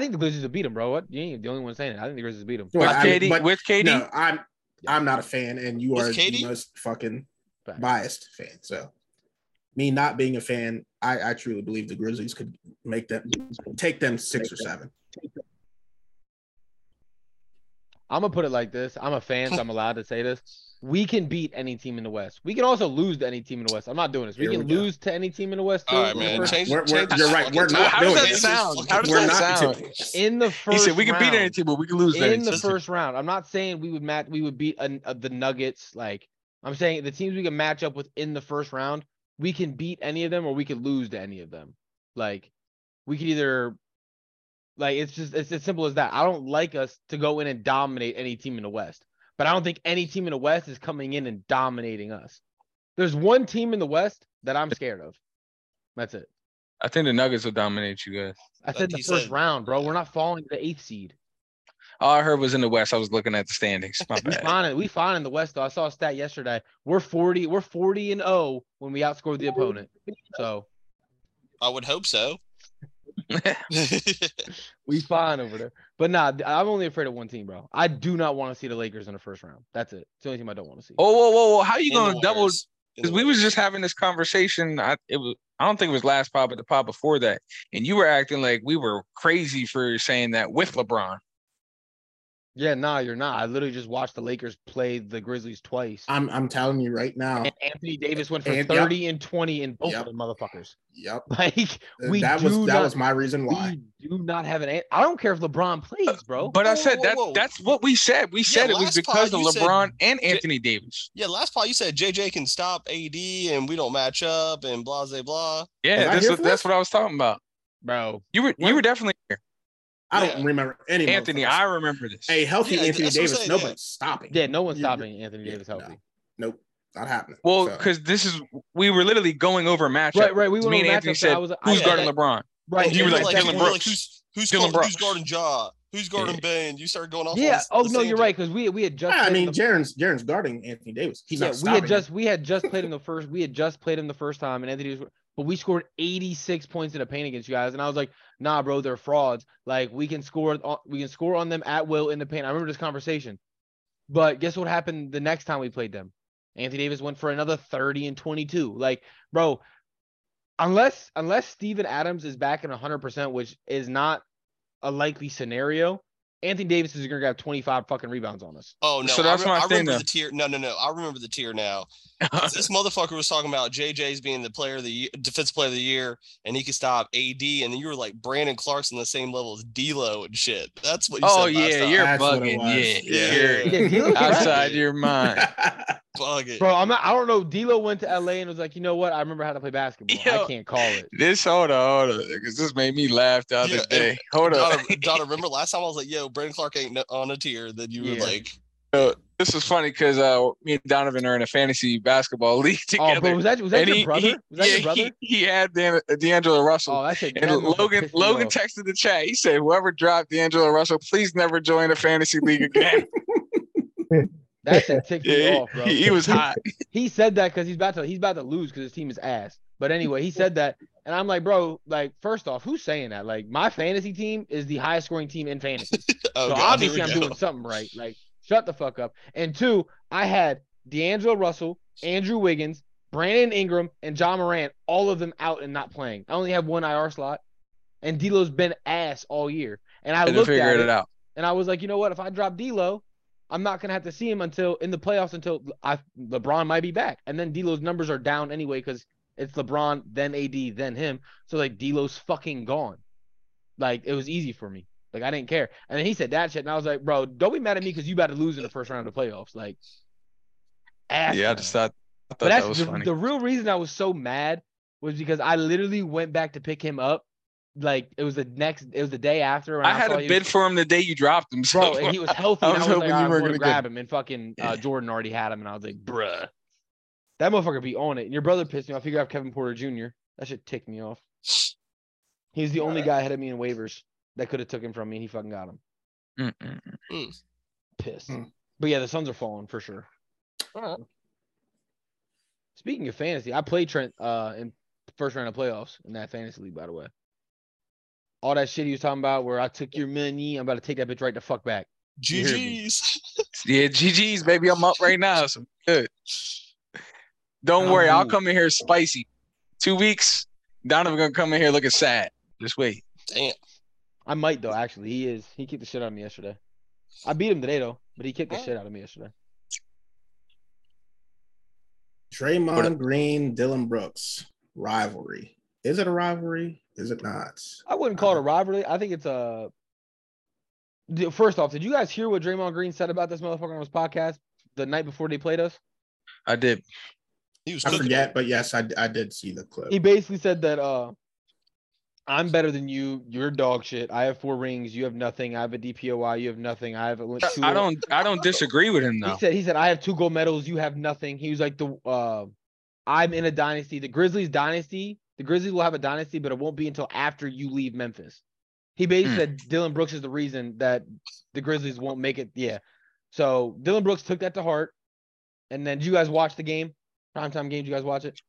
Speaker 4: think the Grizzlies will beat them, bro. What? You ain't the only one saying it. I think the Grizzlies beat them.
Speaker 2: with
Speaker 1: Well, I-
Speaker 2: KD.
Speaker 1: but-
Speaker 2: with KD,
Speaker 1: No, I'm I'm not a fan, and you
Speaker 5: Is
Speaker 1: are
Speaker 5: KD?
Speaker 1: the most fucking
Speaker 4: Facts.
Speaker 1: biased fan. So, me not being a fan, I, I truly believe the Grizzlies could make them take them six or seven.
Speaker 4: I'm gonna put it like this. I'm a fan, so I'm allowed to say this. We can beat any team in the West. We can also lose to any team in the West. I'm not doing this. We
Speaker 1: Here
Speaker 4: can
Speaker 1: we go.
Speaker 4: lose to any team in the West too.
Speaker 5: all right,
Speaker 4: in the
Speaker 5: man.
Speaker 4: first-
Speaker 5: Change,
Speaker 1: We're- we're-
Speaker 5: change
Speaker 1: you're
Speaker 5: the
Speaker 1: right,
Speaker 5: fucking
Speaker 1: we're
Speaker 5: topic.
Speaker 1: not
Speaker 2: How does
Speaker 1: doing
Speaker 2: that
Speaker 1: it.
Speaker 2: sound? How does
Speaker 1: We're
Speaker 2: that
Speaker 1: not
Speaker 2: sound?
Speaker 1: doing this.
Speaker 4: In the first
Speaker 2: He said we can beat any
Speaker 4: round-
Speaker 2: team, but we can lose to any
Speaker 4: in the
Speaker 2: team."
Speaker 4: first round. I'm not saying we would match. We would beat an, uh, the Nuggets. Like I'm saying, the teams we can match up with in the first round, we can beat any of them, or we could lose to any of them. Like we could either, like it's just it's as simple as that. I don't like us to go in and dominate any team in the West, but I don't think any team in the West is coming in and dominating us. There's one team in the West that I'm scared of. That's it.
Speaker 2: I think the Nuggets will dominate you guys.
Speaker 4: I
Speaker 5: But
Speaker 4: said the
Speaker 5: he
Speaker 4: first
Speaker 5: said-
Speaker 4: round, bro. We're not falling to the eighth seed.
Speaker 2: All I heard was in the West. I was looking at the standings. My
Speaker 4: We
Speaker 2: bad.
Speaker 4: find it. We find in the West though. I saw a stat yesterday. We're forty. We're forty and zero when we outscored the opponent. So
Speaker 5: I would hope so.
Speaker 4: we fine over there. But nah, th- I'm only afraid of one team, bro. I do not want to see the Lakers in the first round. That's it. It's the only team I don't want to see.
Speaker 2: Oh, whoa, whoa, whoa! How you
Speaker 5: In the
Speaker 2: gonna double?
Speaker 5: Warriors. In the
Speaker 2: Because we was
Speaker 5: Warriors.
Speaker 2: just having this conversation. I it was. I don't think it was last pod, but the pod before that, and you were acting like we were crazy for saying that with LeBron.
Speaker 4: Yeah, nah, you're not. I literally just watched the Lakers play the Grizzlies twice.
Speaker 1: I'm I'm telling you right now.
Speaker 4: and Anthony Davis went for
Speaker 1: And- yep.
Speaker 4: thirty and twenty in both
Speaker 1: Yep.
Speaker 4: of them motherfuckers.
Speaker 1: Yep,
Speaker 4: Like we
Speaker 1: that
Speaker 4: do
Speaker 1: was that
Speaker 4: not,
Speaker 1: was my reason why.
Speaker 4: we do not have an. an- I don't care if LeBron plays, bro.
Speaker 2: But I
Speaker 5: Whoa,
Speaker 2: said
Speaker 5: whoa,
Speaker 2: that
Speaker 5: whoa.
Speaker 2: that's what we said. We said it was
Speaker 5: last
Speaker 2: because
Speaker 5: pod
Speaker 2: of
Speaker 5: you said-
Speaker 2: LeBron and Anthony Davis.
Speaker 5: Yeah, last part you said JJ can stop AD and we don't match up and blah blah blah.
Speaker 1: Was I
Speaker 2: Yeah, this
Speaker 1: here
Speaker 2: was,
Speaker 1: for
Speaker 2: that's
Speaker 1: this?
Speaker 2: what I was talking about.
Speaker 4: bro.
Speaker 2: You were you
Speaker 1: What?
Speaker 2: were definitely here,
Speaker 1: I don't remember any
Speaker 2: Anthony. I
Speaker 1: motherfuckers.
Speaker 2: remember this.
Speaker 1: a healthy
Speaker 5: Yeah,
Speaker 1: Anthony
Speaker 5: that's what I'm
Speaker 1: Davis.
Speaker 5: saying,
Speaker 1: Nobody's
Speaker 5: yeah.
Speaker 1: stopping.
Speaker 4: Yeah, no one's
Speaker 1: You- you-
Speaker 4: stopping Anthony
Speaker 1: yeah,
Speaker 4: Davis
Speaker 1: no.
Speaker 4: healthy.
Speaker 1: Nope, not happening.
Speaker 2: Well,
Speaker 1: So-
Speaker 2: because this is we were literally going over matchup.
Speaker 4: Right, right. We
Speaker 2: Me
Speaker 4: went
Speaker 2: and
Speaker 4: on
Speaker 2: Anthony
Speaker 4: matchups, and I
Speaker 2: said,
Speaker 4: was- I
Speaker 2: Who's
Speaker 4: said
Speaker 5: Yeah,
Speaker 2: guarding
Speaker 4: that-
Speaker 2: LeBron?
Speaker 5: Oh,
Speaker 4: Right.
Speaker 2: you were
Speaker 4: and
Speaker 2: like,
Speaker 4: that's
Speaker 2: Dylan
Speaker 4: one-
Speaker 5: you were
Speaker 2: Brooks.
Speaker 5: who's who's,
Speaker 2: Dylan
Speaker 5: guard-
Speaker 2: Brooks.
Speaker 5: who's guarding Ja? Who's guarding
Speaker 2: Yeah.
Speaker 5: Bain? You started going off. on
Speaker 4: Yeah.
Speaker 5: this-
Speaker 4: Oh
Speaker 5: this
Speaker 4: no, you're
Speaker 5: tangent.
Speaker 4: right because we we had just.
Speaker 1: Yeah, I
Speaker 4: played
Speaker 1: mean,
Speaker 4: him the-
Speaker 1: Jaren's Jaren's guarding Anthony Davis. He's
Speaker 4: yeah,
Speaker 1: not
Speaker 4: we
Speaker 1: stopping.
Speaker 4: had just we had just played him the first. We had just played him the first time, and Anthony, was, but we scored 86 points in a paint against you guys, and I was like, nah, bro, they're frauds. Like we can score on we can score on them at will in the paint. I remember this conversation, but guess what happened the next time we played them? Anthony Davis went for another 30 and 22. Like, bro, unless unless Steven Adams is back in 100%, which is not a likely scenario, Anthony Davis is going to grab 25 fucking rebounds on us.
Speaker 5: Oh no,
Speaker 2: So that's
Speaker 5: I,
Speaker 2: my
Speaker 5: I
Speaker 2: thing,
Speaker 5: remember
Speaker 2: though.
Speaker 5: the tier. No, no, no. I remember the tier now. this motherfucker was talking about JJ's being the player of the year, defensive player of the year, and he could stop AD, and you were like Brandon Clark's on the same level as D'Lo and shit. That's what. You
Speaker 2: oh
Speaker 5: said last
Speaker 2: yeah,
Speaker 5: time.
Speaker 2: you're
Speaker 1: That's what it
Speaker 2: bugging.
Speaker 1: was.
Speaker 2: Yeah,
Speaker 5: Yeah.
Speaker 2: you're
Speaker 4: Yeah, he looks
Speaker 5: Outside.
Speaker 2: outside your mind.
Speaker 1: Right.
Speaker 5: Plug it.
Speaker 4: Bro, I'm not, I don't know. D'Lo went to LA and was like, you know what? I remember how to play basketball.
Speaker 2: Yo.
Speaker 4: I can't call it.
Speaker 2: This hold on, hold on, because this made me laugh the other
Speaker 5: Yeah,
Speaker 2: day. hold on,
Speaker 5: Donna, Donna, remember last time I was like, yo, Brandon Clark ain't no- on a tier. Then you were
Speaker 4: Yeah.
Speaker 5: like,
Speaker 2: this is funny because uh, me and Donovan are in a fantasy basketball league together.
Speaker 4: Oh, but was that was that
Speaker 2: And
Speaker 4: your
Speaker 2: he-
Speaker 4: brother?
Speaker 2: he-
Speaker 4: was that your
Speaker 2: yeah,
Speaker 4: brother?
Speaker 2: He, he had Dan, uh, D'Angelo Russell.
Speaker 4: oh, that shit.
Speaker 2: and
Speaker 4: that motherfucker
Speaker 2: Logan
Speaker 4: pissed me
Speaker 2: Logan
Speaker 4: off.
Speaker 2: texted the chat. He said, "Whoever dropped D'Angelo Russell, please never join a fantasy league again."
Speaker 4: that shit ticked
Speaker 2: yeah,
Speaker 4: me
Speaker 2: he-
Speaker 4: off, bro.
Speaker 2: he, he was hot.
Speaker 4: he said that because he's about to he's about to lose because his team is ass. But anyway, he said that, and I'm like, bro, like first off, who's saying that? Like my fantasy team is the highest scoring team in fantasy,
Speaker 5: oh,
Speaker 4: so
Speaker 5: God, here we
Speaker 4: obviously I'm
Speaker 5: go.
Speaker 4: doing something right. Like shut the fuck up. And two, I had D'Angelo Russell, Andrew Wiggins, Brandon Ingram, and John Morant, all of them out and not playing. I only have one IR slot, and D'Lo's been ass all year. And I
Speaker 2: I had to
Speaker 4: looked
Speaker 2: figure
Speaker 4: at
Speaker 2: it,
Speaker 4: it,
Speaker 2: out.
Speaker 4: and I was like, you know what? If I drop D'Lo, I'm not gonna have to see him until in the playoffs until I LeBron might be back, and then D'Lo's numbers are down anyway because it's LeBron, then AD, then him. So like D'Lo's fucking gone. Like it was easy for me. Like I didn't care. And then he said that shit, and I was like, bro, don't be mad at me because you about to lose in the first round of the playoffs. Like, ass
Speaker 2: Yeah, I
Speaker 4: man.
Speaker 2: just thought, I thought
Speaker 4: But
Speaker 2: that
Speaker 4: that's
Speaker 2: was
Speaker 4: the,
Speaker 2: funny.
Speaker 4: the real reason I was so mad was because I literally went back to pick him up. Like it was the next, it was the day after. when
Speaker 2: I had
Speaker 4: saw
Speaker 2: a
Speaker 4: he was-
Speaker 2: bid for him the day you dropped him, so
Speaker 4: bro, and he was healthy.
Speaker 2: I
Speaker 4: and I
Speaker 2: was
Speaker 4: was,
Speaker 2: hoping
Speaker 4: like,
Speaker 2: you
Speaker 4: "All right,
Speaker 2: weren't
Speaker 4: I'm going
Speaker 2: gonna
Speaker 4: to
Speaker 2: get
Speaker 4: grab him. And fucking
Speaker 2: Yeah.
Speaker 4: uh, Jordan already had him. And I was like, bruh, that motherfucker be on it. And your brother pissed me off. He grabbed Kevin Porter Jr. That shit ticked me off. He's the only guy ahead of me in waivers that could have took him from me, and he fucking got him.
Speaker 2: Mm-mm.
Speaker 4: Pissed.
Speaker 1: Hmm.
Speaker 4: But yeah, the Suns are falling for sure.
Speaker 5: Alright.
Speaker 4: Speaking of fantasy, I played Trent uh, in first round of playoffs in that fantasy league, by the way. All that shit he was talking about, where I took your money, I'm about to take that bitch right the fuck back. You hear me.
Speaker 5: GG's.
Speaker 2: yeah, GG's baby, I'm up right now. So good. Don't
Speaker 4: Oh.
Speaker 2: worry, I'll come in here spicy. Two weeks, Donovan gonna come in here looking sad. Just wait.
Speaker 5: Damn.
Speaker 4: I might though. Actually, he is. He kicked the shit out of me yesterday. I beat him today though, but he kicked the
Speaker 5: Oh.
Speaker 4: shit out of me yesterday.
Speaker 1: Draymond Green, Dylan Brooks rivalry. Is it a rivalry? Is it not?
Speaker 4: I wouldn't call it a
Speaker 2: Uh-huh.
Speaker 4: rivalry. I think it's a. D- First off, did you guys hear what Draymond Green said about this motherfucker on his podcast the night before they played us?
Speaker 2: I did.
Speaker 5: He was
Speaker 1: I
Speaker 5: cooking.
Speaker 1: forget, but yes, I, I did see the clip.
Speaker 4: He basically said that uh, I'm better than you. You're dog shit. I have four rings. You have nothing. I have a DPOI. You have nothing. I have a. two-
Speaker 2: I don't. I don't disagree with him though.
Speaker 4: He said he said I have two gold medals, you have nothing. He was like the uh I'm in a dynasty. The Grizzlies dynasty, the Grizzlies will have a dynasty, but it won't be until after you leave Memphis. He basically
Speaker 2: Hmm.
Speaker 4: said Dylan Brooks is the reason that the Grizzlies won't make it. Yeah. So Dylan Brooks took that to heart. And then did you guys watch the game? Primetime game, did you guys watch it?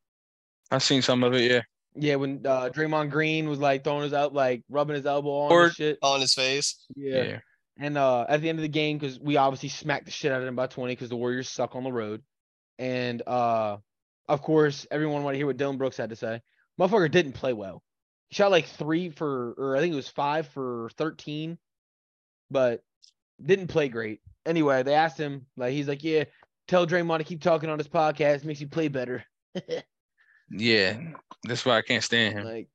Speaker 2: I've seen some of it. Yeah.
Speaker 4: Yeah, when uh Draymond Green was like throwing his out like rubbing his elbow on
Speaker 2: Or- uh,
Speaker 4: and shit.
Speaker 5: on his face.
Speaker 4: yeah. And uh, at the end of the game, because we obviously smacked the shit out of them by 20 because the Warriors suck on the road. And uh, of course, everyone wanted to hear what Dylan Brooks had to say. Motherfucker didn't play well. He shot like three for, or I think it was five for 13, but didn't play great. Anyway, they asked him, like, he's like, yeah, tell Draymond to keep talking on his podcast, makes you play better.
Speaker 2: Yeah. That's why I can't stand him.
Speaker 4: Like,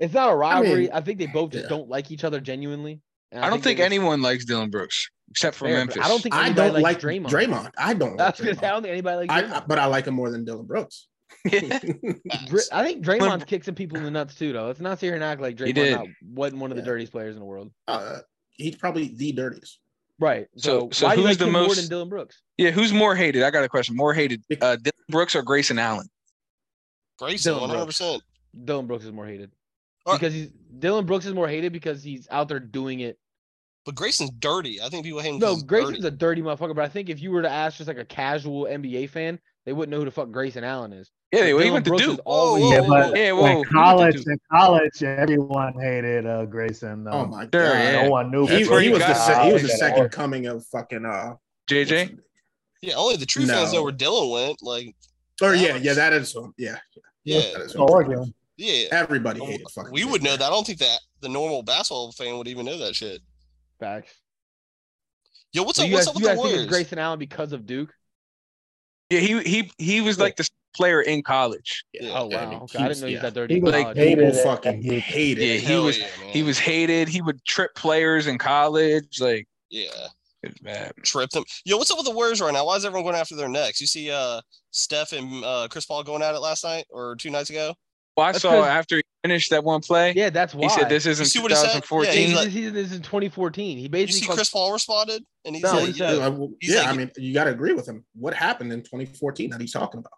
Speaker 4: it's not a rivalry. I,
Speaker 1: mean,
Speaker 4: think they both just
Speaker 1: yeah.
Speaker 4: don't like each other genuinely. And
Speaker 2: I don't think
Speaker 4: anyone.
Speaker 2: anyone likes Dylan Brooks except for Memphis.
Speaker 4: I don't think
Speaker 1: I
Speaker 4: anybody
Speaker 1: don't like
Speaker 4: likes
Speaker 1: Draymond.
Speaker 4: Draymond.
Speaker 1: I don't
Speaker 4: I
Speaker 1: like
Speaker 4: was gonna say,
Speaker 1: Draymond.
Speaker 4: I don't think anybody likes
Speaker 1: I,
Speaker 4: Draymond.
Speaker 1: I- but I like him more than Dylan Brooks.
Speaker 4: Dr-
Speaker 5: Facts.
Speaker 4: I think Draymond's
Speaker 2: Lem-
Speaker 4: kicked some people in the nuts too, though. Let's not sit here and act like
Speaker 2: He
Speaker 4: Draymond
Speaker 2: did.
Speaker 4: not, wasn't one of the
Speaker 1: Yeah.
Speaker 4: dirtiest players in the world.
Speaker 1: uh, he's probably the dirtiest.
Speaker 4: Right. So,
Speaker 2: So- so
Speaker 4: why do you
Speaker 2: who's
Speaker 4: like
Speaker 2: the
Speaker 4: him more than
Speaker 2: most-
Speaker 4: Dylan Brooks?
Speaker 2: yeah. Who's more hated? I got a question. More hated, uh, Dylan Brooks or Grayson Allen?
Speaker 5: Grayson,
Speaker 4: Dylan Brooks.
Speaker 5: 100%.
Speaker 4: Dylan Brooks is more hated
Speaker 5: Or-
Speaker 4: because he's Dylan Brooks is more hated because he's out there doing it.
Speaker 5: But Grayson's dirty. I think people hate him. 'cause
Speaker 4: No,
Speaker 5: he's
Speaker 4: Grayson's
Speaker 5: dirty.
Speaker 4: a dirty motherfucker, but I think if you were to ask just like a casual NBA fan, they wouldn't know who the fuck Grayson Allen is.
Speaker 2: Yeah, they
Speaker 4: But
Speaker 2: he
Speaker 4: Dylan
Speaker 2: went to
Speaker 4: Brooks is
Speaker 2: Duke.
Speaker 5: Whoa,
Speaker 3: Yeah, but
Speaker 5: whoa, whoa.
Speaker 2: Yeah, whoa. he
Speaker 3: in
Speaker 2: went to
Speaker 3: college,
Speaker 2: Duke.
Speaker 3: in college, everyone hated uh, Grayson. Though.
Speaker 1: Oh my
Speaker 2: Um, Sure,
Speaker 1: god.
Speaker 2: yeah.
Speaker 3: No one knew.
Speaker 1: He,
Speaker 2: That's where
Speaker 1: he
Speaker 2: you
Speaker 1: was the
Speaker 2: got
Speaker 1: se-
Speaker 2: it.
Speaker 1: he was the
Speaker 2: Yeah.
Speaker 1: second coming of fucking uh
Speaker 2: JJ.
Speaker 5: Yeah, only the true fans
Speaker 1: No.
Speaker 5: know where Dylan went. Like,
Speaker 1: or
Speaker 5: That
Speaker 1: yeah,
Speaker 5: was-
Speaker 1: yeah, that is him. Yeah.
Speaker 5: yeah,
Speaker 1: That is
Speaker 3: No
Speaker 4: Oh,
Speaker 1: who I'm thinking
Speaker 3: arguing.
Speaker 5: yeah.
Speaker 1: Everybody
Speaker 5: Oh,
Speaker 1: hated fucking.
Speaker 5: We
Speaker 1: Jay
Speaker 5: would know
Speaker 1: Wright.
Speaker 5: that. I don't think that the normal basketball fan would even know that shit.
Speaker 4: Facts.
Speaker 5: Yo, what's
Speaker 4: So
Speaker 5: up?
Speaker 4: you
Speaker 5: What's
Speaker 4: guys,
Speaker 5: up
Speaker 4: you
Speaker 5: with the
Speaker 4: guys think it's
Speaker 5: Warriors?
Speaker 4: Grayson Allen because of Duke?
Speaker 2: Yeah, he he he was like the player in college.
Speaker 5: Yeah.
Speaker 4: Oh
Speaker 1: Yeah,
Speaker 4: wow,
Speaker 1: he
Speaker 4: okay. I
Speaker 1: was-
Speaker 4: didn't know he
Speaker 1: yeah.
Speaker 4: was that dirty.
Speaker 3: He
Speaker 4: in
Speaker 3: was
Speaker 4: college.
Speaker 3: hated
Speaker 1: People
Speaker 3: it.
Speaker 1: fucking hated
Speaker 2: Yeah,
Speaker 1: it.
Speaker 2: he
Speaker 5: Hell
Speaker 2: was
Speaker 5: yeah, man.
Speaker 2: he was hated. He would trip players in college. Like
Speaker 5: yeah.
Speaker 2: It's bad.
Speaker 5: trip them. Yo, what's up with the Warriors right now? Why is everyone going after their necks? You see uh Steph and uh Chris Paul going at it last night or two nights ago?
Speaker 2: Well, I
Speaker 4: That's
Speaker 2: saw
Speaker 4: 'cause-
Speaker 2: after he finished that one play,
Speaker 4: Yeah, that's why.
Speaker 2: he said this
Speaker 5: You
Speaker 2: isn't
Speaker 5: see what he said? Yeah,
Speaker 2: 2014.
Speaker 5: he's
Speaker 4: This
Speaker 5: like-
Speaker 4: is- this is in 2014. He
Speaker 5: You
Speaker 4: basically
Speaker 5: see
Speaker 4: called-
Speaker 5: Chris Paul responded and he's
Speaker 4: No,
Speaker 5: like,
Speaker 4: he
Speaker 5: yeah,
Speaker 4: said-
Speaker 1: I- well,
Speaker 5: He's
Speaker 1: yeah,
Speaker 5: like-
Speaker 1: I mean, you got to agree with him. What happened in 2014 that he's talking about?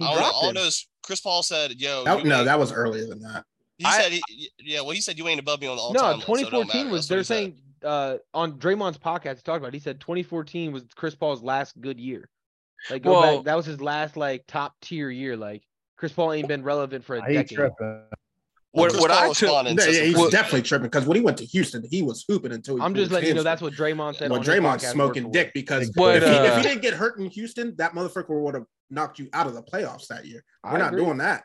Speaker 4: he
Speaker 5: all,
Speaker 4: dropped
Speaker 5: all I
Speaker 4: him.
Speaker 5: know is Chris Paul said, yo,
Speaker 1: That-
Speaker 5: you
Speaker 1: no,
Speaker 5: ain't-
Speaker 1: that was earlier than that.
Speaker 5: he
Speaker 2: I-
Speaker 5: said he, yeah, well he said you ain't above me on the all
Speaker 4: No,
Speaker 5: time. list, so it don't
Speaker 4: 2014
Speaker 5: matter.
Speaker 4: was
Speaker 5: That's what
Speaker 4: they're
Speaker 5: he said.
Speaker 4: saying uh, on Draymond's podcast. He talked about. it. He said 2014 was Chris Paul's last good year. Like go
Speaker 2: Well-
Speaker 4: back, that was his last like top tier year. Like Chris Paul ain't been relevant for a
Speaker 3: He uh,
Speaker 4: decade.
Speaker 3: tripping.
Speaker 5: Well,
Speaker 2: What-
Speaker 5: Chris
Speaker 2: what
Speaker 5: Paul
Speaker 2: I took-
Speaker 5: responded,
Speaker 1: No,
Speaker 5: says
Speaker 1: yeah,
Speaker 5: the
Speaker 1: he's
Speaker 5: Chris-
Speaker 1: definitely tripping because when he went to Houston, he was hooping until he
Speaker 4: I'm
Speaker 1: pulled his
Speaker 4: just letting you know
Speaker 1: hamstring.
Speaker 4: that's what Draymond said.
Speaker 1: Well,
Speaker 4: on
Speaker 1: Draymond's
Speaker 4: his podcast, word
Speaker 1: smoking
Speaker 4: for
Speaker 1: dick
Speaker 4: word.
Speaker 1: because
Speaker 2: But,
Speaker 1: if, he, if
Speaker 2: uh,
Speaker 1: he didn't get hurt in Houston, that motherfucker would have knocked you out of the playoffs that year. We're
Speaker 4: I
Speaker 1: not
Speaker 4: agree.
Speaker 1: doing that.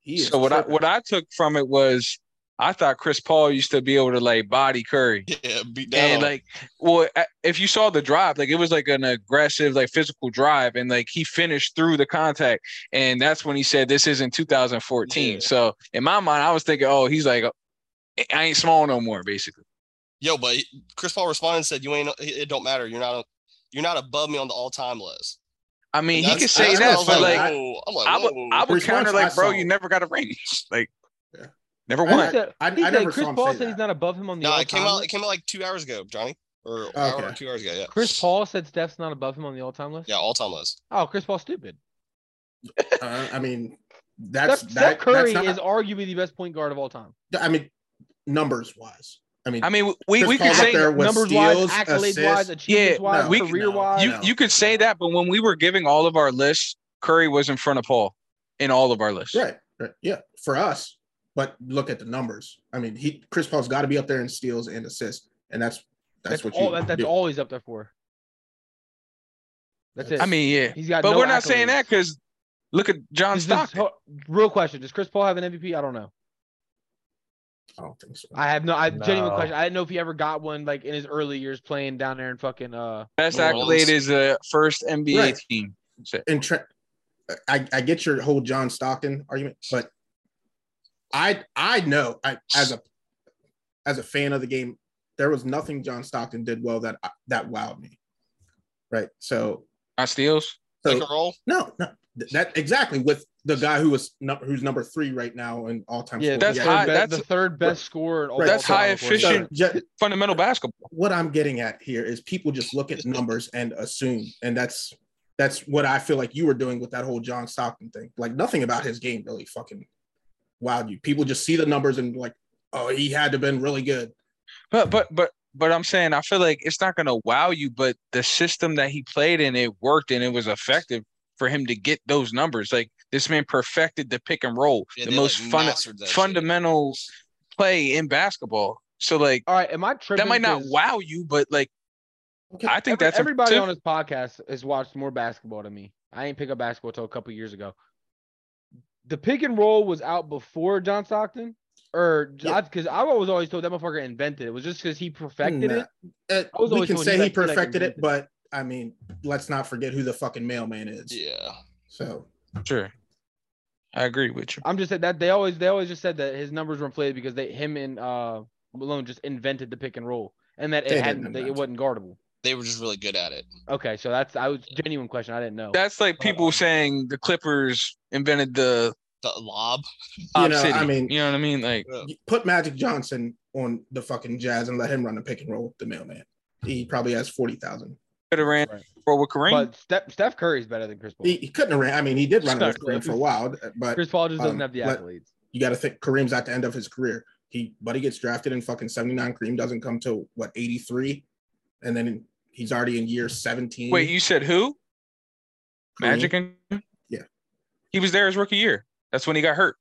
Speaker 1: He is
Speaker 2: So what I
Speaker 1: tripping.
Speaker 2: what I took from it was I thought Chris Paul used to be able to like body Curry.
Speaker 5: Yeah, beat down.
Speaker 2: And
Speaker 1: Oh.
Speaker 5: on him.
Speaker 2: like, well, a- if you saw the drive, like it was like an aggressive, like physical drive, and like he finished through the contact, and that's when he said, "This isn't 2014."
Speaker 5: Yeah.
Speaker 2: So in my mind, I was thinking, "Oh, he's like, I ain't small no more." Basically,
Speaker 5: Yo, but he- Chris Paul responded and said, "You ain't. It don't matter. You're not. You're not above me on the all-time list."
Speaker 2: I mean, he
Speaker 5: That's-
Speaker 2: could say
Speaker 5: that's
Speaker 1: what I
Speaker 2: that,
Speaker 5: was
Speaker 2: but
Speaker 1: like,
Speaker 2: like,
Speaker 1: I-
Speaker 5: whoa. I'm like,
Speaker 2: I would,
Speaker 5: whoa.
Speaker 2: I would
Speaker 1: Response
Speaker 2: counter
Speaker 1: I
Speaker 2: like,
Speaker 1: saw.
Speaker 2: bro, you never got a ring, like,
Speaker 1: Yeah.
Speaker 2: never
Speaker 1: I
Speaker 4: He
Speaker 2: won.
Speaker 1: like-
Speaker 4: said,
Speaker 1: I-
Speaker 4: he
Speaker 1: I
Speaker 4: said
Speaker 1: never
Speaker 4: Chris
Speaker 1: saw him
Speaker 4: Paul
Speaker 1: say
Speaker 4: said he's
Speaker 1: that.
Speaker 4: not above him on the
Speaker 5: Nah, it
Speaker 4: all-time
Speaker 5: came out. It
Speaker 4: list.
Speaker 5: came out like two hours ago, Johnny, or
Speaker 2: Oh,
Speaker 5: an hour
Speaker 1: Okay.
Speaker 5: or two hours ago. Yeah,
Speaker 4: Chris Paul said Steph's not above him on the all-time list.
Speaker 5: yeah, all-time list.
Speaker 4: Oh, Chris Paul's stupid.
Speaker 1: Uh, I mean, that's
Speaker 4: Steph,
Speaker 1: that,
Speaker 4: Steph Curry
Speaker 1: that's not,
Speaker 4: is arguably the best point guard of all time.
Speaker 1: I mean, numbers wise. I mean,
Speaker 2: I mean, we
Speaker 1: Chris
Speaker 2: we could
Speaker 1: Paul's up
Speaker 2: say
Speaker 1: there with
Speaker 4: Numbers wise,
Speaker 1: steals,
Speaker 4: accolades wise,
Speaker 1: assists.
Speaker 4: achievements wise,
Speaker 1: no,
Speaker 2: we-
Speaker 4: career
Speaker 1: I
Speaker 4: wise.
Speaker 2: you
Speaker 1: know.
Speaker 2: you could say that, but when we were giving all of our lists, Curry was in front of Paul in all of our lists.
Speaker 1: right, right, yeah, for us. But look at the numbers. I mean, he Chris Paul's got to be up there in steals and assists, and that's that's,
Speaker 4: That's,
Speaker 1: what
Speaker 4: all.
Speaker 1: you
Speaker 4: That, that's
Speaker 1: do.
Speaker 4: all he's up there for. That's it.
Speaker 2: I mean, yeah,
Speaker 4: he's got.
Speaker 2: but
Speaker 4: no
Speaker 2: we're not saying
Speaker 4: accolades.
Speaker 2: that because look at John
Speaker 4: Does- does-
Speaker 2: Stockton.
Speaker 4: ho- real question: Does Chris Paul have an MVP? I don't know.
Speaker 1: I don't think so.
Speaker 4: I have no. I genuine
Speaker 3: No.
Speaker 4: question. I didn't know if he ever got one like in his early years playing down there in fucking. Uh,
Speaker 2: Best
Speaker 5: New
Speaker 2: accolade
Speaker 5: Orleans.
Speaker 2: is a first NBA
Speaker 1: Right.
Speaker 2: team. So-
Speaker 1: and Trent, I, I get your whole John Stockton argument, but I I know I, as a as a fan of the game, there was nothing John Stockton did well that that wowed me, right? So,
Speaker 2: Not steals.
Speaker 1: so
Speaker 5: Pick and roll.
Speaker 1: no, no, th- that exactly with the guy who was nu- who's number three right now in all time.
Speaker 4: yeah,
Speaker 2: That's
Speaker 4: the
Speaker 1: yeah.
Speaker 4: third
Speaker 2: high-
Speaker 4: best-
Speaker 2: that's-
Speaker 4: the third best scorer. In all
Speaker 1: Right.
Speaker 2: That's
Speaker 4: all
Speaker 2: high
Speaker 4: time, according to-
Speaker 1: So,
Speaker 2: efficient-
Speaker 1: ju-
Speaker 2: Fundamental basketball.
Speaker 1: what I'm getting at here is people just look at numbers and assume, and that's that's what I feel like you were doing with that whole John Stockton thing. Like nothing about his game really fucking wowed you. People just see the numbers and like, oh, he had to been really good.
Speaker 2: But but but but I'm saying I feel like it's not gonna wow you, but the system that he played in it worked and it was effective for him to get those numbers. Like this man perfected the pick and roll,
Speaker 5: Yeah,
Speaker 2: the
Speaker 5: they,
Speaker 2: most
Speaker 5: like,
Speaker 2: fun
Speaker 5: mastered that shit.
Speaker 2: fundamental play in basketball. So like
Speaker 4: All right, am I tripping?
Speaker 2: that might not
Speaker 4: 'Cause
Speaker 2: wow you, but like
Speaker 1: Okay.
Speaker 2: I think
Speaker 4: every-
Speaker 2: that's
Speaker 4: everybody
Speaker 2: impressive.
Speaker 4: on his podcast has watched more basketball than me. I ain't pick up basketball till a couple years ago. The pick and roll was out before John Stockton, or
Speaker 1: Yeah.
Speaker 4: because I, was always told that motherfucker invented it. It was just because he perfected
Speaker 1: Nah.
Speaker 4: it.
Speaker 1: Uh,
Speaker 4: I was
Speaker 1: we
Speaker 4: always
Speaker 1: can
Speaker 4: told
Speaker 1: say
Speaker 4: you
Speaker 1: he
Speaker 4: guys feel like
Speaker 1: perfected it, but
Speaker 4: invented.
Speaker 1: I mean, let's not forget who the fucking mailman is.
Speaker 5: Yeah,
Speaker 1: So
Speaker 2: Sure. I agree with you.
Speaker 4: I'm just saying that they always they always just said that his numbers were inflated because they him and uh Malone just invented the pick and roll and that
Speaker 1: They
Speaker 4: it
Speaker 1: didn't
Speaker 4: hadn't that it
Speaker 1: invent it.
Speaker 4: wasn't guardable.
Speaker 5: they were just really good at it.
Speaker 4: Okay, so that's I was genuine question. I didn't know. Uh,
Speaker 2: That's like
Speaker 5: Hold
Speaker 2: people
Speaker 5: on.
Speaker 2: saying the Clippers invented the
Speaker 5: The lob.
Speaker 1: You
Speaker 2: Lob
Speaker 1: know,
Speaker 2: City.
Speaker 1: I mean-
Speaker 2: you know what I mean? Like
Speaker 1: you put Magic Johnson on the fucking Jazz and let him run the pick and roll with the mailman.
Speaker 4: Hmm.
Speaker 1: He probably has forty thousand.
Speaker 2: could have ran
Speaker 4: Right.
Speaker 2: for with Kareem.
Speaker 4: But Steph Steph Curry's better than Chris Paul.
Speaker 1: He, he couldn't have ran. I mean, he did run it with
Speaker 4: Sorry.
Speaker 1: Kareem for a while, but
Speaker 4: Chris Paul just doesn't
Speaker 1: um,
Speaker 4: have the
Speaker 1: let-
Speaker 4: accolades.
Speaker 1: you got to think Kareem's at the end of his career. He, but he gets drafted in fucking 79. Kareem doesn't come till what 83, and then he's already in year 17.
Speaker 2: Wait, you said who?
Speaker 1: Kareem.
Speaker 2: Magic and
Speaker 1: Yeah.
Speaker 2: He was there his rookie year. That's when he got hurt.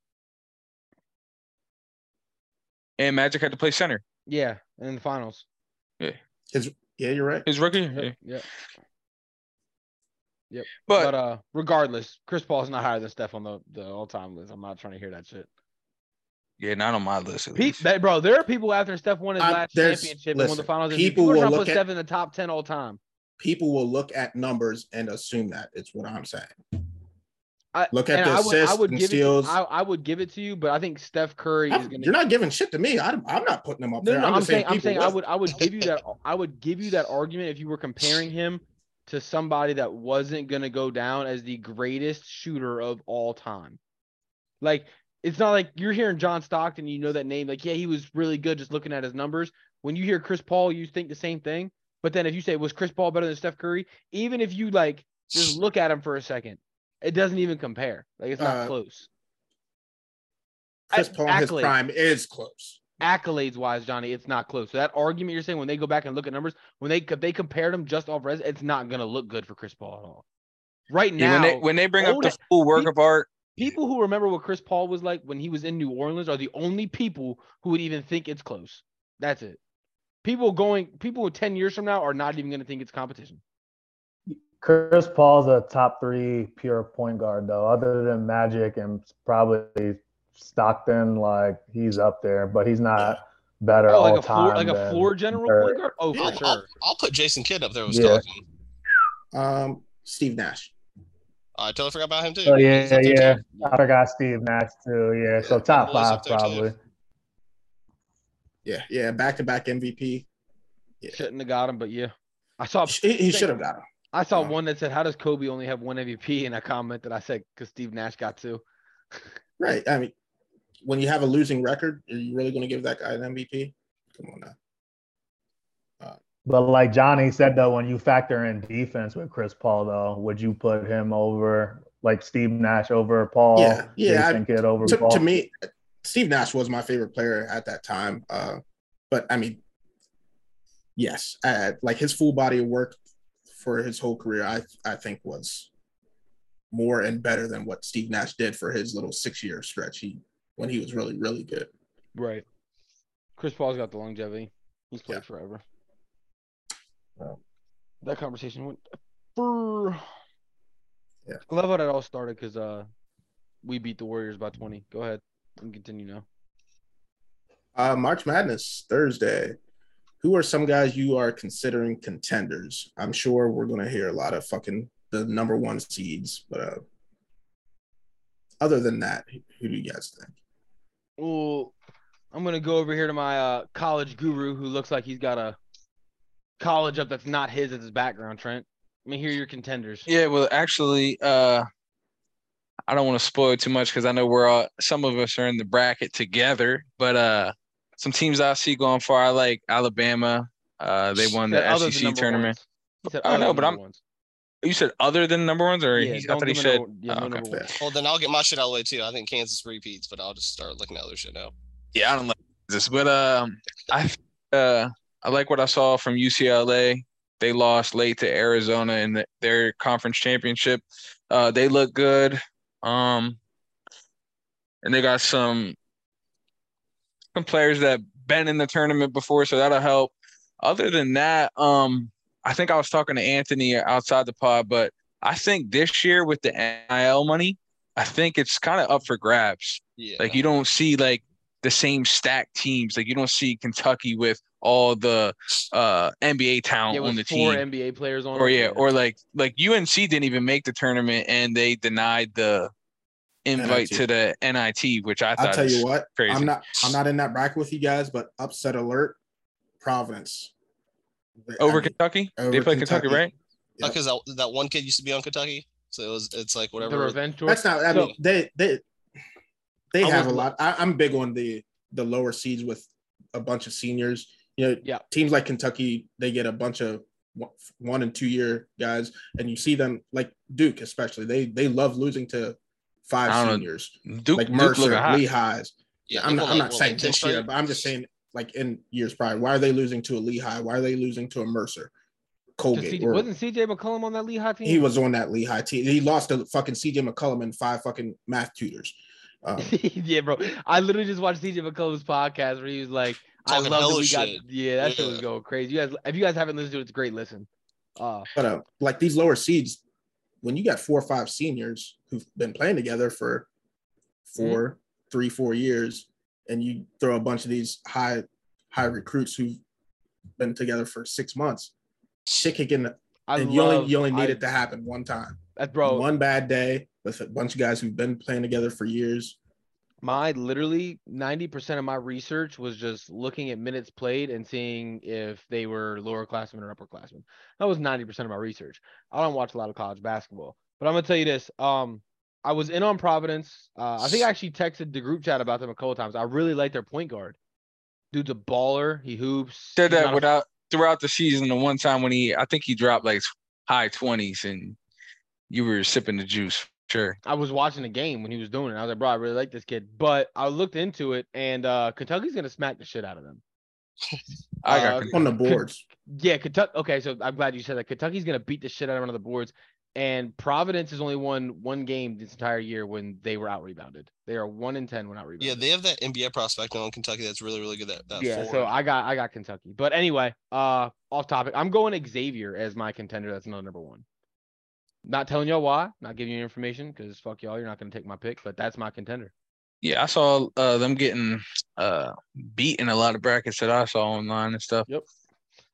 Speaker 2: And Magic had to play center.
Speaker 4: Yeah, and in the finals.
Speaker 1: yeah, you're right.
Speaker 2: His rookie year.
Speaker 4: Yep, yep. But,
Speaker 2: But,
Speaker 4: uh, regardless, Chris Paul's not higher than Steph on the, the all time list. I'm not trying to hear that shit.
Speaker 2: yeah, not on my list. at
Speaker 4: Pe-
Speaker 2: least.
Speaker 4: that, bro, there are people after Steph won his
Speaker 1: I-
Speaker 4: last
Speaker 1: there's-
Speaker 4: championship and won the
Speaker 1: listen,
Speaker 4: finals. and
Speaker 1: people
Speaker 4: are
Speaker 1: will
Speaker 4: trying to
Speaker 1: look
Speaker 4: put
Speaker 1: at-
Speaker 4: Steph in the top ten all time.
Speaker 1: People will look at numbers and assume that it's what I'm saying.
Speaker 4: I-
Speaker 1: Look at
Speaker 4: and
Speaker 1: the
Speaker 4: I would, I
Speaker 1: assists
Speaker 4: would
Speaker 1: and
Speaker 4: give
Speaker 1: steals.
Speaker 4: It, I, I would give it to you, but I think Steph Curry is
Speaker 1: I'm-
Speaker 4: going
Speaker 1: you're not giving shit to me. I, am not putting them up
Speaker 4: No,
Speaker 1: there.
Speaker 4: no,
Speaker 1: Oh, I'm,
Speaker 4: I'm
Speaker 1: just
Speaker 4: saying, I'm
Speaker 1: people
Speaker 4: saying, I
Speaker 1: with-
Speaker 4: would, I would give you that, I would give you that argument if you were comparing him to somebody that wasn't gonna go down as the greatest shooter of all time. Like, it's not like you're hearing John Stockton, you know that name, like, yeah, he was really good just looking at his numbers. When you hear Chris Paul, you think the same thing. But then if you say, was Chris Paul better than Steph Curry? Even if you like just look at him for a second, it doesn't even compare. Like, it's not
Speaker 1: Uh,
Speaker 4: close.
Speaker 1: Chris Paul in his
Speaker 4: accolades.
Speaker 1: prime is close.
Speaker 4: accolades wise, Johnny, it's not close. So that argument you're saying when they go back and look at numbers, when they if they compared them just off res, it's not gonna look good for Chris Paul at all. Right
Speaker 2: Yeah,
Speaker 4: now,
Speaker 2: when they when they bring up
Speaker 4: own
Speaker 2: the
Speaker 4: it.
Speaker 2: full work
Speaker 4: Pe-
Speaker 2: of art,
Speaker 4: people who remember what Chris Paul was like when he was in New Orleans are the only people who would even think it's close. That's it. People going people ten years from now are not even gonna think it's competition.
Speaker 3: Chris Paul's a top three pure point guard though, other than Magic and probably Stockton. Like he's up there, but he's not better
Speaker 4: Oh,
Speaker 3: all
Speaker 4: like a
Speaker 3: time.
Speaker 4: floor like a
Speaker 3: than-
Speaker 4: floor general
Speaker 3: or-
Speaker 4: point guard? Oh,
Speaker 5: I'll,
Speaker 4: for
Speaker 5: I'll-
Speaker 4: sure.
Speaker 5: I'll put Jason Kidd up there with
Speaker 3: Yeah.
Speaker 5: Stockton.
Speaker 1: Um, Steve Nash.
Speaker 5: I totally forgot about him too.
Speaker 3: Oh, yeah,
Speaker 5: He's up there,
Speaker 3: yeah.
Speaker 5: too.
Speaker 3: I forgot Steve Nash too. Yeah, so
Speaker 5: Yeah,
Speaker 3: top
Speaker 5: Kimbal's
Speaker 3: five
Speaker 5: up there, too.
Speaker 3: probably.
Speaker 1: Yeah, yeah, back to back MVP. Yeah.
Speaker 4: Shouldn't have got him, but yeah. I saw
Speaker 1: He, he should have got him.
Speaker 4: I saw
Speaker 1: Yeah.
Speaker 4: one that said, "How does Kobe only have one MVP?" And I commented, "I said because Steve Nash got two.
Speaker 1: Right. I mean, when you have a losing record, are you really going to give that guy an MVP? Come on now.
Speaker 3: But like Johnny said though, when you factor in defense with Chris Paul though, would you put him over like Steve Nash over Paul?
Speaker 1: Yeah, yeah,
Speaker 3: Jason Kidd over
Speaker 1: to,
Speaker 3: Paul.
Speaker 1: to me, Steve Nash was my favorite player at that time. Uh, but I mean, yes, uh, like his full body of work for his whole career, I I think was more and better than what Steve Nash did for his little six year stretch. He when he was really really good.
Speaker 4: Right. Chris Paul's got the longevity. He's played
Speaker 1: Yeah.
Speaker 4: forever.
Speaker 1: Wow.
Speaker 4: That conversation went for.
Speaker 1: Yeah.
Speaker 4: I love how that all started because uh, we beat the Warriors by twenty. Go ahead and continue now.
Speaker 1: Uh, March Madness Thursday. Who are some guys you are considering contenders? I'm sure we're gonna hear a lot of fucking the number one seeds, but uh, other than that, who- who do you guys think?
Speaker 4: Well, I'm gonna go over here to my uh, college guru who looks like he's got a college up that's not his as his background. Trent, let me hear your contenders.
Speaker 2: yeah. Well, actually, uh, I don't want to spoil too much because I know we're all some of us are in the bracket together. But uh, some teams I see going far, I like Alabama. Uh, they won the
Speaker 4: Said other than
Speaker 2: SEC
Speaker 4: number
Speaker 2: tournament.
Speaker 4: ones. He said
Speaker 2: I
Speaker 4: other
Speaker 2: know,
Speaker 4: than
Speaker 2: but
Speaker 4: number
Speaker 2: I'm-
Speaker 4: ones.
Speaker 2: You said other than number ones, or
Speaker 4: Yeah,
Speaker 2: he, I
Speaker 4: don't
Speaker 2: thought he
Speaker 4: give a
Speaker 2: said
Speaker 4: number- yeah,
Speaker 2: oh,
Speaker 4: no
Speaker 2: okay.
Speaker 4: number ones.
Speaker 5: Well, then I'll get my shit out of the way too. I think Kansas repeats, but I'll just start looking at other shit now.
Speaker 2: yeah, I don't like this, but um, I uh, I like what I saw from UCLA. They lost late to Arizona in the, their conference championship. Uh, they look good, um, and they got some some players that been in the tournament before, so that'll help. Other than that, um, I think I was talking to Anthony outside the pod, but I think this year with the NIL money, I think it's kind of up for grabs.
Speaker 5: Yeah.
Speaker 2: Like you don't see like the same stacked teams. Like you don't see Kentucky with all the uh NBA talent
Speaker 4: Yeah,
Speaker 2: on
Speaker 4: with
Speaker 2: the
Speaker 4: four
Speaker 2: team.
Speaker 4: NBA players on.
Speaker 2: or
Speaker 4: it,
Speaker 2: yeah, or like like UNC didn't even make the tournament and they denied the invite
Speaker 1: NIT.
Speaker 2: to the NIT, which I thought
Speaker 1: I'll tell
Speaker 2: is
Speaker 1: you what,
Speaker 2: crazy.
Speaker 1: I'm not I'm not in that bracket with you guys, but upset alert, Providence. They- I
Speaker 2: over
Speaker 1: mean,
Speaker 2: Kentucky.
Speaker 1: over
Speaker 2: they play Kentucky,
Speaker 1: Kentucky.
Speaker 2: right?
Speaker 1: Yep.
Speaker 5: because that, that one kid used to be on Kentucky, so it was it's like
Speaker 4: the
Speaker 5: whatever.
Speaker 4: revenge tour.
Speaker 1: that's not I mean
Speaker 4: So-
Speaker 1: they they they
Speaker 4: I
Speaker 1: have
Speaker 4: was-
Speaker 1: a lot. I, I'm big on the the lower seeds with a bunch of seniors. You know,
Speaker 4: Yeah.
Speaker 1: teams like Kentucky, they get a bunch of one- one and two year guys, and you see them like Duke, especially. They they love losing to
Speaker 2: I
Speaker 1: five
Speaker 2: don't know.
Speaker 1: seniors,
Speaker 2: Duke,
Speaker 1: like
Speaker 2: Duke
Speaker 1: Mercer,
Speaker 2: looking hot.
Speaker 1: Lehigh's. Yeah, I'm
Speaker 5: they
Speaker 1: not,
Speaker 5: won,
Speaker 1: I'm
Speaker 5: like,
Speaker 1: not
Speaker 5: what,
Speaker 1: saying
Speaker 5: like, 10
Speaker 1: this year,
Speaker 5: straight?
Speaker 1: but I'm just saying like in years prior, why are they losing to a Lehigh? Why are they losing to a Mercer?
Speaker 4: to
Speaker 1: Colgate.
Speaker 4: CJ,
Speaker 1: or-
Speaker 4: wasn't CJ McCollum on that Lehigh team?
Speaker 1: he was on that Lehigh team. He lost to fucking CJ McCullum and five fucking math tutors. Um,
Speaker 4: yeah, bro. I literally just watched CJ McCollum's podcast where he was like, "I
Speaker 5: Talking
Speaker 4: love that
Speaker 5: hella
Speaker 4: we got."
Speaker 5: shit.
Speaker 4: Yeah, that shit was
Speaker 5: Yeah.
Speaker 4: going crazy. You guys, if you guys haven't listened to it, it's a great listen. Uh,
Speaker 1: but uh, like these lower seeds, when you got four or five seniors who've been playing together for four, three, four years, and you throw a bunch of these high, high recruits who've been together for six months, shit kicking,
Speaker 4: I
Speaker 1: and
Speaker 4: love,
Speaker 1: you only you only need
Speaker 4: I-
Speaker 1: it to happen one time.
Speaker 4: that- bro.
Speaker 1: one bad day, with a bunch of guys who've been playing together for years.
Speaker 4: My literally 90% of my research was just looking at minutes played and seeing if they were lower classmen or upperclassmen. That was 90% of my research. I don't watch a lot of college basketball, but I'm gonna tell you this. Um, I was in on Providence. Uh, I think I actually texted the group chat about them a couple times. I really like their point guard. Dude's a baller. He hoops.
Speaker 2: Said
Speaker 4: He's
Speaker 2: that
Speaker 4: not a-
Speaker 2: without throughout the season. The one time when he, I think he dropped like high twenties, and you were sipping the juice. Sure.
Speaker 4: I was watching the game when he was doing it. I was like, bro, I really like this kid. But I looked into it, and uh, Kentucky's gonna smack the shit out of them.
Speaker 2: I
Speaker 4: Uh,
Speaker 2: got.
Speaker 1: On the boards,
Speaker 4: Yeah, Kentucky. Okay, so I'm glad you said that. Kentucky's gonna beat the shit out of one of the boards, and Providence has only won one game this entire year when they were out rebounded. They are one in ten when out rebounded.
Speaker 5: Yeah, they have that NBA prospect on Kentucky that's really, really good. That,
Speaker 2: uh,
Speaker 5: that
Speaker 4: yeah,
Speaker 5: forward.
Speaker 4: so I got I got Kentucky. But anyway, uh off topic. I'm going Xavier as my contender. That's another number one. Not telling y'all why, not giving you information because fuck y'all, you're not gonna take my pick, but that's my contender.
Speaker 2: Yeah, I saw uh, them getting uh, beat in a lot of brackets that I saw online and stuff.
Speaker 4: I see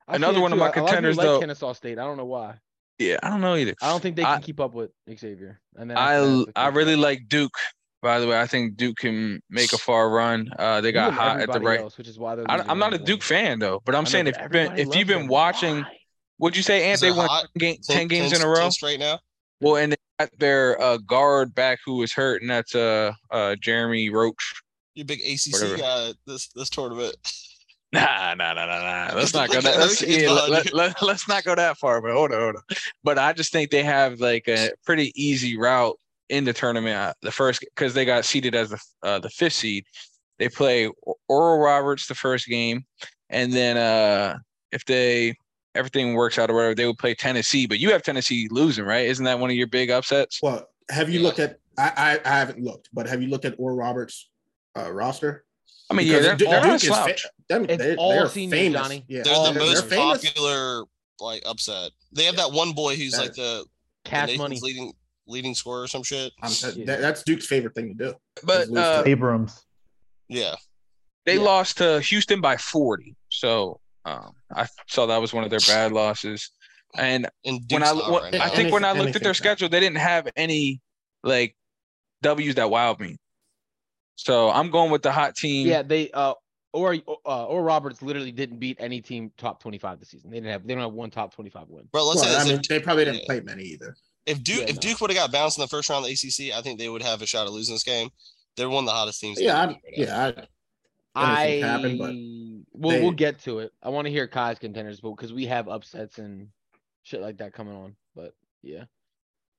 Speaker 2: Another
Speaker 4: them
Speaker 2: one of
Speaker 4: too.
Speaker 2: my
Speaker 4: A- a lot people
Speaker 2: contenders,
Speaker 4: like
Speaker 2: though-
Speaker 4: Kennesaw State. I don't know why.
Speaker 2: Yeah, I don't know either.
Speaker 4: I don't think they
Speaker 2: I-
Speaker 4: can keep up with Xavier. And then after
Speaker 2: I
Speaker 4: that, it's
Speaker 2: I
Speaker 4: like-
Speaker 2: really like Duke. By the way, I think Duke can make a far run. Uh, they
Speaker 4: You
Speaker 2: got
Speaker 4: and
Speaker 2: hot at the
Speaker 4: everybody
Speaker 2: right.
Speaker 4: Else, which is why they're
Speaker 2: I,
Speaker 4: losing
Speaker 2: I'm not a
Speaker 4: number
Speaker 2: Duke
Speaker 4: one.
Speaker 2: fan though, but
Speaker 4: I
Speaker 2: I'm
Speaker 4: know,
Speaker 2: saying
Speaker 4: but
Speaker 2: if you've been
Speaker 4: everybody
Speaker 2: if you've
Speaker 4: loves
Speaker 2: been
Speaker 4: them.
Speaker 2: watching,
Speaker 4: Why?
Speaker 2: would you say Ant
Speaker 5: Is
Speaker 2: they
Speaker 5: it
Speaker 2: won
Speaker 5: hot?
Speaker 2: 10 ga-
Speaker 5: 10
Speaker 2: ten games
Speaker 5: 10
Speaker 2: in a row?
Speaker 5: 10 straight now.
Speaker 2: Well, and they got their uh, guard back who was hurt, and that's uh, uh Jeremy Roach.
Speaker 5: Your big ACC
Speaker 2: Whatever.
Speaker 5: guy at this this tournament.
Speaker 2: Nah, nah, nah, nah, nah. Let's not go that.
Speaker 5: Those
Speaker 2: Let's,
Speaker 5: kids
Speaker 2: yeah,
Speaker 5: behind
Speaker 2: let, let,
Speaker 5: you.
Speaker 2: us not go that far. But hold on, hold on. But I just think they have like a pretty easy route in the tournament. Uh, The first because they got seeded as the uh, the fifth seed. They play O- Oral Roberts the first game, and then uh if they everything works out or whatever, they would play Tennessee. But you have Tennessee losing, right? Isn't that one of your big upsets?
Speaker 1: well, have you
Speaker 5: Yeah.
Speaker 1: looked at? I, I I haven't looked, but have you looked at Or Roberts' uh, roster?
Speaker 2: I mean, yeah, they're,
Speaker 1: Because Du-
Speaker 2: they're not a
Speaker 1: Duke is fa-
Speaker 2: slouch.
Speaker 1: them-
Speaker 4: It's
Speaker 1: they're,
Speaker 4: all
Speaker 1: they're
Speaker 4: seniors,
Speaker 1: famous.
Speaker 4: Johnny.
Speaker 1: Yeah,
Speaker 5: They're
Speaker 4: Oh,
Speaker 5: the most
Speaker 1: famous.
Speaker 5: popular like upset. They have that one boy who's
Speaker 1: That-
Speaker 5: like the, the
Speaker 4: Cash
Speaker 5: nation's
Speaker 4: money.
Speaker 5: leading leading scorer or some shit.
Speaker 1: I'm, that,
Speaker 4: Yeah.
Speaker 1: that's Duke's favorite thing to do.
Speaker 2: but
Speaker 1: lose
Speaker 2: uh,
Speaker 1: to-
Speaker 3: Abrams.
Speaker 5: Yeah.
Speaker 2: they
Speaker 4: Yeah.
Speaker 2: lost to Houston by 40. So um, I saw that was one of their bad losses. And
Speaker 5: And
Speaker 2: when
Speaker 5: Duke's
Speaker 2: I
Speaker 5: hot
Speaker 2: when-
Speaker 5: right
Speaker 2: I
Speaker 5: now.
Speaker 2: think when I
Speaker 1: Anything-
Speaker 2: looked at their
Speaker 1: anything's hot.
Speaker 2: schedule, they didn't have any like W's that wowed me. So I'm going with the hot team.
Speaker 4: Yeah, they uh or uh, or Roberts literally didn't beat any team top twenty five this season. They didn't have they don't have one top twenty five win.
Speaker 5: Bro, let's
Speaker 1: Well, I
Speaker 5: say
Speaker 1: mean,
Speaker 5: this.
Speaker 1: they probably didn't
Speaker 5: yeah.
Speaker 1: play many either.
Speaker 5: If, if Duke
Speaker 4: Yeah,
Speaker 5: if
Speaker 4: no.
Speaker 5: Duke would have got bounced in the first round of the ACC, I think they would have a shot at losing this game. They're one of the hottest teams. in the
Speaker 1: Yeah,
Speaker 5: league
Speaker 1: I,
Speaker 5: right now.
Speaker 1: yeah, I,
Speaker 4: I
Speaker 1: Anything happened, but
Speaker 4: we'll we'll
Speaker 1: they-
Speaker 4: get to it. I want to hear Kai's contenders, but because we have upsets and shit like that coming on. But yeah,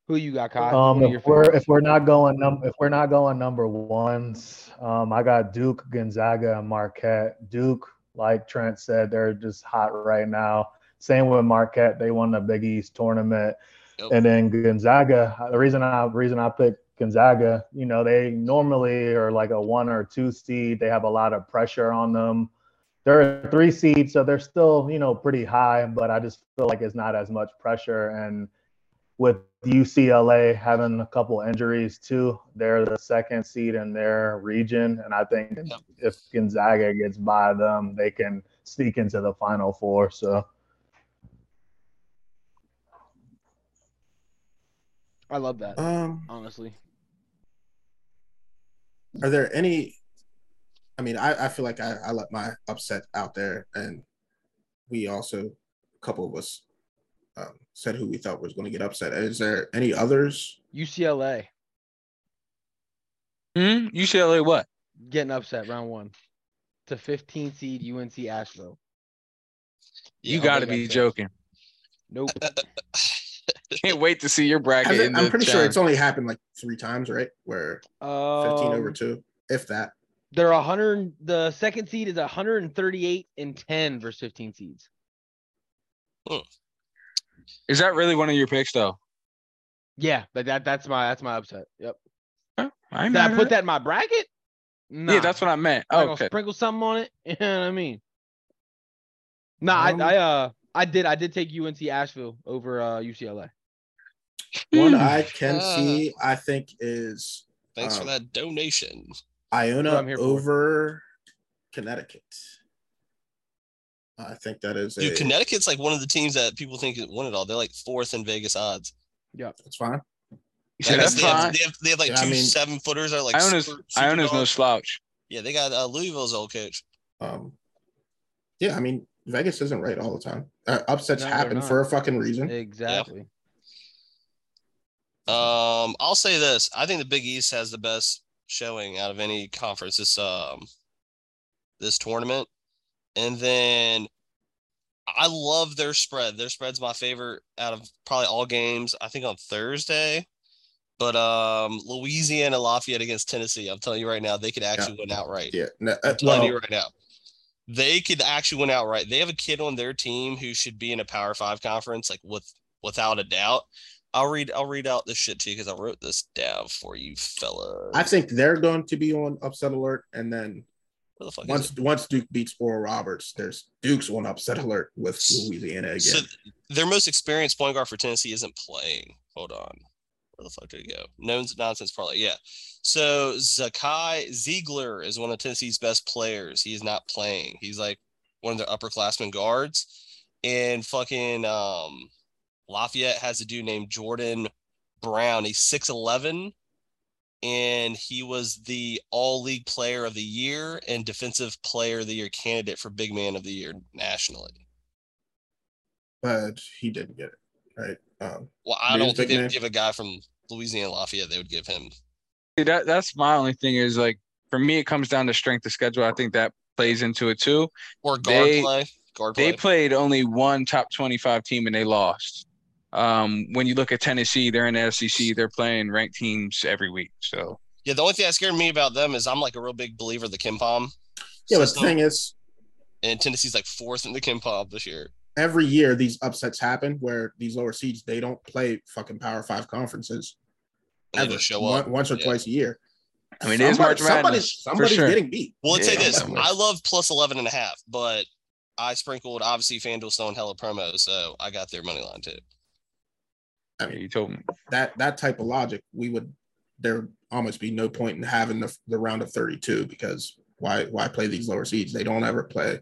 Speaker 4: who you got, Kai?
Speaker 3: Um,
Speaker 4: Who are your
Speaker 3: if we're
Speaker 4: favorites?
Speaker 3: if we're not going num if we're not going number ones, um, I got Duke, Gonzaga, and Marquette. Duke, like Trent said, they're just hot right now. Same with Marquette, they won the Big East tournament,
Speaker 5: Yep.
Speaker 3: and then Gonzaga. The reason I reason I picked Gonzaga, you know, they normally are like a one or two seed. They have a lot of pressure on them. They're a three seed, so they're still you know pretty high, but I just feel like it's not as much pressure and with UCLA having a couple injuries too. They're the second seed in their region, and I think
Speaker 5: Yep.
Speaker 3: if Gonzaga gets by them, they can sneak into the Final Four. So
Speaker 4: I love that.
Speaker 1: um,
Speaker 4: Honestly,
Speaker 1: are there any? I mean, I, I feel like I, I let my upset out there, and we also a couple of us um, said who we thought was going to get upset. Is there any others?
Speaker 4: UCLA
Speaker 2: Hmm? UCLA what?
Speaker 4: getting upset round one to 15 seed UNC Asheville.
Speaker 5: Yeah,
Speaker 2: you
Speaker 5: I'm
Speaker 2: got to
Speaker 5: big
Speaker 2: be
Speaker 5: upset.
Speaker 2: joking.
Speaker 4: Nope.
Speaker 2: Can't wait to see your bracket.
Speaker 1: Has it-
Speaker 2: in the
Speaker 1: I'm pretty sure
Speaker 2: challenge.
Speaker 1: it's only happened like three times, right? Where 15 over
Speaker 4: Um,
Speaker 1: two, if that.
Speaker 4: They're 100. The second seed is 138 and 10 versus 15 seeds.
Speaker 2: Is that really one of your picks though?
Speaker 4: Yeah, but that that's my that's my upset. Yep.
Speaker 2: Huh? I ain't
Speaker 4: Did I
Speaker 2: mad at
Speaker 4: put
Speaker 2: it.
Speaker 4: that in my bracket? Nah.
Speaker 2: Yeah, that's what I meant.
Speaker 4: I'm gonna
Speaker 2: okay.
Speaker 4: sprinkle something on it. You know what I mean? Nah,
Speaker 1: Um,
Speaker 4: I, I uh I did I did take UNC Asheville over uh UCLA.
Speaker 1: One
Speaker 2: Hmm.
Speaker 1: I can
Speaker 5: Uh.
Speaker 1: see, I think, is
Speaker 5: Thanks for
Speaker 1: Um,
Speaker 5: that donation.
Speaker 1: Iona
Speaker 4: I'm here for.
Speaker 1: over Connecticut. I think that is
Speaker 5: Dude,
Speaker 1: a-
Speaker 5: Connecticut's like one of the teams that people think won it all. They're like fourth in Vegas odds.
Speaker 1: That's fine.
Speaker 2: He said,
Speaker 5: Like,
Speaker 2: "That's
Speaker 5: they, have,
Speaker 2: fine."
Speaker 5: they, have, they have like
Speaker 1: Yeah, I
Speaker 5: two
Speaker 1: mean-
Speaker 5: seven footers that are like
Speaker 2: Iona's
Speaker 5: super- super
Speaker 2: Iona's no
Speaker 5: dogs.
Speaker 2: slouch.
Speaker 5: Yeah, they got uh, Louisville's old coach.
Speaker 1: Um, yeah, I mean, Vegas isn't right all the time. Uh, upsets
Speaker 4: No, they're
Speaker 1: happen
Speaker 4: not.
Speaker 1: for a fucking reason.
Speaker 4: Exactly.
Speaker 5: Um, I'll say this: I think the Big East has the best showing out of any conference this um this tournament, and then I love their spread. Their spread's my favorite out of probably all games. I think on Thursday, but um, Louisiana Lafayette against Tennessee. I'm telling you right now, they could actually win outright.
Speaker 1: Yeah, no, uh,
Speaker 5: I'm telling
Speaker 1: well,
Speaker 5: you right now. They could actually win outright. They have a kid on their team who should be in a Power Five conference, like with without a doubt. I'll read I'll read out this shit to you because I wrote this down for you, fella.
Speaker 1: I think they're going to be on upset alert, and then
Speaker 5: Where the fuck is
Speaker 1: once once Duke beats Oral Roberts, there's Duke's on upset alert with Louisiana again.
Speaker 5: it? So their most experienced point guard for Tennessee isn't playing. Hold on. Where the fuck did it go? Known nonsense parlay. Yeah. So Zakai Ziegler is one of Tennessee's best players. He's not playing. He's like one of their upperclassmen guards. And fucking um Lafayette has a dude named Jordan Brown. He's 6'11 and he was the all league player of the year and defensive player of the year candidate for big man of the year nationally.
Speaker 1: but he didn't get it right. Um,
Speaker 5: Well, I
Speaker 1: Maybe
Speaker 5: don't
Speaker 1: big
Speaker 5: think they
Speaker 1: man.
Speaker 5: would give a guy from Louisiana Lafayette. They would give him.
Speaker 2: See, that that's my only thing is like for me it comes down to strength of schedule. I think that plays into it too.
Speaker 5: Or guard
Speaker 2: They-
Speaker 5: play. Guard play.
Speaker 2: They played only one top twenty-five team and they lost. Um, when you look at Tennessee, they're in the SEC. They're playing ranked teams every week. So
Speaker 5: yeah, the only thing that scared me about them is I'm like a real big believer of the Kim Pom.
Speaker 1: yeah, but the
Speaker 5: system,
Speaker 1: thing is,
Speaker 5: and Tennessee's like fourth in the Kim Pom this year.
Speaker 1: every year these upsets happen where these lower seeds they don't play fucking Power Five conferences
Speaker 5: And they
Speaker 1: ever.
Speaker 5: just show
Speaker 1: One-
Speaker 5: up.
Speaker 1: once or
Speaker 5: Yeah.
Speaker 1: twice a year.
Speaker 2: I mean, it is March
Speaker 1: somebody's,
Speaker 2: Madness, for
Speaker 1: somebody's
Speaker 2: sure.
Speaker 1: getting beat.
Speaker 5: Well, let's
Speaker 2: Yeah,
Speaker 5: say this.
Speaker 2: definitely.
Speaker 5: I love plus 11 and a half, but I sprinkled obviously FanDuel Stone hella promos, so I got their money line too.
Speaker 1: I mean,
Speaker 2: you told me.
Speaker 1: that that type of logic, we would there would almost be no point in having the, the round of 32 because why why play these lower seeds? They don't ever play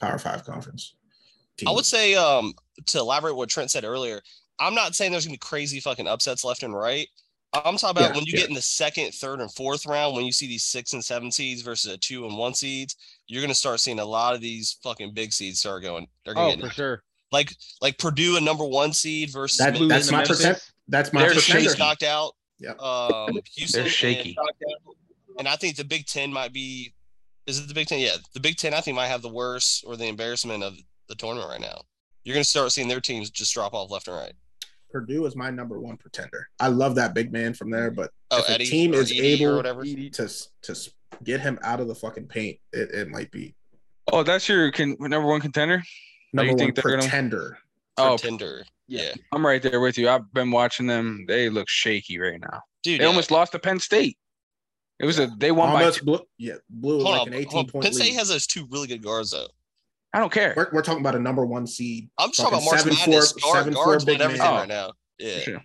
Speaker 1: Power Five conference.
Speaker 5: I
Speaker 1: teams.
Speaker 5: would say, um, to elaborate what Trent said earlier, I'm not saying there's gonna be crazy fucking upsets left and right. I'm talking about
Speaker 1: Yeah,
Speaker 5: when you
Speaker 1: yeah.
Speaker 5: get in the second, third, and fourth round, when you see these six and seven seeds versus a two and one seeds, you're gonna start seeing a lot of these fucking big seeds start going. They're gonna
Speaker 4: Oh,
Speaker 5: get
Speaker 4: for sure.
Speaker 5: like like Purdue, a number one seed versus
Speaker 1: That-
Speaker 5: Memphis.
Speaker 1: that's my
Speaker 5: Memphis-
Speaker 1: percent- that's my
Speaker 2: They're
Speaker 5: Memphis
Speaker 1: percentage.
Speaker 5: State's knocked out.
Speaker 1: Yep.
Speaker 5: Um, Houston and
Speaker 2: shaky.
Speaker 5: knocked out. And I think the Big Ten might be. Is it the Big Ten? Yeah, the Big Ten. I think might have the worst or the embarrassment of the tournament right now. You're gonna start seeing their teams just drop off left and right.
Speaker 1: Purdue is my number one pretender. I love that big man from there, but
Speaker 5: Oh,
Speaker 1: If a
Speaker 5: Eddie
Speaker 1: team
Speaker 5: or
Speaker 1: is
Speaker 5: Edie or
Speaker 1: able-
Speaker 5: whatever.
Speaker 4: Eat, eat.
Speaker 1: to to s- get him out of the fucking paint, it, it might be
Speaker 2: Oh, that's your con- number one contender.
Speaker 1: number one
Speaker 2: think they're gonna-
Speaker 1: pretender.
Speaker 2: Oh,
Speaker 5: Pretender.
Speaker 4: Yeah.
Speaker 5: Yeah.
Speaker 2: I'm right there with you. I've been watching them. They look shaky right now.
Speaker 5: Dude,
Speaker 2: They
Speaker 5: yeah.
Speaker 2: almost lost to Penn State. It was a they won by.
Speaker 1: Almost
Speaker 2: Two.
Speaker 1: blew, yeah, blew
Speaker 5: hold
Speaker 1: like
Speaker 5: on.
Speaker 1: an
Speaker 5: hold
Speaker 1: 18
Speaker 5: on.
Speaker 1: point
Speaker 5: Penn State
Speaker 1: lead.
Speaker 5: has those two really good guards though.
Speaker 2: I don't care.
Speaker 1: we're, we're talking about a number one seed.
Speaker 5: I'm just talking about
Speaker 1: Fucking
Speaker 5: March
Speaker 1: seven,
Speaker 5: Madness.
Speaker 1: four-
Speaker 5: guard,
Speaker 1: seven, four
Speaker 5: guards
Speaker 1: big
Speaker 5: win everything
Speaker 2: man.
Speaker 5: right now. Yeah.
Speaker 2: Sure.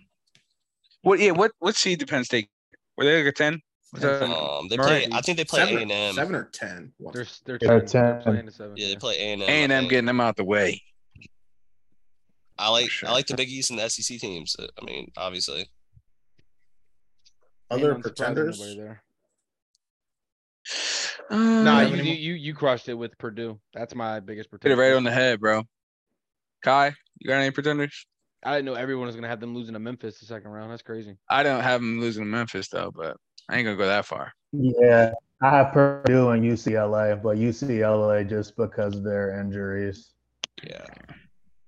Speaker 2: What? Yeah. What? What seed did Penn State? Were they like a ten? Was that-
Speaker 5: Um, they play.
Speaker 2: Murray.
Speaker 5: I think they play A
Speaker 1: Seven,
Speaker 5: and M.
Speaker 1: or, seven or ten. One-
Speaker 4: They're they're
Speaker 3: Yeah,
Speaker 4: ten.
Speaker 3: ten.
Speaker 4: Playing to seven.
Speaker 5: Yeah, they play A and M.
Speaker 2: A and M getting them out the way.
Speaker 5: I like.
Speaker 2: Sure.
Speaker 5: I like the Big East and the SEC teams. uh, I mean, obviously.
Speaker 1: Other
Speaker 4: Ain't no surprising nobody
Speaker 1: pretenders.
Speaker 4: there. Nah,
Speaker 2: Uh,
Speaker 4: you,
Speaker 1: have any
Speaker 4: you you you crushed it with Purdue. That's my biggest
Speaker 2: hit it
Speaker 4: pretender.
Speaker 2: right on the head, bro. Kai, you got any pretenders?
Speaker 4: I didn't know everyone was gonna have them losing to Memphis the second round. That's crazy.
Speaker 2: I don't have them losing to Memphis though, but I ain't gonna go that far.
Speaker 3: Yeah, I have Purdue and UCLA, but UCLA just because of their injuries.
Speaker 5: Yeah.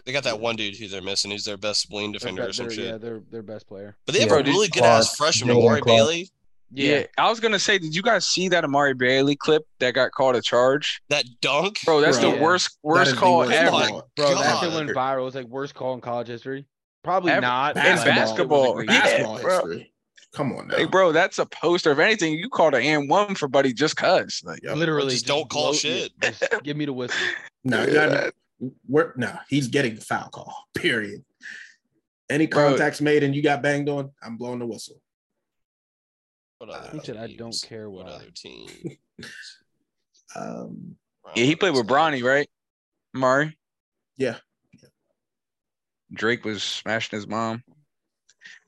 Speaker 5: They got that one dude who they're missing, who's their best wing
Speaker 4: Their
Speaker 5: defender
Speaker 4: be-
Speaker 5: or some
Speaker 4: their-
Speaker 5: shit.
Speaker 4: yeah, their their best player.
Speaker 5: But they have
Speaker 2: Yeah.
Speaker 5: a really good ass
Speaker 3: Clark,
Speaker 5: freshman,
Speaker 3: Jordan
Speaker 5: Amari
Speaker 3: Clark.
Speaker 5: Bailey.
Speaker 2: Yeah. I was gonna say, did you guys see that Amari Bailey clip that got called a charge?
Speaker 5: That dunk.
Speaker 2: Bro, that's
Speaker 1: Bro,
Speaker 2: the
Speaker 4: yeah.
Speaker 2: worst
Speaker 1: That is
Speaker 2: worst
Speaker 1: the
Speaker 2: call
Speaker 1: worst
Speaker 2: ever.
Speaker 5: call.
Speaker 1: ball.
Speaker 4: Bro, that shit
Speaker 5: God.
Speaker 4: went viral. It was like worst call in college history. Probably
Speaker 2: Ever.
Speaker 4: not. but
Speaker 1: In
Speaker 4: like, it was a
Speaker 2: basketball.
Speaker 4: great-
Speaker 2: Yeah,
Speaker 1: Basketball
Speaker 2: bro.
Speaker 1: history. Come on now.
Speaker 2: Like, bro, that's a poster. If anything, you called an and one for Buddy just cuz. Like,
Speaker 1: Yep.
Speaker 4: Literally,
Speaker 5: Just don't
Speaker 4: blow-
Speaker 5: call
Speaker 4: yeah,
Speaker 5: shit.
Speaker 4: just give me the whistle.
Speaker 1: No, you gotta be- we're no. He's getting the foul call. Period. Any
Speaker 2: Bro.
Speaker 1: contacts made and you got banged on, I'm blowing the whistle.
Speaker 5: What
Speaker 1: He
Speaker 4: said, "I don't
Speaker 5: teams?
Speaker 4: care
Speaker 5: What
Speaker 4: why."
Speaker 5: other team?
Speaker 1: Um,
Speaker 2: yeah, he played with Bronny, right? Amari?
Speaker 1: Yeah.
Speaker 2: Drake was smashing his mom.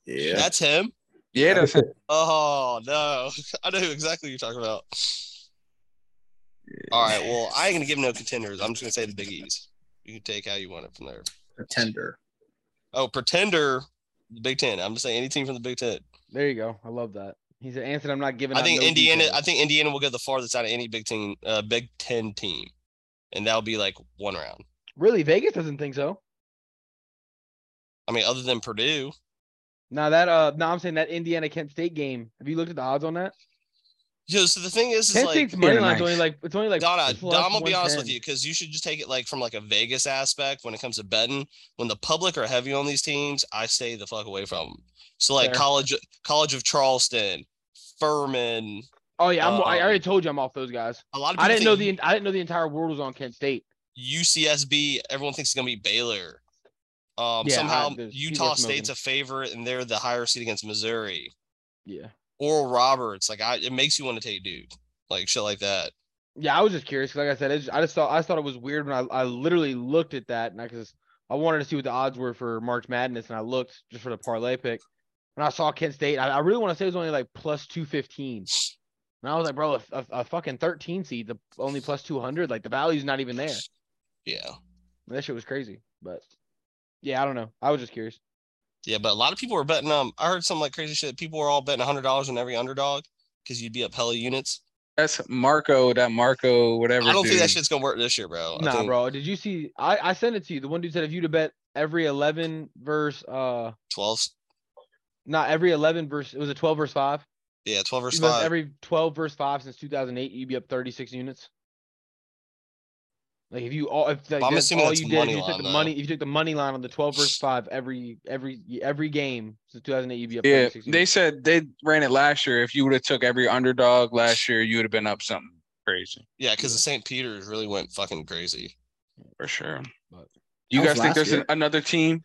Speaker 1: yeah,
Speaker 5: That's him.
Speaker 2: Yeah, that's it.
Speaker 5: Oh no, I know exactly what you're talking about. All right, well, I ain't gonna give no contenders. I'm just gonna say the Big E's. You can take how you want it from there.
Speaker 1: Pretender.
Speaker 5: Oh, pretender, the Big Ten. I'm just saying any team from the Big Ten.
Speaker 4: There you go. I love that. He said, Anson, I'm not giving.
Speaker 5: I
Speaker 4: out
Speaker 5: think
Speaker 4: no
Speaker 5: Indiana.
Speaker 4: details."
Speaker 5: I think Indiana will get the farthest out of any Big Ten, uh, Big Ten team, and that'll be like one round.
Speaker 4: really Vegas doesn't think so.
Speaker 5: I mean, other than Purdue,
Speaker 4: Now that uh, now I'm saying that Indiana Kent State game. Have you looked at the odds on that?
Speaker 5: yo. So the thing is, is
Speaker 4: Kent
Speaker 5: like
Speaker 4: State's money
Speaker 2: Yeah,
Speaker 4: line's only
Speaker 2: nice.
Speaker 4: like it's only like
Speaker 5: Donna,
Speaker 4: plus
Speaker 5: Donna, I'm gonna be honest with
Speaker 4: 110.
Speaker 5: you because you should just take it like from like a Vegas aspect when it comes to betting. When the public are heavy on these teams, I stay the fuck away from them. So like
Speaker 4: Fair.
Speaker 5: college, College of Charleston, Furman.
Speaker 4: Oh yeah, I'm, I
Speaker 5: Um,
Speaker 4: already told you I'm off those guys.
Speaker 5: A lot of people
Speaker 4: I didn't know
Speaker 5: think
Speaker 4: the I didn't know the entire world was on Kent State.
Speaker 5: UCSB. Everyone thinks it's gonna be Baylor. Um,
Speaker 4: Yeah,
Speaker 5: somehow
Speaker 4: I- there's- he's
Speaker 5: Utah
Speaker 4: worth
Speaker 5: State's
Speaker 4: milking.
Speaker 5: a favorite, and they're the higher seed against Missouri.
Speaker 4: Yeah,
Speaker 5: Oral Roberts, like I, it makes you want to take Duke, like shit like that.
Speaker 4: yeah. I was just curious. 'cause Like I said, it's, I just thought I just thought it was weird when I, I literally looked at that and I because I wanted to see what the odds were for March Madness and I looked just for the parlay pick and I saw Kent State. I, I really want to say it was only like plus two fifteen. And I was like, bro, a, a, a fucking thirteen seed, the only plus two hundred, like the value's not even there.
Speaker 5: Yeah,
Speaker 4: That shit was crazy. But yeah, I don't know. I was just curious.
Speaker 5: yeah, but a lot of people were betting. Um, I heard some like crazy shit. People were all betting hundred dollars on every underdog because you'd be up hella units.
Speaker 2: That's Marco. That Marco. Whatever.
Speaker 5: I don't think that
Speaker 2: dude.
Speaker 5: shit's gonna work this year, bro. I
Speaker 4: Nah,
Speaker 5: think
Speaker 4: bro. Did you see? I I sent it to you. The one dude said if you'd have bet every eleven verse, uh,
Speaker 5: Twelve,
Speaker 4: not every eleven verse. It was a twelve verse five.
Speaker 5: yeah, twelve versus
Speaker 4: You bet
Speaker 5: five.
Speaker 4: Every twelve verse five since two thousand eight, you'd be up thirty six units. Like if you all if like,
Speaker 5: I'm
Speaker 4: that's
Speaker 5: assuming
Speaker 4: all
Speaker 5: that's
Speaker 4: you
Speaker 5: the
Speaker 4: did,
Speaker 5: money
Speaker 4: if you took
Speaker 5: line,
Speaker 4: the
Speaker 5: though.
Speaker 4: money. If you took the money line on the twelve verse five every every every game since two thousand eight, you'd be up.
Speaker 2: Yeah,
Speaker 4: 36
Speaker 2: they
Speaker 4: units.
Speaker 2: said they ran it last year. If you would have took every underdog last year, you would have been up something crazy
Speaker 5: Yeah, because the St. Peter's really went fucking crazy.
Speaker 2: for sure.
Speaker 4: But-
Speaker 2: You
Speaker 1: That was
Speaker 2: guys think
Speaker 1: last
Speaker 2: there's
Speaker 1: year.
Speaker 2: an, another team?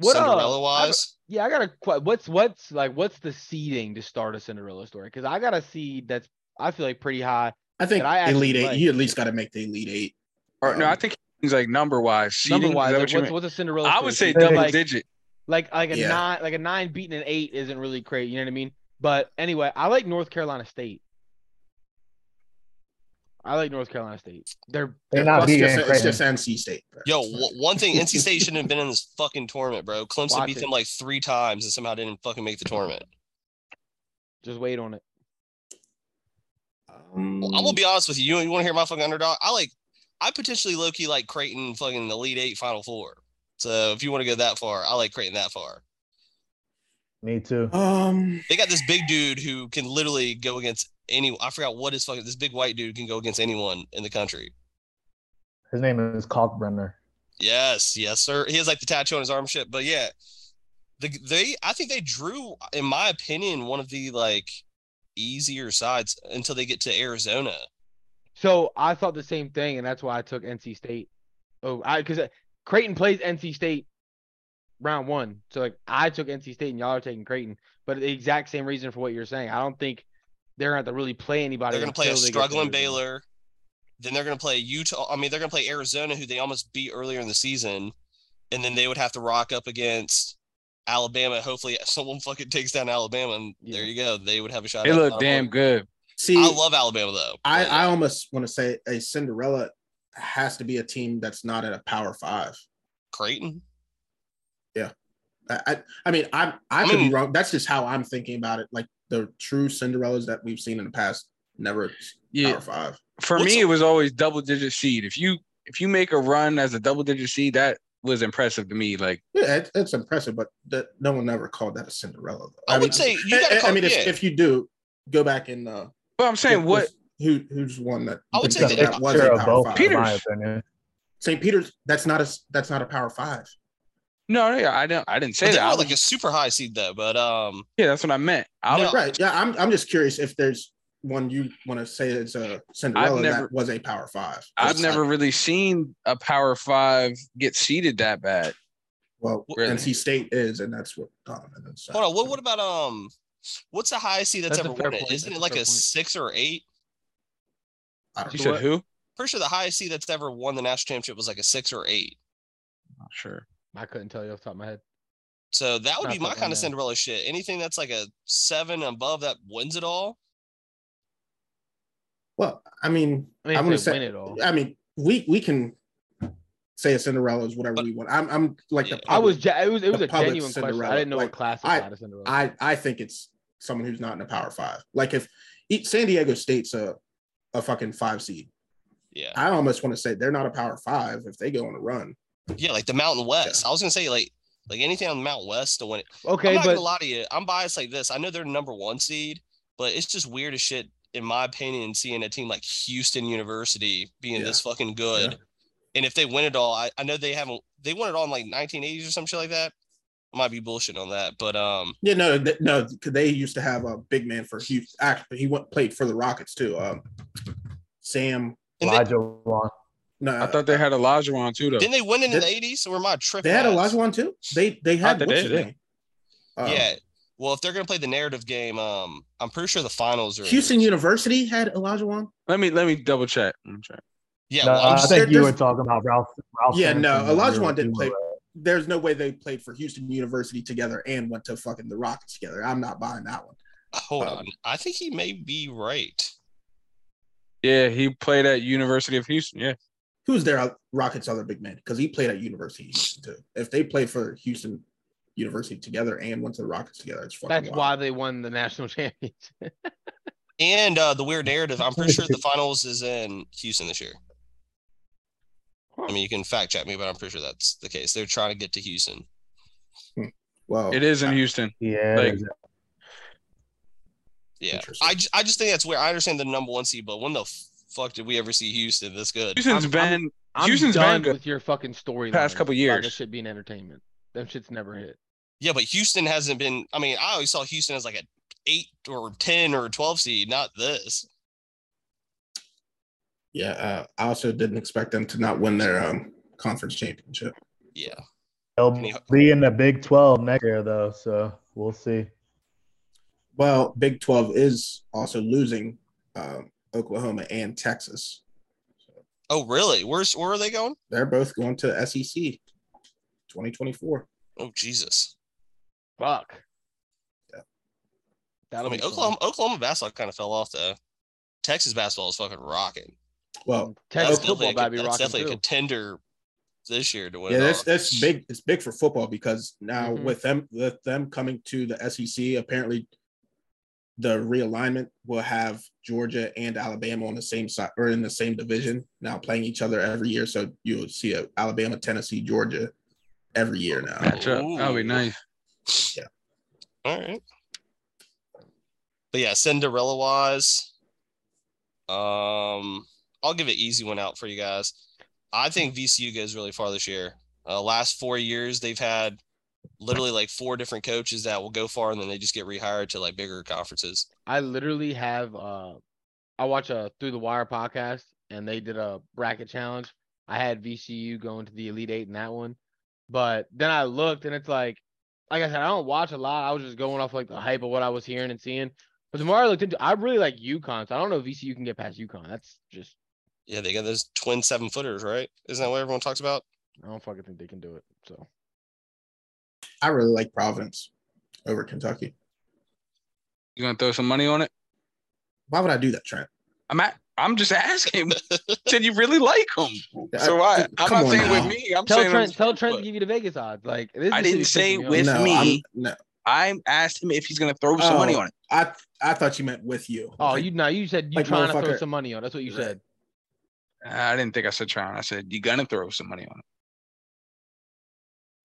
Speaker 4: What uh,
Speaker 5: Cinderella
Speaker 4: I have-
Speaker 5: wise,
Speaker 4: Yeah, I got a que- what's what's like what's the seeding to start a Cinderella story? Because I got a seed that's I feel like pretty high.
Speaker 1: I think
Speaker 4: That I actually
Speaker 1: Elite Eight.
Speaker 4: like.
Speaker 1: You at least got to make the Elite Eight.
Speaker 2: Or no,
Speaker 1: Um,
Speaker 2: I think it's like number wise.
Speaker 4: Number wise, like,
Speaker 2: what you
Speaker 4: what's,
Speaker 2: mean?
Speaker 4: what's a Cinderella?
Speaker 2: I
Speaker 4: story?
Speaker 2: would say
Speaker 4: Because,
Speaker 2: double
Speaker 4: like,
Speaker 2: digit.
Speaker 4: Like like a
Speaker 1: Yeah.
Speaker 4: nine, like a nine beating an eight isn't really great. You know what I mean? But anyway, I like North Carolina State. I like North Carolina State. They're
Speaker 3: They're not
Speaker 1: It's
Speaker 3: beating
Speaker 1: just, it's
Speaker 3: Creighton.
Speaker 1: just NC State. bro.
Speaker 5: yo,
Speaker 1: It's
Speaker 5: w- one thing NC State shouldn't have been in this fucking tournament, bro. Clemson
Speaker 4: Watch
Speaker 5: beat
Speaker 4: it.
Speaker 5: them like three times and somehow didn't fucking make the tournament.
Speaker 4: just wait on it.
Speaker 1: fine.
Speaker 5: Well,
Speaker 1: Mm.
Speaker 5: I'm gonna be honest with you. You, want to hear my fucking underdog? I like, I potentially low key like Creighton fucking Elite Eight Final Four. So if you want to go that far, I like Creighton that far.
Speaker 3: Me too.
Speaker 1: Um,
Speaker 5: They got this big dude who can literally go against any. I forgot what his fucking. This big white dude can go against anyone in the country.
Speaker 3: His name is Kalkbrenner.
Speaker 5: Yes, yes, sir. He has like the tattoo on his arm, and shit. But yeah, the, they. I think they drew, in my opinion, one of the like easier sides until they get to Arizona.
Speaker 4: So I thought the same thing, and that's why I took NC State. Oh, I because Creighton plays NC State round one. So like I took NC State, and y'all are taking Creighton, but the exact same reason for what you're saying. I don't think they're gonna have to really play anybody.
Speaker 5: They're gonna play a
Speaker 4: until they get to
Speaker 5: struggling
Speaker 4: Arizona.
Speaker 5: Baylor. Then they're gonna play Utah. I mean, they're gonna play Arizona, who they almost beat earlier in the season, and then they would have to rock up against Alabama. Hopefully, someone fucking takes down Alabama, and there
Speaker 4: Yeah.
Speaker 5: you go. They would have a shot.
Speaker 2: They
Speaker 5: at
Speaker 2: look
Speaker 5: Final
Speaker 2: damn
Speaker 5: Four.
Speaker 2: good.
Speaker 1: see,
Speaker 5: I love Alabama though.
Speaker 1: I, I almost want to say a Cinderella has to be a team that's not at a Power Five.
Speaker 5: Creighton.
Speaker 1: I, I, I mean, I I could
Speaker 5: mean-
Speaker 1: be wrong. That's just how I'm thinking about it. Like the true Cinderellas that we've seen in the past, never
Speaker 2: Yeah,
Speaker 1: Power Five.
Speaker 2: for
Speaker 5: What's-
Speaker 2: me, it was always double digit seed. If you if you make a run as a double digit seed, that was impressive to me. Like
Speaker 1: Yeah, it, it's impressive, but that no one ever called that a Cinderella. Though.
Speaker 5: I, would
Speaker 1: mean,
Speaker 5: say
Speaker 1: I-
Speaker 5: you gotta.
Speaker 1: I, I
Speaker 5: call-
Speaker 1: mean, if,
Speaker 5: yeah.
Speaker 1: if you do go back and uh,
Speaker 2: but I'm saying
Speaker 1: look
Speaker 2: what
Speaker 1: who who's one that
Speaker 5: I would
Speaker 1: that
Speaker 5: say
Speaker 1: does-
Speaker 5: that-
Speaker 1: that was a
Speaker 3: Sure of
Speaker 1: Power
Speaker 3: both,
Speaker 1: Five.
Speaker 3: in my
Speaker 2: Peters.
Speaker 3: opinion.
Speaker 1: St. Peter's. That's not a that's not a Power Five.
Speaker 2: no, no, I don't I didn't
Speaker 5: But
Speaker 2: say
Speaker 5: they
Speaker 2: that. I
Speaker 5: were
Speaker 2: was-
Speaker 5: like a super high seed though. But um,
Speaker 2: yeah, that's what I meant. I
Speaker 5: No,
Speaker 2: was,
Speaker 1: Right. Yeah. I'm I'm just curious if there's one you want to say is a Cinderella
Speaker 2: never-
Speaker 1: that was a Power Five.
Speaker 2: I've never really seen a power five get seeded that bad.
Speaker 1: Well,
Speaker 2: Really?
Speaker 1: NC State is, and that's what Donovan is. saying.
Speaker 5: hold on. What, what about um? What's the highest seed that's,
Speaker 4: That's a
Speaker 5: ever
Speaker 4: fair
Speaker 5: won it?
Speaker 4: point.
Speaker 5: Isn't
Speaker 4: That's
Speaker 5: it
Speaker 4: a
Speaker 5: like
Speaker 4: fair
Speaker 5: a
Speaker 4: point.
Speaker 5: six or eight?
Speaker 1: I don't
Speaker 2: You
Speaker 1: know.
Speaker 2: said
Speaker 4: what?
Speaker 2: who?
Speaker 5: Pretty sure the highest seed that's ever won the national championship was like a six or eight.
Speaker 2: Not sure.
Speaker 4: I couldn't tell you off the top of my head.
Speaker 5: So that would
Speaker 4: Not
Speaker 5: be my
Speaker 4: that
Speaker 5: kind
Speaker 4: one,
Speaker 5: of
Speaker 4: yeah.
Speaker 5: Cinderella shit. Anything that's like a seven above that wins it all.
Speaker 1: Well, I mean,
Speaker 4: I
Speaker 1: I'm
Speaker 4: mean, I'm
Speaker 1: gonna
Speaker 4: going
Speaker 1: say-
Speaker 4: win it all.
Speaker 1: I mean, we we can say a Cinderella is whatever
Speaker 5: But-
Speaker 1: we want. I'm I'm like the
Speaker 5: Yeah.
Speaker 4: I was,
Speaker 1: public-
Speaker 4: ge- it was, it was
Speaker 1: the
Speaker 4: a
Speaker 1: public
Speaker 4: genuine question.
Speaker 1: Cinderella.
Speaker 4: I didn't know
Speaker 1: Like,
Speaker 4: what classified
Speaker 1: I-
Speaker 4: as Cinderella.
Speaker 1: I I think it's someone who's not in the Power Five. Like if e- San Diego State's a a fucking five seed,
Speaker 5: Yeah.
Speaker 1: I almost want to say they're not a Power Five if they go on a run.
Speaker 5: Yeah, like the Mountain West. I was gonna say like like anything on the Mountain West to win it. I'm
Speaker 4: okay,
Speaker 5: not
Speaker 4: but
Speaker 5: gonna lie to you. I'm biased like this. I know they're number one seed, but it's just weird as shit in my opinion seeing a team like Houston University being
Speaker 1: Yeah.
Speaker 5: this fucking good.
Speaker 1: Yeah.
Speaker 5: And if they win it all, I, I know they haven't they won it all in like 1980s or some shit like that. I might be bullshit on that, but um
Speaker 1: Yeah, no, th- no, 'cause they used to have a big man for Houston. Actually, he went played for the Rockets too. Um, Sam.
Speaker 5: and they,
Speaker 3: Elijah Wan.
Speaker 1: No,
Speaker 2: I thought they had Elijah on too, though.
Speaker 5: didn't they win it in
Speaker 1: Did-
Speaker 5: the 80s? Or am I tripping?
Speaker 1: they had
Speaker 5: on that?
Speaker 1: Elijah one too. They they had
Speaker 2: they
Speaker 1: what's
Speaker 2: did,
Speaker 1: his
Speaker 2: yeah.
Speaker 1: name? Um,
Speaker 5: Yeah. Well, if they're gonna play the narrative game, um, I'm pretty sure the finals are
Speaker 1: Houston University had Elijah one.
Speaker 2: Let me let me double check. Let me check.
Speaker 5: Yeah,
Speaker 3: No,
Speaker 5: well, I'm
Speaker 3: I
Speaker 5: just-
Speaker 1: there-
Speaker 3: think you were
Speaker 1: there's-
Speaker 3: talking about Ralph. Ralph
Speaker 1: Yeah,
Speaker 3: Sampson
Speaker 1: no,
Speaker 3: when you
Speaker 1: Elijah
Speaker 3: were-
Speaker 1: Wan didn't
Speaker 3: you
Speaker 1: play.
Speaker 3: were-
Speaker 1: There's no way they played for Houston University together and went to fucking the Rockets together. I'm not buying that one.
Speaker 5: hold
Speaker 1: um,
Speaker 5: on. I think he may be right.
Speaker 2: Yeah, he played at University of Houston. Yeah,
Speaker 1: Who's their Rockets other big man? Because he played at University of Houston too. If they play for Houston University together and went to the Rockets together, it's fucking
Speaker 4: that's
Speaker 1: wild.
Speaker 4: why they won the national championship.
Speaker 5: And uh, the weird narrative, I'm pretty sure the finals is in Houston this year. I mean, you can fact check me, but I'm pretty sure that's the case. They're trying to get to Houston.
Speaker 1: Well,
Speaker 2: it is in Houston.
Speaker 3: Yeah,
Speaker 2: Like-
Speaker 3: exactly.
Speaker 5: Yeah,
Speaker 1: Interesting.
Speaker 5: I, ju- I just think that's weird. I understand the number one seed, but when the fuck did we ever see Houston this good?
Speaker 2: Houston's
Speaker 4: I'm-
Speaker 2: been
Speaker 4: I'm
Speaker 2: Houston's
Speaker 4: done
Speaker 2: been good.
Speaker 4: with your fucking story.
Speaker 2: Past couple years.
Speaker 4: this shit being entertainment. Them shit's never hit.
Speaker 5: Yeah, but Houston hasn't been. I mean, I always saw Houston as like a eight or ten or twelve seed, not this.
Speaker 1: yeah, uh, I also didn't expect them to not win their um, conference championship.
Speaker 5: Yeah,
Speaker 3: They'll be in the Big 12 next year, though, so we'll see.
Speaker 1: Well, Big 12 is also losing um, Oklahoma and Texas.
Speaker 5: Oh, really? Where's where are they going?
Speaker 1: They're both going to E SEC 2024.
Speaker 5: Oh, Jesus.
Speaker 4: Fuck.
Speaker 1: Yeah.
Speaker 5: I
Speaker 4: That'll
Speaker 5: mean,
Speaker 4: be fun.
Speaker 5: Oklahoma Oklahoma basketball kind of fell off though. Texas basketball is fucking rocking.
Speaker 1: Well,
Speaker 4: Texas
Speaker 5: that's definitely,
Speaker 4: football
Speaker 5: a,
Speaker 4: about to be
Speaker 5: that's
Speaker 4: rocking
Speaker 5: definitely a
Speaker 4: too.
Speaker 5: contender this year to win.
Speaker 1: yeah,
Speaker 5: it
Speaker 2: uh,
Speaker 1: that's
Speaker 5: all.
Speaker 1: that's big. It's big for football because now
Speaker 4: Mhm.
Speaker 1: with them with them coming to the SEC, apparently the realignment will have Georgia and Alabama on the same side or in the same division now playing each other every year. So you'll see a Alabama, Tennessee, Georgia every year now.
Speaker 2: Match up. That'll be
Speaker 5: Ooh.
Speaker 2: nice.
Speaker 5: All right. But yeah, Cinderella wise, um, I'll give an easy one out for you guys. I think VCU goes really far this year. Uh, last four years, they've had literally like four different coaches that will go far, and then they just get rehired to like bigger conferences.
Speaker 4: I literally have uh I watch a Through the Wire podcast and they did a bracket challenge. I had VCU going to the Elite Eight in that one. But then I looked and it's like like I said, I don't watch a lot. I was just going off like the hype of what I was hearing and seeing. But the more I looked into I really like UConn. So I don't know if VCU can get past UConn. That's just
Speaker 5: Yeah, they got those twin seven footers, right? Isn't that what everyone talks about?
Speaker 4: I don't fucking think they can do it. So
Speaker 1: I really like Providence over Kentucky.
Speaker 2: You gonna throw some money on it?
Speaker 1: Why would I do that, Trent?
Speaker 2: I'm at, I'm just asking. Said you really like him. So
Speaker 1: I-
Speaker 2: why? I'm
Speaker 1: come
Speaker 2: not
Speaker 1: on
Speaker 2: saying
Speaker 1: now.
Speaker 2: with me. I'm
Speaker 4: tell
Speaker 2: saying
Speaker 4: Trent tell Trent
Speaker 2: Trent.
Speaker 4: to give you the Vegas odds. Like this,
Speaker 2: I
Speaker 4: this shit
Speaker 2: didn't
Speaker 4: is
Speaker 2: say
Speaker 4: pissing me
Speaker 2: with
Speaker 4: off.
Speaker 1: no,
Speaker 2: me.
Speaker 1: I'm, no,
Speaker 2: I asked him if he's gonna throw some
Speaker 1: Oh.
Speaker 2: money on it.
Speaker 1: I I thought you meant with you.
Speaker 4: Oh, you now you said you
Speaker 1: Like,
Speaker 4: trying to throw
Speaker 1: motherfucker.
Speaker 4: some money on. That's what you
Speaker 1: Right.
Speaker 4: said.
Speaker 2: Uh, I didn't think I said trying. I said you're gonna throw some money on it.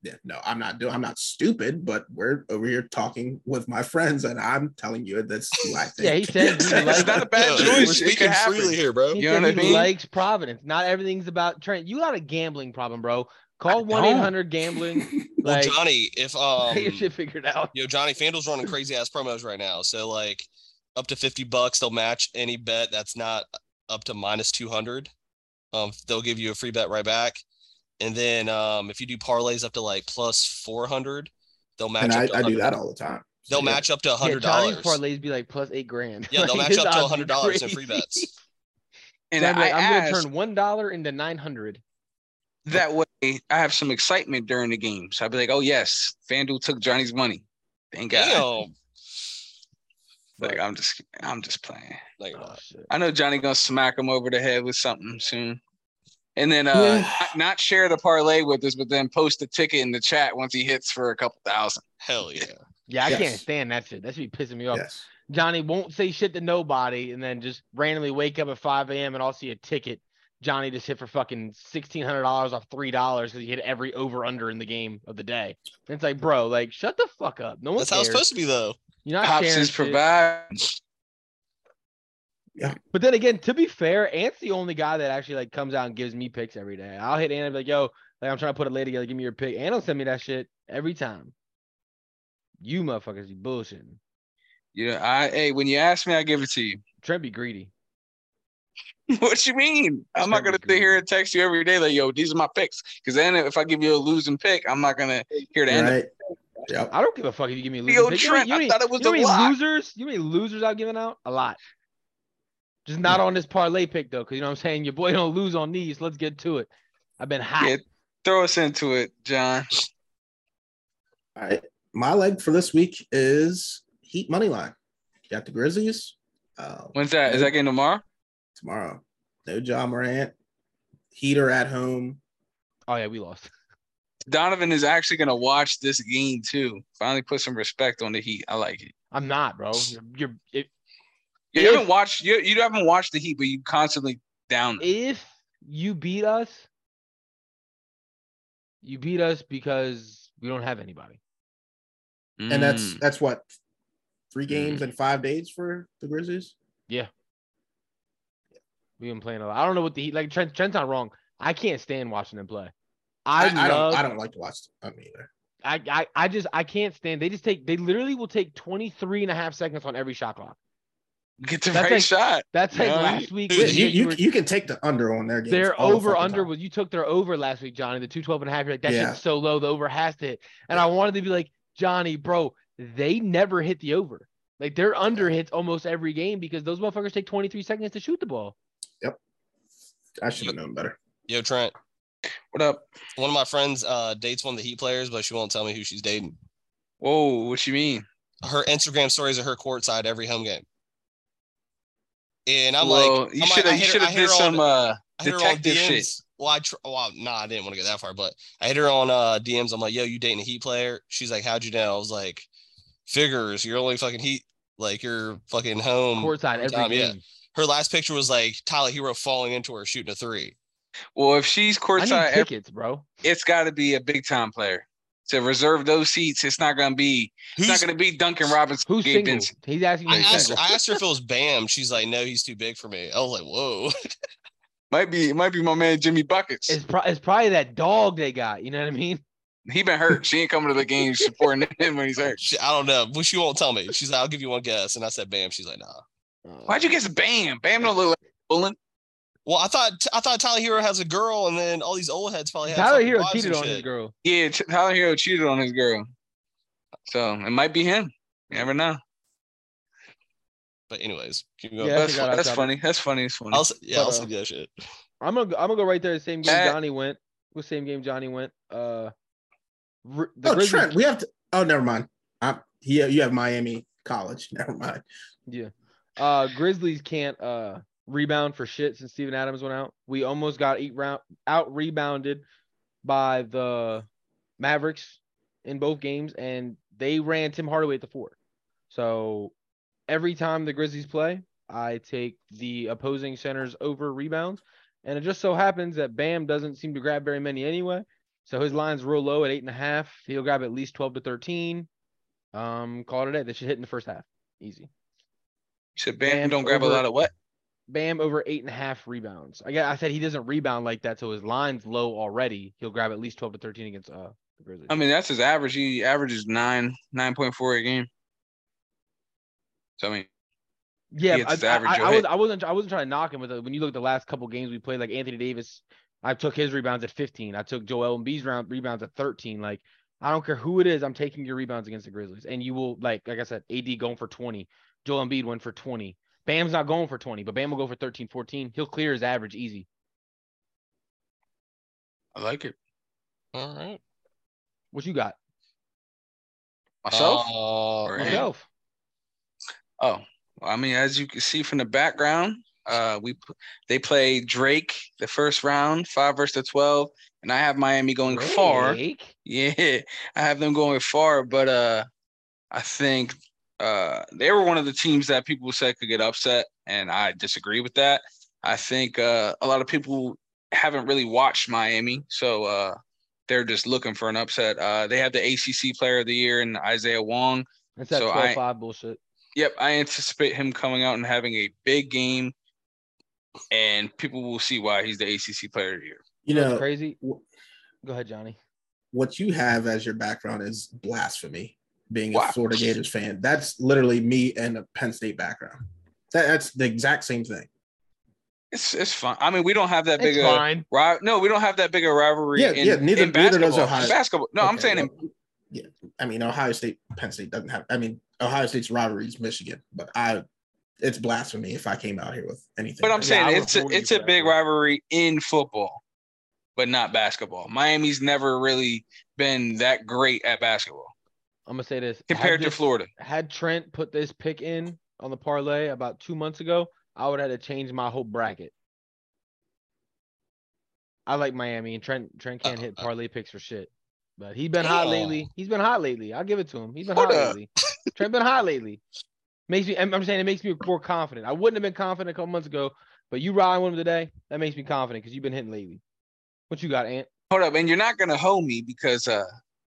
Speaker 1: yeah, no, I'm not doing. I'm not stupid, but we're over here talking with my friends, and I'm telling you that's who I think.
Speaker 4: Yeah, he said he
Speaker 2: It's
Speaker 4: liked
Speaker 2: not a bad
Speaker 5: Yeah,
Speaker 2: choice.
Speaker 5: We're
Speaker 2: It
Speaker 5: speaking
Speaker 2: could happen.
Speaker 5: freely here, bro.
Speaker 4: He
Speaker 2: You know
Speaker 4: said
Speaker 2: what I
Speaker 4: he
Speaker 2: mean?
Speaker 4: likes Providence. Not everything's about Trent. You got a gambling problem, bro. Call
Speaker 2: don't.
Speaker 4: one eight hundred gambling.
Speaker 5: Well,
Speaker 4: Like
Speaker 5: Johnny, if um,
Speaker 4: get your shit figured out.
Speaker 5: Yo, Johnny Fanduel's running crazy ass promos right now. So like up to 50 bucks, they'll match any bet that's not up to minus 200. Um, they'll give you a free bet right back. And then um, if you do parlays up to like plus 400, they'll match.
Speaker 1: and
Speaker 5: up
Speaker 1: I,
Speaker 5: to
Speaker 1: I do
Speaker 5: 100
Speaker 1: that all the time.
Speaker 5: They'll
Speaker 1: Yeah.
Speaker 5: match up to
Speaker 4: Yeah,
Speaker 5: hundred
Speaker 4: Johnny's
Speaker 5: dollars.
Speaker 4: parlays be like plus eight grand.
Speaker 5: Yeah, they'll
Speaker 4: Like,
Speaker 5: match
Speaker 4: his
Speaker 5: up to
Speaker 4: odds be
Speaker 5: $100 in
Speaker 4: crazy.
Speaker 5: free bets.
Speaker 2: And
Speaker 4: Johnny's
Speaker 2: I
Speaker 4: like, I'm gonna
Speaker 2: asked,
Speaker 4: turn one dollar into nine hundred.
Speaker 2: That way, I have some excitement during the games. I'll be like, oh, yes, FanDuel took Johnny's money. Thank God.
Speaker 5: Damn.
Speaker 2: Like, I'm just, I'm just playing.
Speaker 5: Like,
Speaker 4: Oh, shit.
Speaker 2: I know Johnny gonna smack him over the head with something soon. And then uh not, not share the parlay with us, but then post the ticket in the chat once he hits for a couple thousand.
Speaker 5: hell yeah.
Speaker 4: Yeah, I can't
Speaker 1: Yes.
Speaker 4: stand that shit. That should be pissing me off.
Speaker 1: Yes.
Speaker 4: Johnny won't say shit to nobody, and then just randomly wake up at 5 a.m. and I'll see a ticket. Johnny just hit for fucking sixteen hundred dollars off three dollars because he hit every over under in the game of the day. And it's like, bro, like shut the fuck up. No one
Speaker 5: That's how
Speaker 4: cares.
Speaker 5: it's supposed to be, though.
Speaker 4: You're not
Speaker 2: Pops
Speaker 4: sharing
Speaker 2: is
Speaker 4: shit.
Speaker 2: providing.
Speaker 4: But then again, to be fair, Ant's the only guy that actually like comes out and gives me picks every day. I'll hit Ant and be like, yo, like I'm trying to put a lay together, give me your pick. Ant will send me that shit every time. You motherfuckers be bullshitting.
Speaker 2: You know, I hey, when you ask me, I give it to you.
Speaker 4: Trent be greedy.
Speaker 2: what you mean? I'm not gonna sit
Speaker 4: Technically.
Speaker 2: here and text you every day, like, yo, these are my picks. Cause then if I give you a losing pick, I'm not gonna hear the end of
Speaker 1: Right. Yep.
Speaker 4: I don't give a fuck if you give me a
Speaker 2: The
Speaker 4: loser.
Speaker 2: old
Speaker 4: pick. You know-
Speaker 2: Trent,
Speaker 4: you know
Speaker 2: I
Speaker 4: any-
Speaker 2: thought it was
Speaker 4: you know
Speaker 2: a
Speaker 4: any
Speaker 2: lock.
Speaker 4: losers? You know any losers I've given out? A lot. Just not on this parlay pick though, because you know what I'm saying? Your boy don't lose on these. Let's get to it. I've been hot.
Speaker 2: Yeah. throw us into it, John.
Speaker 1: All right. My leg for this week is Heat money line. Got the Grizzlies uh,
Speaker 2: When's that? Is that game tomorrow?
Speaker 1: tomorrow. No John Morant. Heater at home.
Speaker 4: Oh yeah, we lost.
Speaker 2: Donovan is actually gonna watch this game too. Finally put some respect on the heat. I like it.
Speaker 4: I'm not, bro. You're, you're if,
Speaker 2: You
Speaker 4: If-
Speaker 2: haven't watched you, you haven't watched the Heat, but you constantly down. them.
Speaker 4: if you beat us, you beat us because we don't have anybody.
Speaker 1: And that's
Speaker 2: Mm.
Speaker 1: that's what three games in five days for the Grizzlies.
Speaker 4: We've been playing a lot. I don't know what the Heat like. Trent, Trent's not wrong. I can't stand watching them play. I,
Speaker 1: I
Speaker 4: love.
Speaker 1: don't I don't like to watch them either.
Speaker 4: I, I I just I can't stand. They just take they literally will take 23 and a half seconds on every shot clock.
Speaker 2: get the
Speaker 4: that's
Speaker 2: right
Speaker 4: like-
Speaker 2: shot.
Speaker 4: That's like
Speaker 2: Yeah.
Speaker 4: last week.
Speaker 5: Dude,
Speaker 4: when
Speaker 1: you,
Speaker 4: you, you
Speaker 1: you,
Speaker 4: were-
Speaker 1: you can take the under on their games.
Speaker 4: their
Speaker 1: all the
Speaker 4: over
Speaker 1: fucking
Speaker 4: under
Speaker 1: time.
Speaker 4: was you took their over last week, Johnny, the 212 and a half. You're like, that
Speaker 1: Yeah.
Speaker 4: shit's so low, the over has to hit. And I wanted to be like, Johnny, bro, they never hit the over. Like their under hits almost every game because those motherfuckers take 23 seconds to shoot the ball.
Speaker 1: I should have known better.
Speaker 5: Yo, Trent,
Speaker 2: What up?
Speaker 5: one of my friends uh, dates one of the Heat players, but she won't tell me who she's dating.
Speaker 2: Whoa, what you mean?
Speaker 5: Her Instagram stories are her courtside every home game. And I'm
Speaker 2: Well,
Speaker 5: like,
Speaker 2: you
Speaker 5: I'm like,
Speaker 2: should
Speaker 5: I
Speaker 2: have you
Speaker 5: hit her-
Speaker 2: should
Speaker 5: I
Speaker 2: have
Speaker 5: hit
Speaker 2: did
Speaker 5: her on-
Speaker 2: some uh
Speaker 5: I hit her on
Speaker 2: detective
Speaker 5: DMs.
Speaker 2: shit.
Speaker 5: Well, I tr- well, nah, I didn't want to get that far, but I hit her on uh, DMs. I'm like, yo, you dating a Heat player? She's like, how'd you know? I was like, figures. You're only fucking Heat, like you're fucking home.
Speaker 4: Courtside every
Speaker 5: time, Mm, yeah.
Speaker 4: game.
Speaker 5: Her last picture was like Tyler Hero falling into her shooting a three.
Speaker 2: Well, if she's
Speaker 4: I
Speaker 2: courtside,
Speaker 4: need
Speaker 2: every-
Speaker 4: tickets, bro.
Speaker 2: it's got to be a big time player. To reserve those seats, it's not gonna be it's not
Speaker 5: Who's
Speaker 2: gonna be Duncan Robinson,
Speaker 4: Who's
Speaker 2: Gabe
Speaker 4: single?
Speaker 2: Vincent.
Speaker 4: He's asking
Speaker 5: I
Speaker 4: me.
Speaker 5: asked, I asked her if it was Bam. She's like, no, he's too big for me. I was like, whoa.
Speaker 2: Might be it might be my man Jimmy Buckets.
Speaker 4: It's, pro- it's probably that dog they got. You know what I mean?
Speaker 2: he been hurt. She ain't coming to the game supporting him when he's hurt.
Speaker 5: She- I don't know, but she won't tell me. She's like, I'll give you one guess. And I said, Bam. She's like, nah.
Speaker 4: Uh,
Speaker 2: Why'd you guess Bam? Bam don't look like Bullen.
Speaker 5: Well, I thought I thought Tyler Hero has a girl, and then all these old heads probably have
Speaker 4: Tyler
Speaker 5: fucking
Speaker 4: Hero
Speaker 5: wives and
Speaker 4: cheated on his
Speaker 5: shit.
Speaker 4: girl.
Speaker 2: Yeah, Ch- Tyler Hero cheated on his girl. So it might be him. You never know.
Speaker 5: But anyways, keep going.
Speaker 4: Yeah, I
Speaker 2: That's,
Speaker 4: forgot
Speaker 2: that's
Speaker 4: outside.
Speaker 2: funny. That's funny. It's funny.
Speaker 5: I'll, s- yeah,
Speaker 4: But,
Speaker 5: I'll
Speaker 4: uh,
Speaker 5: send you that shit.
Speaker 4: I'm gonna go, I'm gonna go right there. The same game
Speaker 1: Eh.
Speaker 2: That-
Speaker 4: Johnny went. What same game Johnny went? Uh, Ri- the
Speaker 1: Oh,
Speaker 4: Grizzlies-
Speaker 1: Trent, we have to. Oh, never mind. I'm, yeah, you have Miami College. Never mind.
Speaker 4: Yeah. Uh Grizzlies can't uh rebound for shit since Steven Adams went out. We almost got eight round out rebounded by the Mavericks in both games, and they ran Tim Hardaway at the four. So every time the Grizzlies play, I take the opposing centers over rebounds. And it just so happens that Bam doesn't seem to grab very many anyway. So his line's real low at eight and a half. He'll grab at least 12 to 13. Um, call it a day. They should hit in the first half. Easy.
Speaker 2: So Bam,
Speaker 4: Bam
Speaker 2: don't grab a
Speaker 4: over-
Speaker 2: lot of what?
Speaker 4: Bam over eight and a half rebounds. I got, I said he doesn't rebound like that, so his line's low already. He'll grab at least twelve to thirteen against uh the Grizzlies.
Speaker 2: I mean, that's his average. He averages nine nine point four a game. So I mean,
Speaker 4: yeah,
Speaker 2: it's
Speaker 4: I,
Speaker 2: his
Speaker 4: I-
Speaker 2: average,
Speaker 4: I-
Speaker 2: you'll
Speaker 4: I
Speaker 2: hit.
Speaker 4: was I wasn't I wasn't trying to knock him, but the- when you look at the last couple games we played, like Anthony Davis, I took his rebounds at fifteen. I took Joel Embiid's round rebounds at thirteen. Like I don't care who it is, I'm taking your rebounds against the Grizzlies, and you will like like I said, AD going for twenty, Joel Embiid went for twenty. Bam's not going for 20, but Bam will go for 13, 14. He'll clear his average easy.
Speaker 2: I like it.
Speaker 5: All right.
Speaker 4: What you got?
Speaker 2: Myself?
Speaker 5: Uh,
Speaker 2: Or- Right.
Speaker 4: Myself.
Speaker 2: Oh, well, I mean, as you can see from the background, uh, we p- they play Drake the first round, five versus the twelve, and I have Miami going far.
Speaker 4: Drake?
Speaker 2: Yeah, I have them going far, but uh, I think uh, they were one of the teams that people said could get upset, and I disagree with that. I think uh, a lot of people haven't really watched Miami, so uh, they're just looking for an upset. Uh, they have the ACC Player of the Year and Isaiah Wong.
Speaker 4: That's that
Speaker 2: So I-
Speaker 4: 12 5 bullshit.
Speaker 2: Yep, I anticipate him coming out and having a big game, and people will see why he's the ACC Player of the Year.
Speaker 1: You
Speaker 4: That's
Speaker 1: know,
Speaker 4: crazy.
Speaker 1: w-
Speaker 4: Go ahead, Johnny.
Speaker 1: what you have as your background is blasphemy. Being a
Speaker 2: Wow.
Speaker 1: Florida Gators fan, that's literally me and a Penn State background. That, that's the exact same thing.
Speaker 2: It's it's fun. I mean, we don't have that
Speaker 4: It's
Speaker 2: big uh, a
Speaker 4: fine.
Speaker 2: ri- no, we don't have that big a rivalry.
Speaker 1: Yeah,
Speaker 2: in,
Speaker 1: yeah, neither- neither
Speaker 2: in basketball.
Speaker 1: does Ohio.
Speaker 2: In basketball. No, I'm
Speaker 1: Okay,
Speaker 2: saying in,
Speaker 1: well, yeah. I mean, Ohio State, Penn State doesn't have. I mean, Ohio State's rivalry is Michigan, but I, it's blasphemy if I came out here with anything.
Speaker 2: but I'm
Speaker 1: like
Speaker 2: saying
Speaker 4: I would
Speaker 2: it's a,
Speaker 4: fool you
Speaker 2: it's
Speaker 4: for
Speaker 2: a
Speaker 4: that,
Speaker 2: big
Speaker 4: bro.
Speaker 2: rivalry in football, but not basketball. Miami's never really been that great at basketball
Speaker 4: I'm gonna say this. Had
Speaker 2: compared to
Speaker 4: this-
Speaker 2: Florida.
Speaker 4: Had Trent put this pick in on the parlay about two months ago, I would have had to change my whole bracket. I like Miami, and Trent Trent can't
Speaker 2: Uh,
Speaker 4: hit
Speaker 5: Uh-oh.
Speaker 4: parlay picks for shit. But he's been hot
Speaker 5: Oh.
Speaker 4: lately. He's been hot lately. I'll give it to him. He's been
Speaker 2: What
Speaker 4: hot
Speaker 2: up?
Speaker 4: lately. Trent been hot lately. Makes me. I'm I'm saying it makes me more confident. I wouldn't have been confident a couple months ago, but you riding with him today, that makes me confident because you've been hitting lately. What you got, Ant?
Speaker 2: Hold up, and you're not gonna hoe me because uh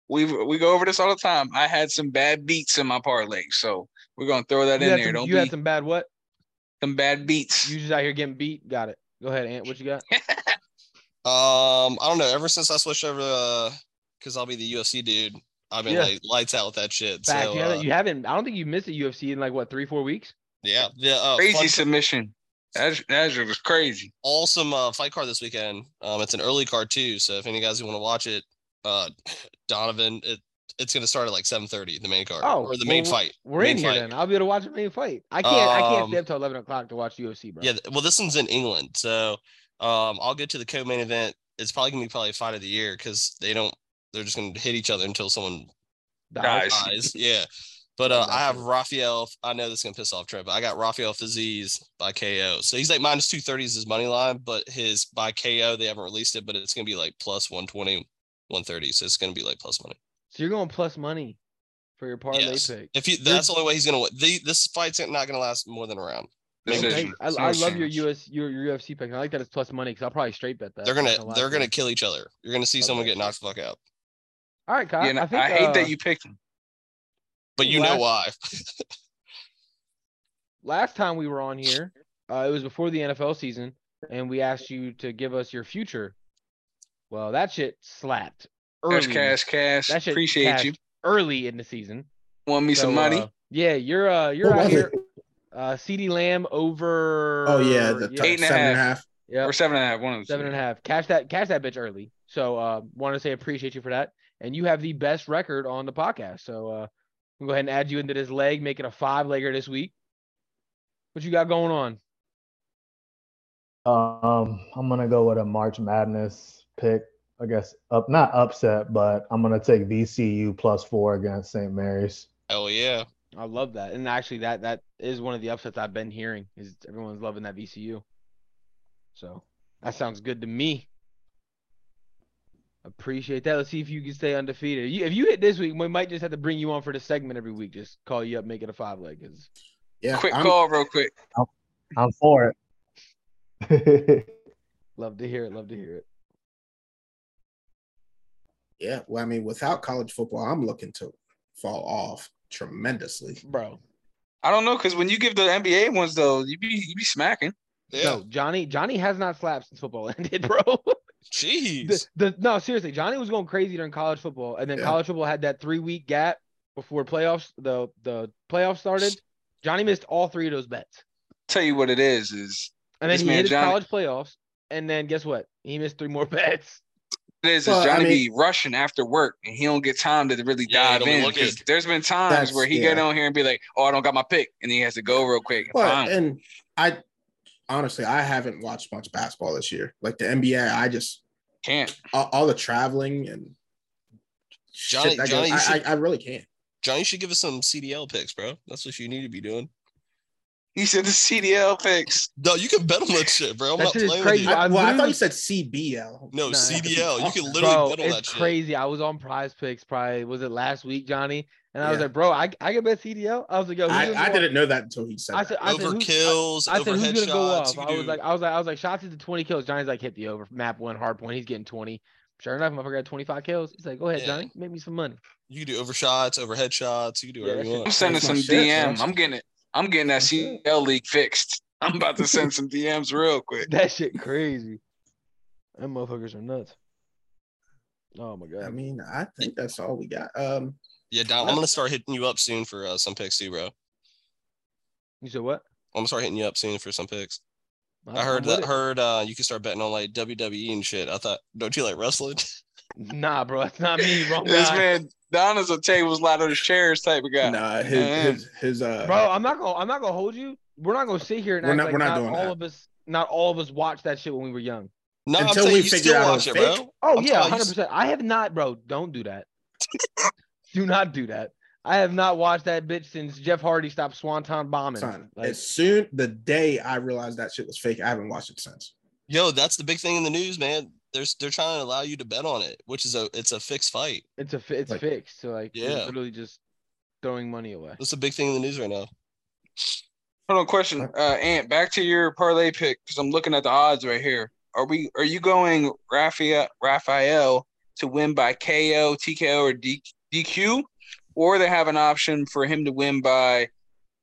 Speaker 2: we we go over this all the time. I had some bad beats in my parlay, so we're gonna throw that
Speaker 4: You,
Speaker 2: in
Speaker 4: had
Speaker 2: there.
Speaker 4: some,
Speaker 2: Don't
Speaker 4: you
Speaker 2: be
Speaker 4: had
Speaker 2: some,
Speaker 4: some bad what?
Speaker 2: bad beats.
Speaker 4: You just out here getting beat. Got it. Go ahead, Ant. What you got?
Speaker 5: Um, I don't know. Ever since I switched over, to, because I'll be the UFC dude, I've been
Speaker 4: Yeah.
Speaker 5: like lights out with that shit.
Speaker 4: Fact,
Speaker 5: so
Speaker 4: you, haven't,
Speaker 5: uh,
Speaker 4: you haven't. I don't think you missed a UFC in like what three, four weeks.
Speaker 5: yeah, yeah. Uh,
Speaker 2: crazy
Speaker 5: fun-
Speaker 2: submission. That that shit was crazy.
Speaker 5: awesome uh, fight card this weekend. Um, it's an early card too, so if any guys who want to watch it, uh, Donovan, it it's gonna start at like seven thirty. The main card
Speaker 4: Oh,
Speaker 5: or the
Speaker 4: well,
Speaker 5: main fight.
Speaker 4: We're
Speaker 5: Main
Speaker 4: in here
Speaker 5: fight.
Speaker 4: then. I'll be able to watch the main fight. I can't. I can't
Speaker 5: Um,
Speaker 4: stay up till eleven o'clock to watch UFC, bro.
Speaker 5: Yeah, th- well, this one's in England, so um, I'll get to the co-main event. It's probably gonna be probably a fight of the year because they don't. They're just gonna hit each other until someone
Speaker 2: Guys,
Speaker 5: eyes. Yeah. But
Speaker 4: Love
Speaker 5: uh, I have
Speaker 4: Rafael.
Speaker 5: Raphael. I know this is gonna piss off Trent, but I got Raphael Faziz by KO. So he's like minus two thirty is his money line, but his by KO they haven't released it, but it's gonna be like plus 120, 130. So it's gonna be like plus money.
Speaker 4: So you're going plus money for your parlay
Speaker 5: Yes.
Speaker 4: pick.
Speaker 5: If you that's the only way he's gonna win. The, this fight's not gonna last more than a round.
Speaker 2: This
Speaker 5: Maybe
Speaker 2: is-
Speaker 4: Okay. I,
Speaker 2: no
Speaker 4: I love your
Speaker 2: chance.
Speaker 4: US your, your UFC pick. I like that it's plus money because I'll probably straight bet that.
Speaker 5: they're
Speaker 4: I'm not
Speaker 5: gonna
Speaker 4: lie
Speaker 5: they're
Speaker 4: to you.
Speaker 5: gonna kill each other. You're gonna see someone
Speaker 4: Okay.
Speaker 5: get knocked the fuck out.
Speaker 4: All right, Kyle.
Speaker 2: Yeah, and I,
Speaker 4: I think
Speaker 2: hate
Speaker 4: uh,
Speaker 2: that you picked him.
Speaker 5: But you know why.
Speaker 4: last time we were on here, uh, it was before the NFL season, and we asked you to give us your future. Well, that shit slapped.
Speaker 2: Cash,
Speaker 4: Early.
Speaker 2: cash, cash.
Speaker 4: That shit
Speaker 2: Appreciate you.
Speaker 4: cashed Early in the season.
Speaker 2: Want me
Speaker 4: So,
Speaker 2: some money?
Speaker 4: uh, yeah, you're uh you're
Speaker 1: What
Speaker 4: out
Speaker 1: was
Speaker 4: here.
Speaker 1: it?
Speaker 4: Uh CD Lamb over
Speaker 1: Oh yeah, the
Speaker 4: yeah,
Speaker 1: t-
Speaker 2: Eight and a
Speaker 1: seven and a half.
Speaker 4: yeah,
Speaker 2: or seven and a half. One of them.
Speaker 4: seven and a half. Cash that cash that bitch early. So uh wanna say appreciate you for that. And you have the best record on the podcast. So uh we'll go ahead and add you into this leg, make it a five legger this week. What you got going on?
Speaker 3: Um, I'm gonna go with a March Madness pick. I guess up, not upset, but I'm gonna take VCU plus four against St. Mary's.
Speaker 5: Oh yeah.
Speaker 4: I love that. And actually that that is one of the upsets I've been hearing is everyone's loving that VCU. So that sounds good to me. Appreciate that. Let's see if you can stay undefeated. You, if you hit this week, we might just have to bring you on for the segment every week. Just call you up, make it a five leg. 'cause-
Speaker 1: Yeah,
Speaker 2: Quick
Speaker 1: I'm-
Speaker 2: call, real quick.
Speaker 3: I'm for it.
Speaker 4: love to hear it. Love to hear it.
Speaker 1: Yeah, well, I mean, without college football, I'm looking to fall off tremendously.
Speaker 4: Bro.
Speaker 2: I don't know because when you give the NBA ones though, you be you be smacking.
Speaker 5: Yeah.
Speaker 4: No, Johnny, Johnny has not slapped since football ended, bro.
Speaker 5: Jeez.
Speaker 4: the, the, no, seriously, Johnny was going crazy during college football, and then
Speaker 1: Yeah.
Speaker 4: college football had that three week gap before playoffs. The the playoffs started. Johnny missed all three of those bets,
Speaker 2: Tell you what it is is
Speaker 4: and then
Speaker 2: This
Speaker 4: he
Speaker 2: man
Speaker 4: hit his
Speaker 2: Johnny-
Speaker 4: college playoffs. And then guess what? He missed three more bets.
Speaker 2: it is,
Speaker 1: Well, I
Speaker 2: is Johnny
Speaker 1: mean-
Speaker 2: be rushing after work and he don't get time to really dive
Speaker 5: Yeah, he don't
Speaker 2: in.
Speaker 5: look
Speaker 2: 'cause
Speaker 5: at-
Speaker 2: There's been times
Speaker 1: That's-
Speaker 2: where he get
Speaker 1: yeah.
Speaker 2: on here and be like, "Oh, I don't got my pick," and he has to go real quick. and
Speaker 1: Well,
Speaker 2: find it.
Speaker 1: and I honestly, I haven't watched much basketball this year. Like the NBA, I just
Speaker 6: Can't.
Speaker 1: all, all the traveling and
Speaker 5: Johnny-
Speaker 1: shit that
Speaker 5: Johnny, you
Speaker 1: goes, I,
Speaker 5: should-
Speaker 1: I, I really can't.
Speaker 5: Johnny should give us some CDL picks, bro. That's what you need to be doing.
Speaker 2: He said the CDL picks.
Speaker 5: No, you can bet on that shit, bro. I'm
Speaker 4: That
Speaker 5: not
Speaker 4: shit is
Speaker 5: playing
Speaker 4: crazy.
Speaker 5: with you.
Speaker 1: I,
Speaker 4: I
Speaker 1: well, I thought
Speaker 4: literally-
Speaker 1: you said CBL.
Speaker 5: No,
Speaker 4: Nah.
Speaker 5: CDL. You can literally
Speaker 4: Bro,
Speaker 5: bet on that
Speaker 4: it's
Speaker 5: shit.
Speaker 4: crazy. I was on Prize Picks. Probably was it last week, Johnny? And I was
Speaker 1: Yeah.
Speaker 4: like, bro, I I can bet CDL. I was like, yo, who's
Speaker 1: I,
Speaker 4: gonna
Speaker 1: I
Speaker 4: go
Speaker 1: didn't know that until he said
Speaker 4: off? I
Speaker 1: that.
Speaker 4: said, I said,
Speaker 5: over
Speaker 4: who's-
Speaker 5: kills,
Speaker 4: I, I
Speaker 5: over
Speaker 4: said, who's gonna
Speaker 5: headshots.
Speaker 4: go off?
Speaker 5: you
Speaker 4: I was
Speaker 5: do-
Speaker 4: like, I was like, I was like, shots into twenty kills. Johnny's like, hit the over. Map one hard point. He's getting twenty. Sure enough, motherfucker got twenty five kills. He's like, go ahead,
Speaker 5: Yeah.
Speaker 4: Johnny, make me some money.
Speaker 5: you can do overshots, over headshots. You can do
Speaker 4: Yeah,
Speaker 5: whatever
Speaker 4: that
Speaker 5: you
Speaker 4: shit-
Speaker 5: want.
Speaker 2: I'm sending
Speaker 1: That's
Speaker 2: some
Speaker 1: my shit,
Speaker 2: DM.
Speaker 1: bro.
Speaker 2: I'm getting it. I'm getting that CDL league fixed. I'm about to send some DMs real quick.
Speaker 4: That shit crazy. Them motherfuckers are nuts. Oh my god.
Speaker 1: I mean, I think that's all we got. Um,
Speaker 5: Yeah, Don, I'm gonna start hitting you up soon for uh, some picks too, bro. I'm
Speaker 4: you said what?
Speaker 5: gonna start hitting you up soon for some picks.
Speaker 4: I'm-
Speaker 5: I
Speaker 4: I'm
Speaker 5: heard
Speaker 4: with
Speaker 5: that.
Speaker 4: it.
Speaker 5: Heard uh, you can start betting on like WWE and shit. I thought, don't you like wrestling?
Speaker 4: Nah, bro, that's not me.
Speaker 5: Oh,
Speaker 4: Wrong
Speaker 2: This
Speaker 4: guy.
Speaker 2: man, Don is a tables, ladders, chairs type of guy.
Speaker 1: nah, his
Speaker 2: Man.
Speaker 1: his his uh,
Speaker 4: bro. I'm not gonna. I'm not gonna hold you. We're not gonna sit here and
Speaker 1: We're
Speaker 4: act
Speaker 1: not-
Speaker 4: like
Speaker 1: we're not
Speaker 4: not
Speaker 1: doing
Speaker 4: all
Speaker 1: that.
Speaker 4: of us. Not all of us watched that shit when we were young.
Speaker 5: No, I'm
Speaker 1: Until
Speaker 5: saying
Speaker 1: we
Speaker 5: you
Speaker 1: figure
Speaker 5: still
Speaker 1: out
Speaker 5: watch
Speaker 1: a
Speaker 5: it, bro.
Speaker 1: fake-
Speaker 4: Oh
Speaker 5: I'm
Speaker 4: yeah,
Speaker 5: talking about you
Speaker 4: hundred
Speaker 5: s-
Speaker 4: percent. I have not, bro. Don't do that. do not do that. I have not watched that bitch since Jeff Hardy stopped Swanton bombing.
Speaker 1: son.
Speaker 4: Like,
Speaker 1: as soon the day I realized that shit was fake, I haven't watched it since.
Speaker 5: Yo, that's the big thing in the news, man. There's they're trying to allow you to bet on it, which is a it's a fixed fight.
Speaker 4: it's a fi- it's
Speaker 1: like-
Speaker 4: fixed. So like, you're
Speaker 5: Yeah.
Speaker 4: literally just throwing money away.
Speaker 5: That's the big thing in the news right now.
Speaker 2: Hold on, question, uh, Ant. Back to your parlay pick because I'm looking at the odds right here. Are we? Are you going Raphael Raphael to win by KO, TKO, or D, DQ, or they have an option for him to win by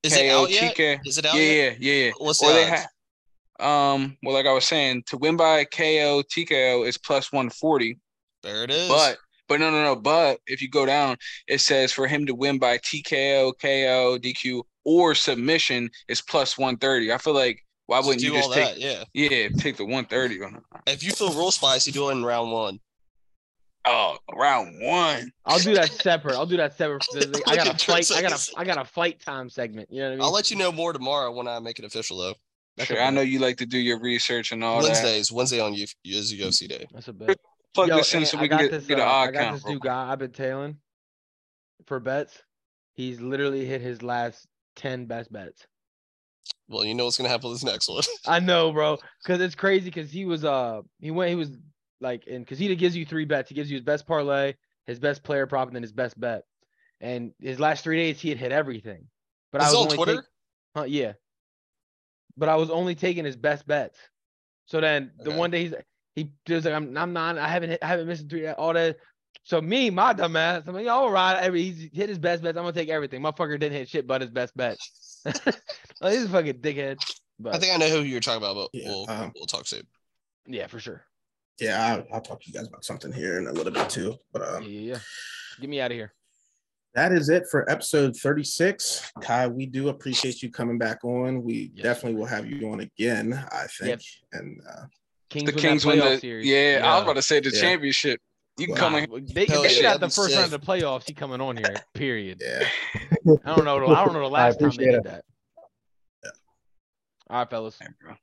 Speaker 5: Is it
Speaker 2: KO,
Speaker 5: out yet?
Speaker 2: TKO?
Speaker 5: Is it out
Speaker 2: yeah,
Speaker 5: yet?
Speaker 2: yeah, yeah, yeah.
Speaker 5: What's the
Speaker 2: Or they
Speaker 5: odds?
Speaker 2: have. Um. Well, like I was saying, to win by KO, TKO is plus 140.
Speaker 5: There it is.
Speaker 2: But but no no no. But if you go down, it says for him to win by TKO, KO, DQ, or submission is plus one thirty. I feel like why
Speaker 5: Just
Speaker 2: wouldn't you
Speaker 5: do all
Speaker 2: just take
Speaker 5: that? Yeah.
Speaker 2: yeah take the one thirty on it?
Speaker 5: If you feel real spicy, do it in round one.
Speaker 2: Oh, round one.
Speaker 4: I'll do that separate. I'll do that separate. For the, like, I
Speaker 5: Look
Speaker 4: got
Speaker 5: at
Speaker 4: a
Speaker 5: Trent's
Speaker 4: fight. I got
Speaker 5: face.
Speaker 4: a I got a fight time segment. You know what I mean?
Speaker 5: I'll let you know more tomorrow when I make it official, though.
Speaker 4: That's a
Speaker 2: Sure, I
Speaker 4: bet.
Speaker 2: know you like to do your research and all that.
Speaker 5: Wednesdays, Wednesday on you is UFC day.
Speaker 4: That's a bet.
Speaker 2: Plug
Speaker 4: Yo,
Speaker 2: this in
Speaker 4: and
Speaker 2: so
Speaker 4: I
Speaker 2: we can
Speaker 4: got
Speaker 2: get,
Speaker 4: this,
Speaker 2: get
Speaker 4: uh,
Speaker 2: an
Speaker 4: I
Speaker 2: odd
Speaker 4: got
Speaker 2: count.
Speaker 4: this
Speaker 2: real
Speaker 4: new
Speaker 2: quick.
Speaker 4: guy I've been tailing for bets. He's literally hit his last ten best bets.
Speaker 5: Well, you know what's gonna happen with this next one.
Speaker 4: I know, bro, because it's crazy. Because he was uh he went he was like and because he gives you three bets. He gives you his best parlay, his best player prop, and then his best bet. And his last three days he had hit everything. But I
Speaker 5: Is it
Speaker 4: was
Speaker 5: on
Speaker 4: only
Speaker 5: Twitter?
Speaker 4: take- huh, yeah. But I was only taking his best bets. So then the
Speaker 5: Okay.
Speaker 4: one day he's he was like I'm I'm not I haven't hit, I haven't missed three all that. So me my dumb ass I'm like all right every he's hit his best bets I'm gonna take everything. Motherfucker didn't hit shit but his best bets. like, he's a fucking dickhead. But
Speaker 5: I think I know who you're talking about, but
Speaker 1: Yeah,
Speaker 5: we'll
Speaker 4: uh-huh.
Speaker 1: um,
Speaker 5: we'll talk soon.
Speaker 4: yeah for sure.
Speaker 1: Yeah, I'll, I'll talk to you guys about something here in a little bit too. But
Speaker 4: Yeah,
Speaker 1: um,
Speaker 4: yeah, yeah. Get me out of here.
Speaker 1: that is it for episode 36. Kai, we do appreciate you coming back on. We
Speaker 4: Yes,
Speaker 1: definitely will have you on again, I think. And uh,
Speaker 2: The
Speaker 4: Kings
Speaker 2: Kings win the
Speaker 4: series.
Speaker 2: yeah, I was about to say the
Speaker 1: Yeah.
Speaker 2: championship. You can
Speaker 1: Wow.
Speaker 2: come in.
Speaker 4: They,
Speaker 5: Hell
Speaker 4: they
Speaker 5: yeah,
Speaker 4: got
Speaker 5: that'd
Speaker 4: the
Speaker 5: be
Speaker 4: first round of
Speaker 5: sick.
Speaker 4: the playoffs. He coming on here. Period.
Speaker 1: yeah,
Speaker 4: I don't know. the- I don't know the last time they
Speaker 7: appreciate
Speaker 4: did
Speaker 7: it.
Speaker 4: that. All right, fellas.
Speaker 2: here, bro.